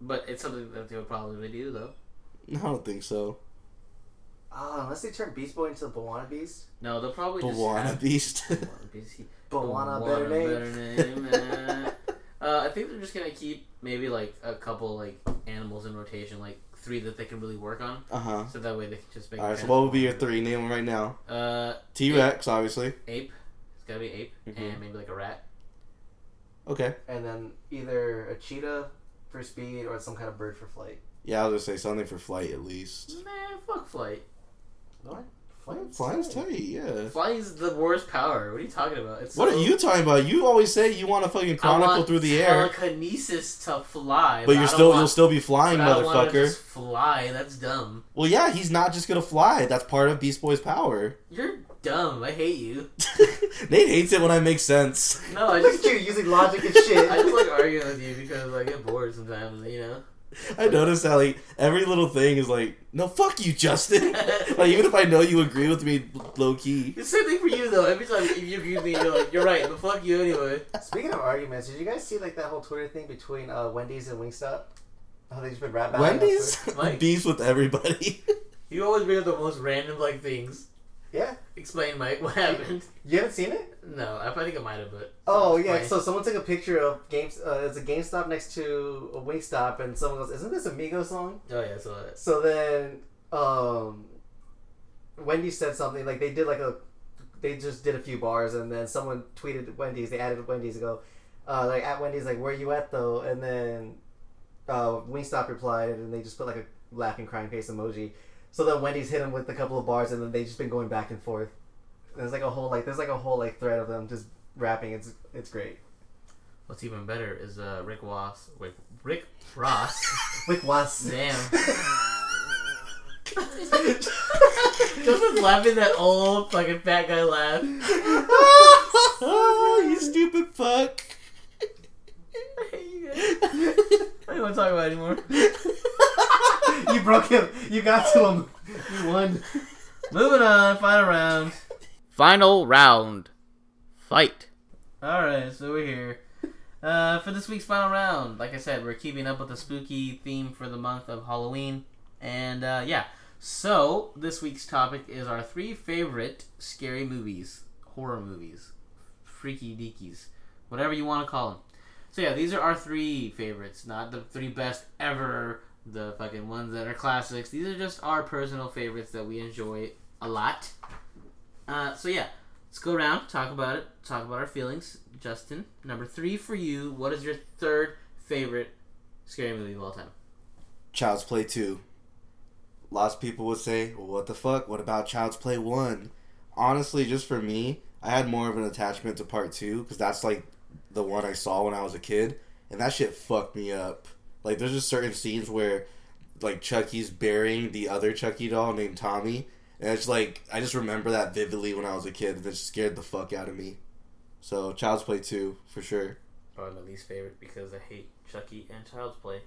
C: But it's something that they would probably do, though.
B: No, I don't think so.
D: Oh, unless they turn Beast Boy into Bawana Beast.
C: No, they'll probably just.
B: Bawana
C: have-
B: Beast.
C: (laughs)
B: (laughs)
C: Bawana Beast.
D: Bawana,
C: Bawana,
D: better name.
C: name, eh. uh, I think they're just gonna keep maybe like a couple like animals in rotation, like three that they can really work on,
B: uh huh.
C: so that way they can just make.
B: Alright, so what would be your three? Name them right now.
C: Uh,
B: T Rex, obviously.
C: ape. It's gotta be ape,
B: Mhm.
C: and maybe like a rat.
B: Okay.
D: And then either a cheetah for speed or some kind of bird for flight.
B: Yeah, I was gonna say something for flight at least.
C: Man, fuck flight.
D: What?
B: Flying's tight, yeah.
C: Flight is the worst power. What are you talking about? It's
B: What
C: so-
B: are you talking about? You always say you want to fucking
C: I want
B: chronicle through the air,
C: Telekinesis to fly,
B: but you're
C: I don't
B: still
C: want-
B: you'll still be flying,
C: but I don't wanna
B: motherfucker.
C: Just fly. That's dumb.
B: Well, yeah, he's not just gonna fly. That's part of Beast Boy's power. (laughs)
C: You're dumb. I hate you.
B: Nate hates it when I make sense.
C: No,
B: (laughs)
C: I
D: Look
C: just
D: at you using logic and shit.
C: (laughs) I just like arguing with you because I get bored sometimes, you know.
B: I notice how like every little thing is like, no, fuck you, Justin. like even if I know you agree with me, low key.
C: It's the same thing for you though. Every time you agree with me, you're like, you're right, but fuck you anyway.
D: Speaking of arguments, did you guys see like that whole Twitter thing between uh, Wendy's and Wingstop? How they just been rap battling on
B: Wendy's
D: Twitter?
C: Mike.
B: (laughs) beefs with everybody. (laughs)
C: You always bring up the most random like things.
D: Yeah,
C: Explain, Mike, what happened?
D: you haven't seen it?
C: No, I I think I might have, but
D: Oh yeah,
C: Explain.
D: so someone took a picture of games. Uh, it's a GameStop next to a Wingstop, and someone goes, "Isn't this a Migos song?"
C: oh yeah, so uh,
D: So then, um, Wendy said something like they did like a, they just did a few bars, and then someone tweeted Wendy's. They added Wendy's and go, uh, like at Wendy's, like where you at though? And then, uh, Wingstop replied, and they just put like a laughing crying face emoji. So then Wendy's hit him with a couple of bars, and then they just been going back and forth. There's like a whole like there's like a whole like thread of them just rapping. It's it's great.
C: what's even better is uh, Rick Ross. Rick, Rick Ross.
D: With was (laughs)
C: Damn. Justin's laughing that old fucking fat guy laugh.
B: Ah, you stupid fuck.
C: I hate you guys. I don't want to talk about it anymore.
D: you broke him. You got to him. You won.
C: Moving on, final round. Final round. Fight. Alright, so we're here. Uh, for this week's final round, like I said, we're keeping up with the spooky theme for the month of Halloween. And uh, yeah, so this week's topic is our three favorite scary movies, horror movies, freaky deekies, whatever you want to call them. So yeah, these are our three favorites, not the three best ever, the fucking ones that are classics. These are just our personal favorites that we enjoy a lot. Uh, so yeah, let's go around talk about it. Talk about our feelings. Justin, number three for you. What is your third favorite scary movie of all time?
B: Child's Play 2. Lots of people would say, well, what the fuck? What about Child's Play 1? Honestly, just for me, I had more of an attachment to part 2 because that's like the one I saw when I was a kid. And that shit fucked me up. Like, there's just certain scenes where, like, Chucky's burying the other Chucky doll named Tommy. And it's like, I just remember that vividly when I was a kid. And it just scared the fuck out of me. So, Child's Play 2, for sure.
C: Probably my least favorite because I hate Chucky and Child's Play.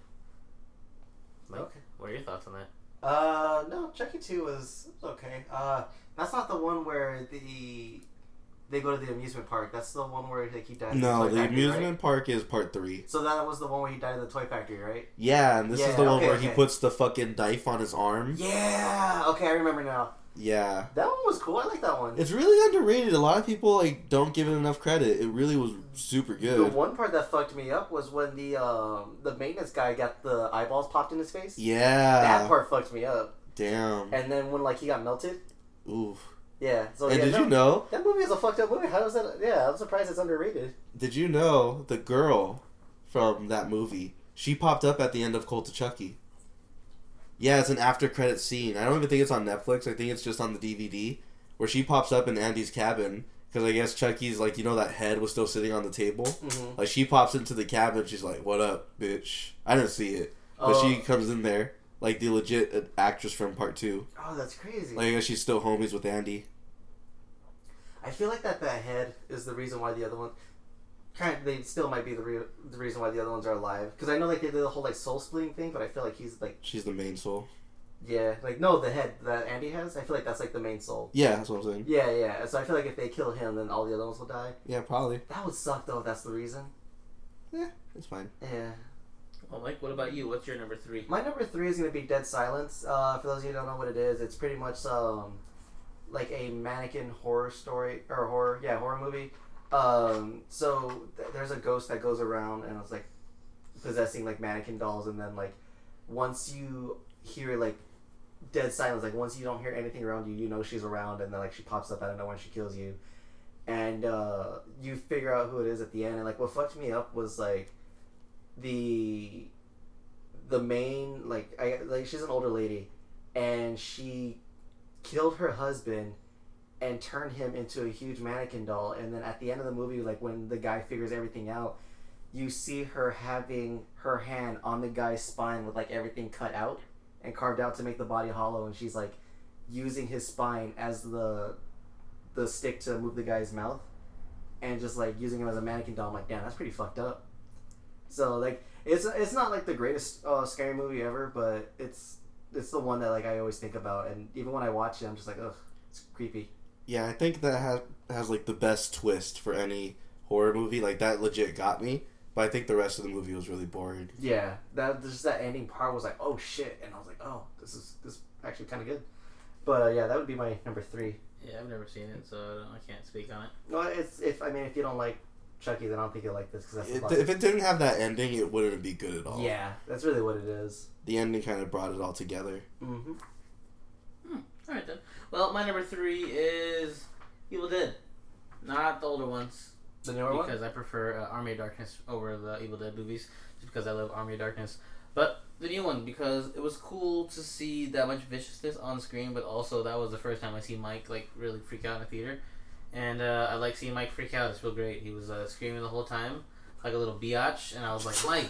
C: Mike,
D: Okay.
C: what are your thoughts on that?
D: Uh, no, Chucky Two was it was okay. Uh, that's not the one where the they go to the amusement park. That's the one where they keep dying.
B: No,
D: in toy
B: the
D: factory, right?
B: amusement park is part 3.
D: So that was the one where he died in the toy factory, right?
B: Yeah, and this is
D: Yeah,
B: the one
D: okay,
B: where he
D: okay.
B: puts the fucking knife on his arm.
D: Yeah. Okay, I remember now.
B: Yeah.
D: That one was cool. I like that one.
B: It's really underrated. A lot of people like don't give it enough credit. It really was super
D: the
B: good.
D: one part that fucked me up was when the um the maintenance guy got the eyeballs popped in his face.
B: Yeah.
D: That part fucked me up.
B: Damn.
D: And then when like he got melted.
B: Oof.
D: Yeah. So
B: And
D: Oh, yeah,
B: did
D: no,
B: you know?
D: that movie is a fucked up movie? How does that? Yeah, I'm surprised it's underrated.
B: Did you know the girl from that movie? She popped up at the end of Cult of Chucky. Yeah, it's an after credit scene. I don't even think it's on Netflix. I think it's just on the DVD where she pops up in Andy's cabin because because I guess Chucky's like you know that head was still sitting on the table.
D: Mhm.
B: Like she pops into the cabin, she's like, "What up, bitch?" I didn't see it, but
D: Oh.
B: she comes in there like the legit uh, actress from Part Two.
D: Oh, that's crazy.
B: Like I guess she's still homies with Andy.
D: I feel like that the head is the reason why the other one. Kind of, they still might be the re- the reason why the other ones are alive. Because I know like they did the whole like soul splitting thing, but I feel like he's like
B: She's the main soul.
D: yeah, like no, the head that Andy has. I feel like that's like the main soul.
B: Yeah, that's what I'm saying.
D: Yeah, yeah. So I feel like if they kill him, then all the other ones will die.
B: Yeah, probably.
D: That would suck though. if That's the reason.
B: It's fine.
D: Yeah.
C: Well, Oh, Mike, what about you? What's your number three?
D: My number three is going to be Dead Silence. Uh, for those of you who don't know what it is, it's pretty much um, like a mannequin horror story or horror, yeah, horror movie. Um, so th- there's a ghost that goes around and it's like possessing like mannequin dolls, and then like once you hear like dead silence, like once you don't hear anything around you, you know she's around, and then like she pops up out of nowhere and she kills you, and uh, you figure out who it is at the end. And like what fucked me up was like the the main like I like she's an older lady, and she killed her husband and turned him into a huge mannequin doll. And then at the end of the movie, like when the guy figures everything out, you see her having her hand on the guy's spine with like everything cut out and carved out to make the body hollow, and she's like using his spine as the the stick to move the guy's mouth and just like using him as a mannequin doll. I'm like, damn, that's pretty fucked up. So like it's it's not like the greatest uh, scary movie ever, but it's it's the one that like I always think about, and even when I watch it, I'm just like, ugh, it's creepy.
B: Yeah, I think that has has like the best twist for any horror movie. Like that legit got me, but I think the rest of the movie was really boring.
D: Yeah, that just that ending part was like, oh shit, and I was like, oh, this is this is actually kind of good. But uh, yeah, that would be my number three.
C: Yeah, I've never seen it, so I, don't- I can't speak on it.
D: No, it's if I mean if you don't like Chucky, then I don't think you'll like this because that's the
B: It,
D: plot.
B: if it didn't have that ending, it wouldn't be good at all.
D: yeah, that's really what it is.
B: the ending kind of brought it all together.
D: Mm-hmm.
C: All right then. Well, my number three is Evil Dead, not the older ones
D: The newer one.
C: because I prefer uh, Army of Darkness over the Evil Dead movies, just because I love Army of Darkness. But the new one because it was cool to see that much viciousness on screen, but also that was the first time I see Mike like really freak out in the theater, and uh, I like seeing Mike freak out. It's real great. He was uh, screaming the whole time like a little biatch, and I was like, Mike,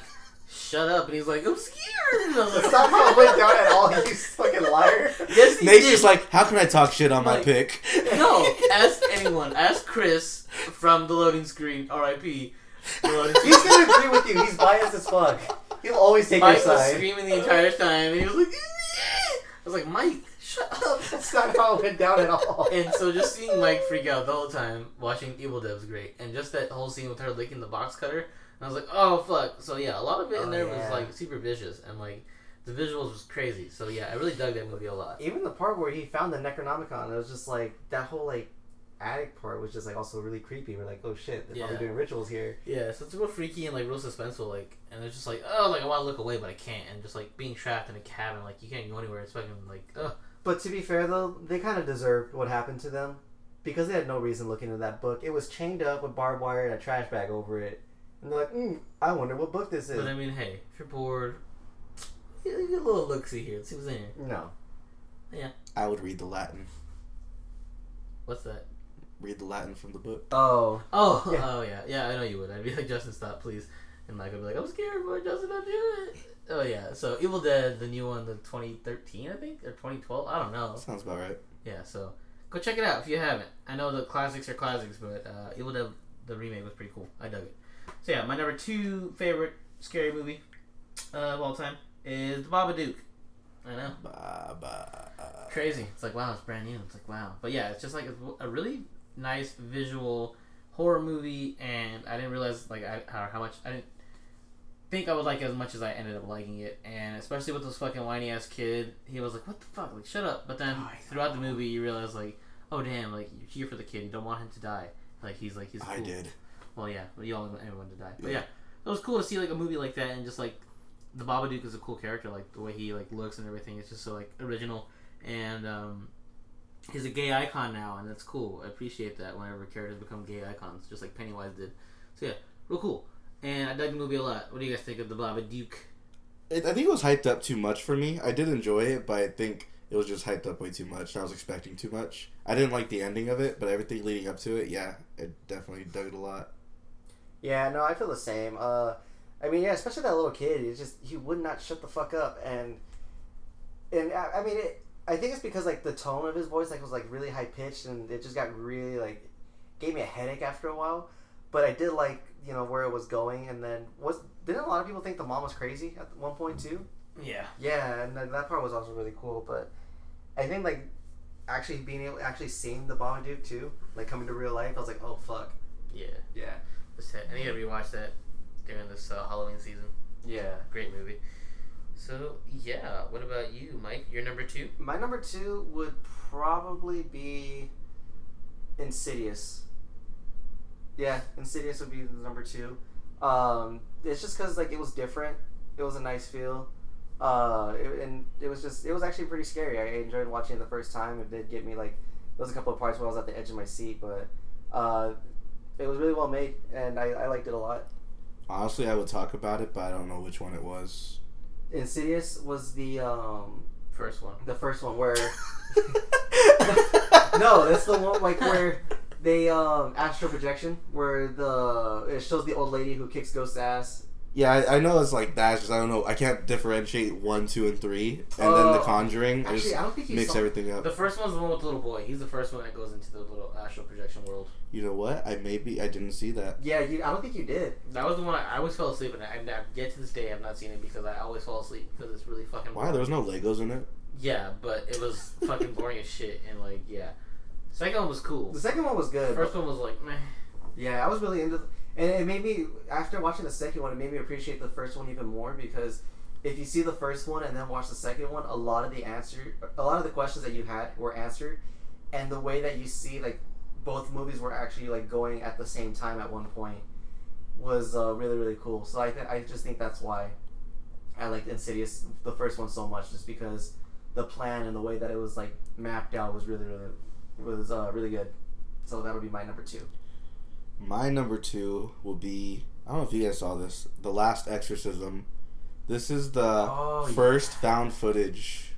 C: shut up! And he's like, I'm scared. And I was like,
D: Stop how it went down at all, you fucking (laughs) liar.
C: Yes, he
B: Nate's
C: did.
B: just like, how can I talk shit on my
C: Like-
B: pick? (laughs)
C: No, ask anyone. Ask Chris from the loading screen. R.I.P. The loading
D: He's
C: screen.
D: gonna agree with you. He's biased as fuck. He'll always take
C: Mike
D: your
C: was
D: side.
C: screaming the entire time, and he was like, "Yeah." I was like, Mike,
D: (laughs)
C: shut up.
D: That's not how it went down at all.
C: And so just seeing Mike freak out the whole time watching Evil Dead was great, and just that whole scene with her licking the box cutter, and I was like, oh fuck. So yeah, a lot of it in
D: Oh,
C: there
D: yeah.
C: was like super vicious, and like the visuals was crazy. So yeah, I really dug that movie a lot.
D: Even the part where he found the Necronomicon, it was just like that whole like attic part was just like also really creepy. We're like, oh shit, they're probably
C: Yeah.
D: doing rituals here.
C: Yeah, so it's real freaky and like real suspenseful, like, and it's just like, oh, like I want to look away, but I can't, and just like being trapped in a cabin, like you can't go anywhere. It's fucking like, ugh.
D: But to be fair though, they kind of deserved what happened to them because they had no reason looking into that book. It was chained up with barbed wire and a trash bag over it, and they're like, mm, I wonder what book this is.
C: But I mean, hey, if you're bored, you- you get a little look see here. Let's see what's in here.
D: no,
B: I would read the Latin.
C: What's that?
B: Read the Latin from the book.
D: oh,
C: Oh,
D: Yeah.
C: (laughs) oh yeah, yeah. I know you would. I'd be like, Justin, stop, please. And Mike would be like, I'm scared, boy. Justin, don't do it. Oh yeah. So Evil Dead, the new one, the 2013, I think, or 2012. I don't know.
B: Sounds about right.
C: Yeah. So go check it out if you haven't. I know the classics are classics, but uh, Evil Dead, the remake was pretty cool. I dug it. So yeah, my number two favorite scary movie uh, of all time is The Babadook. I know.
B: Ba, ba, uh,
C: crazy. It's like wow, it's brand new. It's like wow, but yeah, it's just like a really nice visual horror movie, and I didn't realize like I, how, how much I didn't think I would like it as much as I ended up liking it, and especially with this fucking whiny ass kid, he was like, "What the fuck? Like shut up!" But then
D: Oh, I know.
C: throughout the movie, you realize like, oh damn, like you're here for the kid. You don't want him to die. Like he's like he's.
B: I
C: cool.
B: did.
C: Well, yeah, but you all want everyone to die. But
B: Yeah.
C: yeah, it was cool to see like a movie like that and just like the Babadook is a cool character, like the way he like looks and everything. It's just so like original, and um, he's a gay icon now, and that's cool. I appreciate that whenever characters become gay icons, just like Pennywise did. So yeah, real cool. And I dug the movie a lot. What do you guys think of the Babadook?
B: It, I think it was hyped up too much for me. I did enjoy it, but I think it was just hyped up way too much. and I was expecting too much. I didn't like the ending of it, but everything leading up to it, yeah, I definitely dug it a lot.
D: Yeah, no, I feel the same. Uh, I mean, yeah, especially that little kid. He just he would not shut the fuck up, and and I, I mean, it, I think it's because like the tone of his voice like was like really high pitched, and it just got really like gave me a headache after a while. But I did like you know where it was going, and then was didn't a lot of people think the mom was crazy at one point too?
C: Yeah.
D: Yeah, and then that part was also really cool. But I think like actually being able actually seeing the Babadook too, like coming to real life, I was like, oh fuck,
C: Yeah.
D: yeah,
C: Just had- I need to rewatch that during this uh, Halloween season.
D: yeah.
C: Great movie. So yeah, what about you, Mike? You're number two.
D: My number two would probably be Insidious. Yeah, Insidious would be the number two. Um, it's just because like it was different. It was a nice feel, uh, it, and it was just it was actually pretty scary. I enjoyed watching it the first time. It did get me like there was a couple of parts where I was at the edge of my seat, but uh, it was really well made, and I, I liked it a lot.
B: Honestly, I would talk about it, but I don't know which one it was.
D: Insidious was the um,
C: First one.
D: the first one where (laughs) no, that's the one like where they um astral projection where the it shows the old lady who kicks ghost ass.
B: Yeah, I, I know it's like that. Just I don't know. I can't differentiate one, two, and three, and then
D: Oh.
B: The Conjuring. I just
D: Actually, I don't think you
B: mix
D: saw.
B: everything up.
C: The first one's the one with the little boy. He's the first one that goes into the little astral projection world.
B: You know what? I maybe I didn't see that.
D: Yeah, you, I don't think you did.
C: That was the one I, I always fell asleep, and I, and I yet to this day I've not seen it because I always fall asleep because it's really fucking.
B: Wow, there was no Legos in it.
C: Yeah, but it was fucking boring as shit, and like yeah. Second one was cool.
D: The second one was good.
C: First one was like meh.
D: Yeah, I was really into, and it made me after watching the second one, it made me appreciate the first one even more because if you see the first one and then watch the second one, a lot of the answer, a lot of the questions that you had were answered, and the way that you see like both movies were actually like going at the same time at one point was uh, really really cool. So I th- I just think that's why I liked Insidious the first one so much, just because the plan and the way that it was like mapped out was really really was uh, really good. So that'll be my number two.
B: My number two will be I don't know if you guys saw this. The Last Exorcism. This is the
D: Oh,
B: first found footage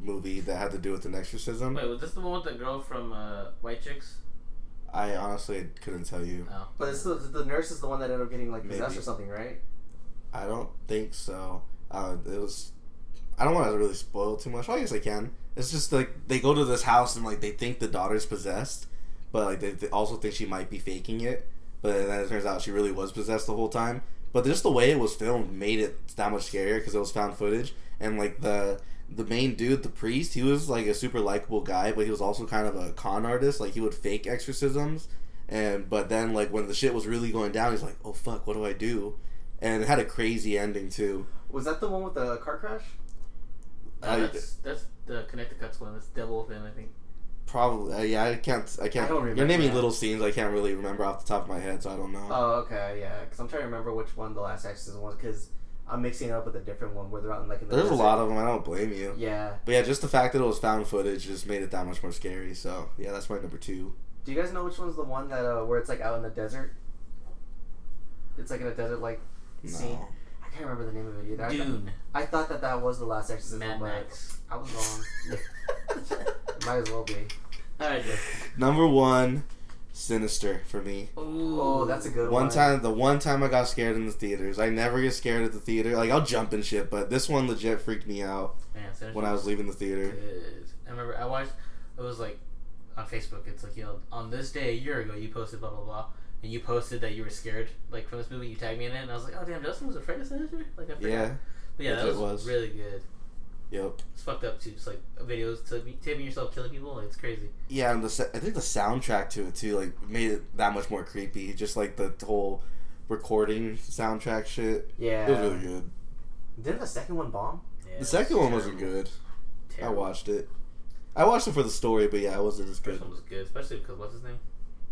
B: movie that had to do with an exorcism.
C: Wait, was this the one with the girl from uh, White Chicks?
B: I honestly couldn't tell you.
C: No.
D: But it's the, the nurse is the one that ended up getting like possessed
B: Maybe.
D: or something, right?
B: I don't think so. Uh, it was. I don't want to really spoil too much. I guess I can. It's just like they go to this house and like they think the daughter's possessed, but like they, they also think she might be faking it. But then it turns out she really was possessed the whole time. But just the way it was filmed made it that much scarier because it was found footage and like the the main dude, the priest, he was like a super likable guy, but he was also kind of a con artist. Like he would fake exorcisms, and but then like when the shit was really going down, he's like, "Oh fuck, what do I do?" And it had a crazy ending too.
D: Was that the one with the car crash?
B: I-
C: that's, that's the Connecticut one. That's Devil Fin, I think.
B: Probably, uh, yeah. I can't. I can't.
D: I don't remember
B: You're naming
D: that.
B: little scenes. I can't really remember off the top of my head, so I don't know.
D: Oh, okay, yeah. Because I'm trying to remember which one the last exorcism was because I'm mixing it up with a different one where they're out in like in the
B: There's a
D: desert.
B: lot of them. I don't blame you.
D: Yeah.
B: But yeah, just the fact that it was found footage just made it that much more scary. So yeah, that's my number two.
D: Do you guys know which one's the one that uh, where it's like out in the desert? It's like in a desert like scene.
B: No.
D: I can't remember the name of it either. I thought-
C: Dune.
D: I, thought that that was the last exorcism,
C: Mad
D: but
C: Max.
D: I was wrong.
C: (laughs)
D: Might as well be.
C: Alright, Jeff.
B: Number one, Sinister for me.
C: Ooh.
D: Oh, that's a good one.
B: One time, the one time I got scared in the theaters, I never get scared at the theater. Like I'll jump and shit, but this one legit freaked me out
C: Man, Sinister
B: when I was leaving the theater.
C: Good. I remember I watched. It was like on Facebook. It's like yo, on this day a year ago, you posted blah blah blah, and you posted that you were scared like from this movie. You tagged me in it, and I was like, oh damn, Justin was afraid of Sinister. Like I forgot.
B: Yeah,
C: but yeah, that
B: it
C: was,
B: was.
C: really good.
B: yep.
C: It's fucked up too. Just like videos taping taping yourself killing people. Like, it's crazy.
B: Yeah, and the sa- I think the soundtrack to it too, like made it that much more creepy. Just like the whole recording soundtrack shit.
D: Yeah.
B: It was really good.
D: Didn't the second one bomb?
C: Yeah,
B: the second one wasn't good. I watched it. I watched it for the story, but yeah, it wasn't as
C: The
B: good.
C: first one was good, especially because what's his name?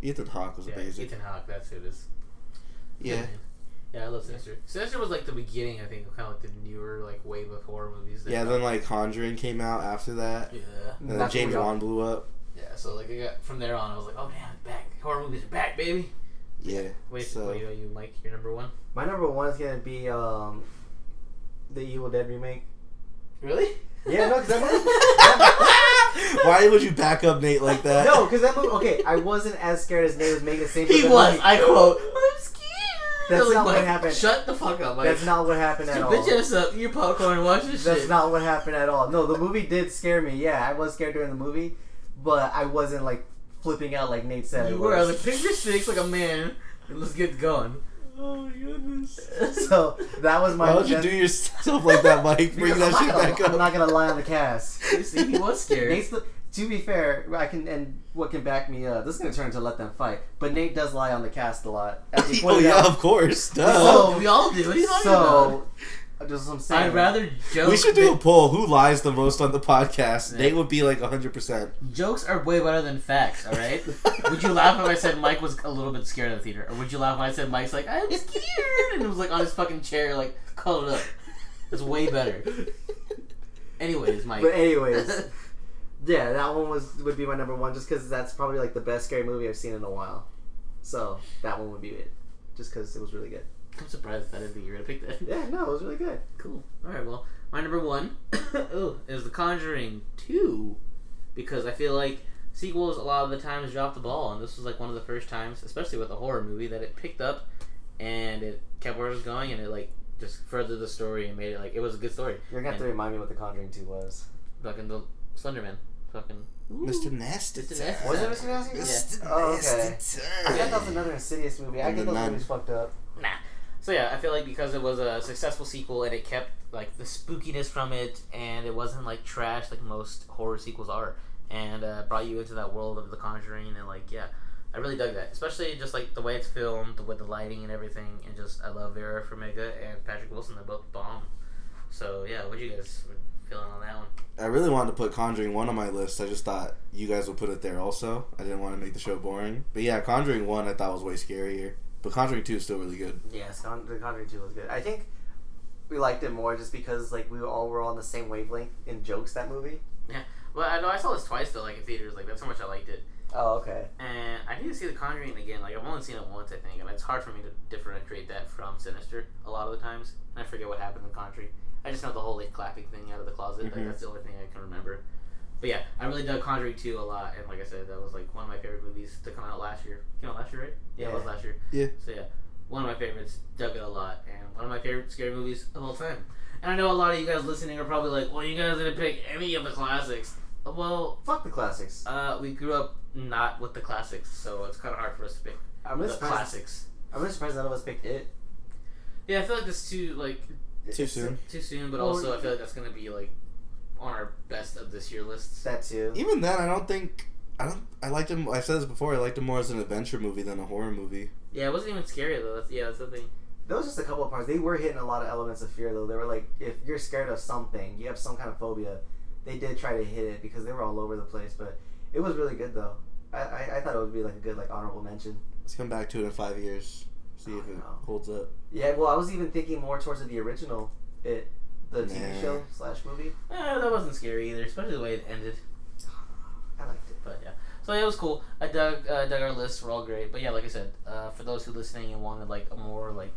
B: Ethan Hawke was
C: Yeah,
B: amazing.
C: Ethan Hawke. That's who it is.
B: Yeah.
C: Yeah, I love Sinister. Sinister was like the beginning, I think, of kind of like the newer like wave of horror movies. that-
B: Yeah, then like Conjuring came out after that.
C: yeah.
B: And then
D: That's what
B: Uh, James
D: we all-
B: Wan blew up.
C: Yeah, so like I got from there on, I was like, oh damn, it's back horror movies are back, baby.
B: Yeah.
C: Wait,
B: So-
C: what are you, Mike? Your number one?
D: My number one is gonna be um, the Evil Dead remake.
C: Really?
D: Yeah, no, because
C: (laughs)
D: that movie. that-
B: Why would you back up Nate like that? (laughs)
D: no, because that movie. Okay, I wasn't as scared as Nate was making it seem. but
C: He
D: then,
C: was.
D: like,
C: I quote. I'm scared.
D: That's
C: Like,
D: not what
C: Mike,
D: happened.
C: Shut the fuck up, Mike. (laughs)
D: that's not what happened
C: Get
D: at
C: your
D: all.
C: bitch ass up. Your popcorn. and Watch this
D: That's
C: shit.
D: not what happened at all. No, the movie did scare me. Yeah, I was scared during the movie, but I wasn't like flipping out like Nate said. I
C: You were. I was
D: was.
C: like, pick your sticks like a man. And let's get going.
B: Oh my goodness.
D: (laughs) So that was my.
B: Why would you do
D: defense.
B: yourself like that, Mike? Bring
D: Because
B: that
D: I'm
B: shit
D: not gonna-
B: back up.
D: (laughs) I'm not gonna lie on the
B: (laughs)
D: cast.
C: You see, he was scared.
D: Nate's the, to be fair, I can and what can back me up. This is gonna turn into let them fight, but Nate does lie on the cast a lot.
B: (laughs)
D: As he
B: oh
D: pointed
B: yeah,
D: out.
B: of course. Duh.
C: Oh, we all do. What are you talking
D: so uh, just what I'm
C: about?
D: saying.
C: I'd rather joke.
B: we should do a
C: that
B: poll. Who lies the most on the podcast?
C: Yeah.
B: Nate would be like hundred percent.
C: Jokes are way better than facts, alright? would you laugh if I said Mike was a little bit scared of the theater? Or would you laugh when I said Mike's like, I'm scared? And it was like on his fucking chair, like, cuddled up. It's way better. Anyways, Mike.
D: But (laughs) anyways, yeah, that one was would be my number one just because that's probably like the best scary movie I've seen in a while. So that one would be it, just because it was really good.
C: (laughs) I'm surprised that I didn't think you were going to pick that.
D: Yeah, no, it was really good.
C: Cool. Alright, well, my number one (coughs) ooh, is The Conjuring 2. Because I feel like sequels a lot of the times drop the ball, and this was like one of the first times, especially with a horror movie, that it picked up and it kept where it was going and it like just furthered the story and made it like it was a good story.
D: You're gonna have to remind me what The Conjuring Two was.
C: Fucking the Slenderman. Fucking
B: Mr. Nasty.
C: Mr. Nasty.
D: Was it Mr. Nasty?
B: Mr.
D: Oh, okay.
B: Nasty.
D: I thought that was another Insidious movie. I
B: And
D: get
B: the
D: those
B: Nun.
D: movies fucked up.
C: nah. So yeah, I feel like because it was a successful sequel and it kept like the spookiness from it, and it wasn't like trash like most horror sequels are, and uh, brought you into that world of The Conjuring and like yeah, I really dug that, especially just like the way it's filmed with the lighting and everything, and just I love Vera Farmiga and Patrick Wilson. They're both bomb. So yeah, what you guys were feeling on that one?
B: I really wanted to put Conjuring One on my list. I just thought you guys would put it there also. I didn't want to make the show boring. But yeah, Conjuring One I thought was way scarier. But Conjuring Two is still really good.
D: Yes, Con- The Conjuring Two was good. I think we liked it more just because like we all were on the same wavelength in jokes that movie.
C: Well, I know I saw this twice though, like in theaters. Like that's how much I liked it.
D: Oh, okay.
C: And I need to see The Conjuring again. Like I've only seen it once, I think, and it's hard for me to differentiate that from Sinister a lot of the times. And I forget what happened in The Conjuring. I just know the whole like clapping thing out of the closet. Like
B: Mhm.
C: that's the only thing I can remember. But yeah, I really dug Conjuring 2 a lot, and like I said, that was like one of my favorite movies to come out last year. Came out last year, right? Yeah, it was
D: Yeah.
C: last year.
B: Yeah.
C: So yeah, one of my favorites. Dug it a lot, and one of my favorite scary movies of all time. And I know a lot of you guys listening are probably like, "Well, you guys didn't pick any of the classics." Well,
D: Fuck the classics.
C: uh, we grew up not with the classics, so it's kind of hard for us to pick
D: I'm
C: the
D: really surprised.
C: classics.
D: I'm really surprised none of us picked it.
C: Yeah, I feel like this too like
B: Too soon.
C: too soon, but
D: Well,
C: also I
D: we-
C: feel like that's gonna be like on our best of this year lists.
D: That too.
B: Even then, I don't think I don't. I liked him. I said this before. I liked him more as an adventure movie than a horror movie.
C: Yeah, it wasn't even scary though. That's, yeah, that's the thing.
D: There was just a couple of parts. They were hitting a lot of elements of fear, though. They were like, if you're scared of something, you have some kind of phobia. They did try to hit it because they were all over the place, but it was really good, though. I, I, I thought it would be like a good like honorable mention.
B: Let's come back to it in five years. See if it
D: Oh, no.
B: holds up.
D: Yeah, well, I was even thinking more towards the original, it, the TV
B: Nah.
D: show slash movie.
C: Eh, that wasn't scary either, especially the way it ended.
D: I liked it.
C: But yeah, so yeah, it was cool. I dug uh, dug our lists. We're all great. But yeah, like I said, uh, for those who listening and wanted like a more like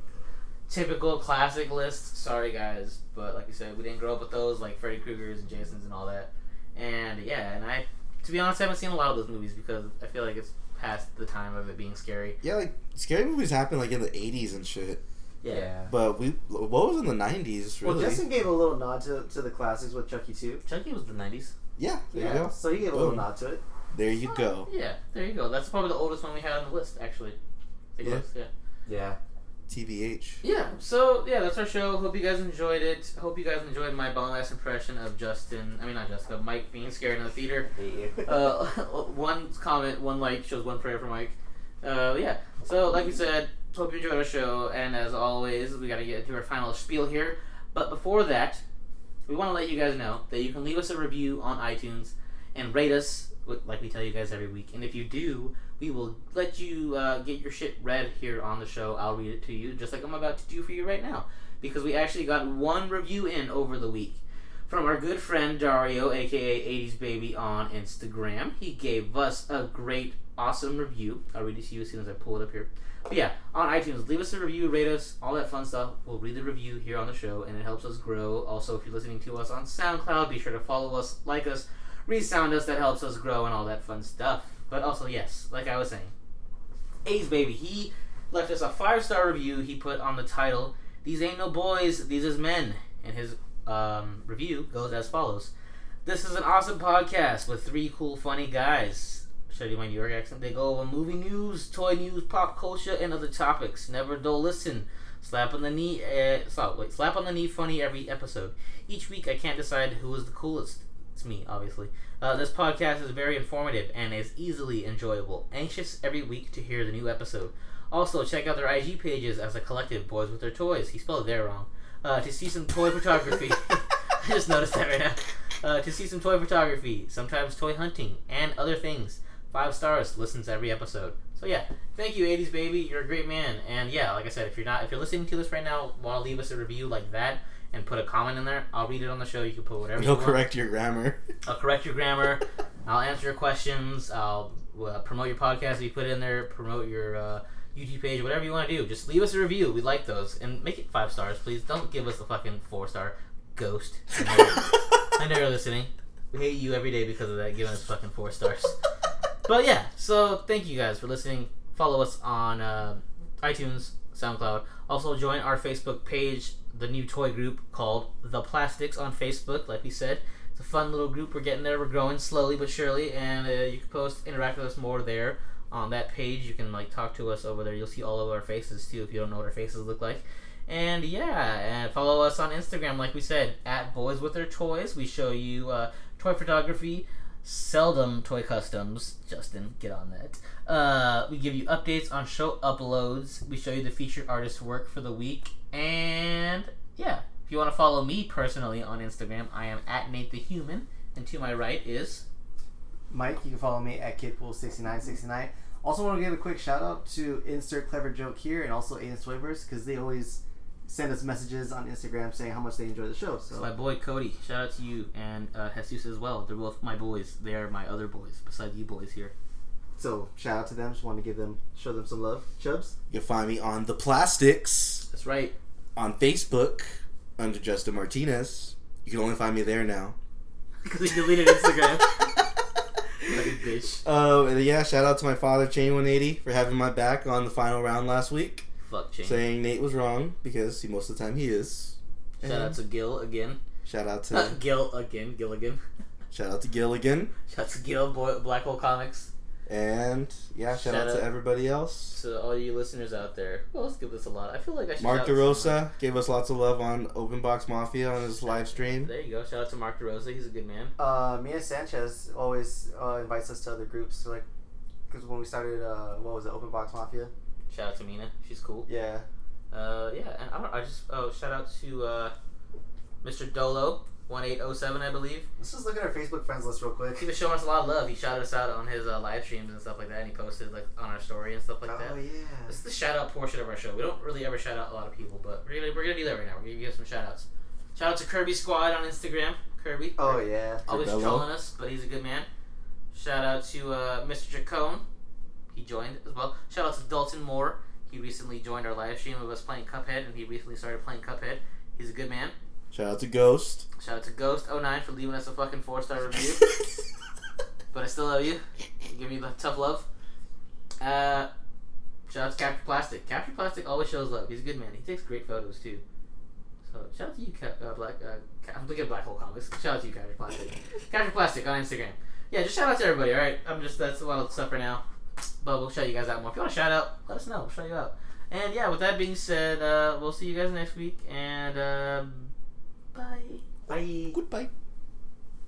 C: typical classic list, sorry guys, but like I said, we didn't grow up with those like Freddy Krueger's and Jason's and all that. And yeah, and I, to be honest, I haven't seen a lot of those movies because I feel like it's past the time of it being scary.
B: Yeah, like scary movies happen like in the '80s and shit. But we, what was in the '90s? Really?
D: Well, Justin gave a little nod to, to the classics with Chucky too.
C: Chucky was the nineties.
B: yeah. There
D: yeah,
B: you go.
D: so you gave a little
B: Boom.
D: nod to it.
B: There you go.
C: Yeah, there you go. That's probably the oldest one we had on the list, actually. I think it
B: Yeah.
C: was, yeah.
D: Yeah.
B: TBH.
C: Yeah, so yeah, that's our show. Hope you guys enjoyed it. Hope you guys enjoyed my bomb ass impression of Justin. I mean, not Justin, of Mike being scared in the theater.
D: (laughs)
C: Uh, (laughs) one comment, one like shows one prayer for Mike. Uh, yeah, so like we said, hope you enjoyed our show. And as always, we got to get into our final spiel here. But before that, we want to let you guys know that you can leave us a review on iTunes and rate us wi- like we tell you guys every week. And if you do, we will let you uh, get your shit read here on the show. I'll read it to you, just like I'm about to do for you right now, because we actually got one review in over the week from our good friend Dario, aka 80s Baby, on Instagram. He gave us a great awesome review. I'll read it to you as soon as I pull it up here. But yeah, on iTunes, leave us a review, rate us, all that fun stuff. We'll read the review here on the show, and it helps us grow. Also, if you're listening to us on SoundCloud, be sure to follow us, like us, resound us. That helps us grow and all that fun stuff. But also, yes, like I was saying, A's baby, he left us a five star review. He put on the title, "These ain't no boys, these is men," and his um, review goes as follows. This is an awesome podcast with three cool, funny guys. Should I do my New York accent? They go over movie news, toy news, pop culture, and other topics. Never dull listen. Slap on the knee. Uh, slap, wait, slap on the knee. Funny every episode. Each week, I can't decide who is the coolest. It's me, obviously. Uh, this podcast is very informative and is easily enjoyable. Anxious every week to hear the new episode. Also, check out their IG pages as a collective, Boys with Their Toys. He spelled there wrong. Uh, to see some toy photography. (laughs) I just noticed that right now. Uh, to see some toy photography, sometimes toy hunting, and other things. Five stars listens every episode. So yeah, thank you, 80s baby. You're a great man. And yeah, like I said, if you're not, if you're listening to this right now, want to leave us a review like that and put a comment in there, I'll read it on the show. You can put whatever. you
B: He'll
C: want.
B: correct your
C: (laughs)
B: grammar. (laughs)
C: I'll correct your grammar. I'll answer your questions. I'll uh, promote your podcast if you put it in there. Promote your uh, YouTube page, whatever you want to do. Just leave us a review. We like those, and make it five stars, please. Don't give us a fucking four star ghost. I know- (laughs) I know you're listening. We hate you every day because of that, giving us fucking four stars. But yeah, so thank you guys for listening. Follow us on uh, iTunes, SoundCloud. Also, join our Facebook page, the new toy group called The Plastics on Facebook, like we said. It's a fun little group. We're getting there. We're growing slowly but surely. And uh, you can post, interact with us more there on that page. You can, like, talk to us over there. You'll see all of our faces, too, if you don't know what our faces look like. And yeah, and follow us on Instagram, like we said, at Boys With Their Toys. We show you uh, toy photography, seldom toy customs. Justin, get on that. Uh, we give you updates on show uploads. We show you the featured artist work for the week. And yeah, if you want to follow me personally on Instagram, I am at Nate the Human. And to my right is
D: Mike, you can follow me at KidPool6969. Also, want to give a quick shout out to Insert Clever Joke here and also Aiden Toyverse because they always send us messages on Instagram saying how much they enjoy the show. So,
C: my boy Cody. Shout out to you and uh, Jesus as well. They're both my boys. They are my other boys besides you boys here.
D: so shout out to them. Just want to give them, show them some love. Chubs,
B: You'll find me on The Plastics
C: That's right.
B: on Facebook under Justin Martinez. You can only find me
C: (laughs)
B: there now.
C: (laughs) Because he deleted
B: (laughs)
C: Instagram. Fucking bitch.
B: Uh, and yeah, shout out to my father, Chain180, for having my back on the final round last week,
C: Fuck Shane.
B: saying Nate was wrong because he, most of the time he is.
C: Shout out to Gil again.
B: shout out to
C: Gil again. Gilligan.
B: shout out to Gilligan,
C: Shout out to Gil, boy, Black Hole Comics.
B: and yeah, shout,
C: Shout
B: out,
C: out.
B: to everybody else.
C: To all you listeners out there, who else give this a lot? I feel like I should.
B: Mark
C: shout out someone.
B: DeRosa gave us lots of love on Open Box Mafia on his live stream.
C: There you go. Shout out to Mark DeRosa. He's a good man.
D: uh, Mia Sanchez always uh, invites us to other groups. So like, because when we started, uh, what was it, Open Box Mafia?
C: Shout out to Mina. She's cool.
D: Yeah,
C: Uh, yeah, and I don't. I just. Oh, shout out to uh, Mr. Dolo. 1807, I believe.
D: let's just look at our Facebook friends list real quick.
C: He was showing us a lot of love. He shouted us out on his uh, live streams and stuff like that, and he posted like on our story and stuff like that.
D: oh yeah.
C: This is the shout out portion of our show. We don't really ever shout out a lot of people, but we're gonna we're gonna do that right now. We're gonna give some shout outs. Shout out to Kirby Squad on Instagram. Kirby.
D: Oh yeah.
C: Always
B: Cabello.
C: trolling us, but he's a good man. Shout out to uh, Mr. Jacone. He joined as well. Shout out to Dalton Moore. He recently joined our live stream of us playing Cuphead, and he recently started playing Cuphead. He's a good man.
B: Shout out to Ghost.
C: Shout out to Ghost09 for leaving us a fucking four star review. but I still love you. You give me the tough love. Uh, shout out to Capture Plastic. Capture Plastic always shows love. He's a good man. He takes great photos too. So shout out to you, Cap- uh, Black. Uh, Cap- I'm looking at Black Hole Comics. Shout out to you, Capture
B: (laughs)
C: Plastic. Capture Plastic on Instagram. Yeah, just shout out to everybody. All right, I'm just that's a lot of stuff right now. But we'll shout you guys out more. If you want to shout out, let us know. We'll shout you out. And yeah, with that being said, uh, we'll see you guys next week. And uh, um, bye.
D: Bye.
B: (laughs) Goodbye.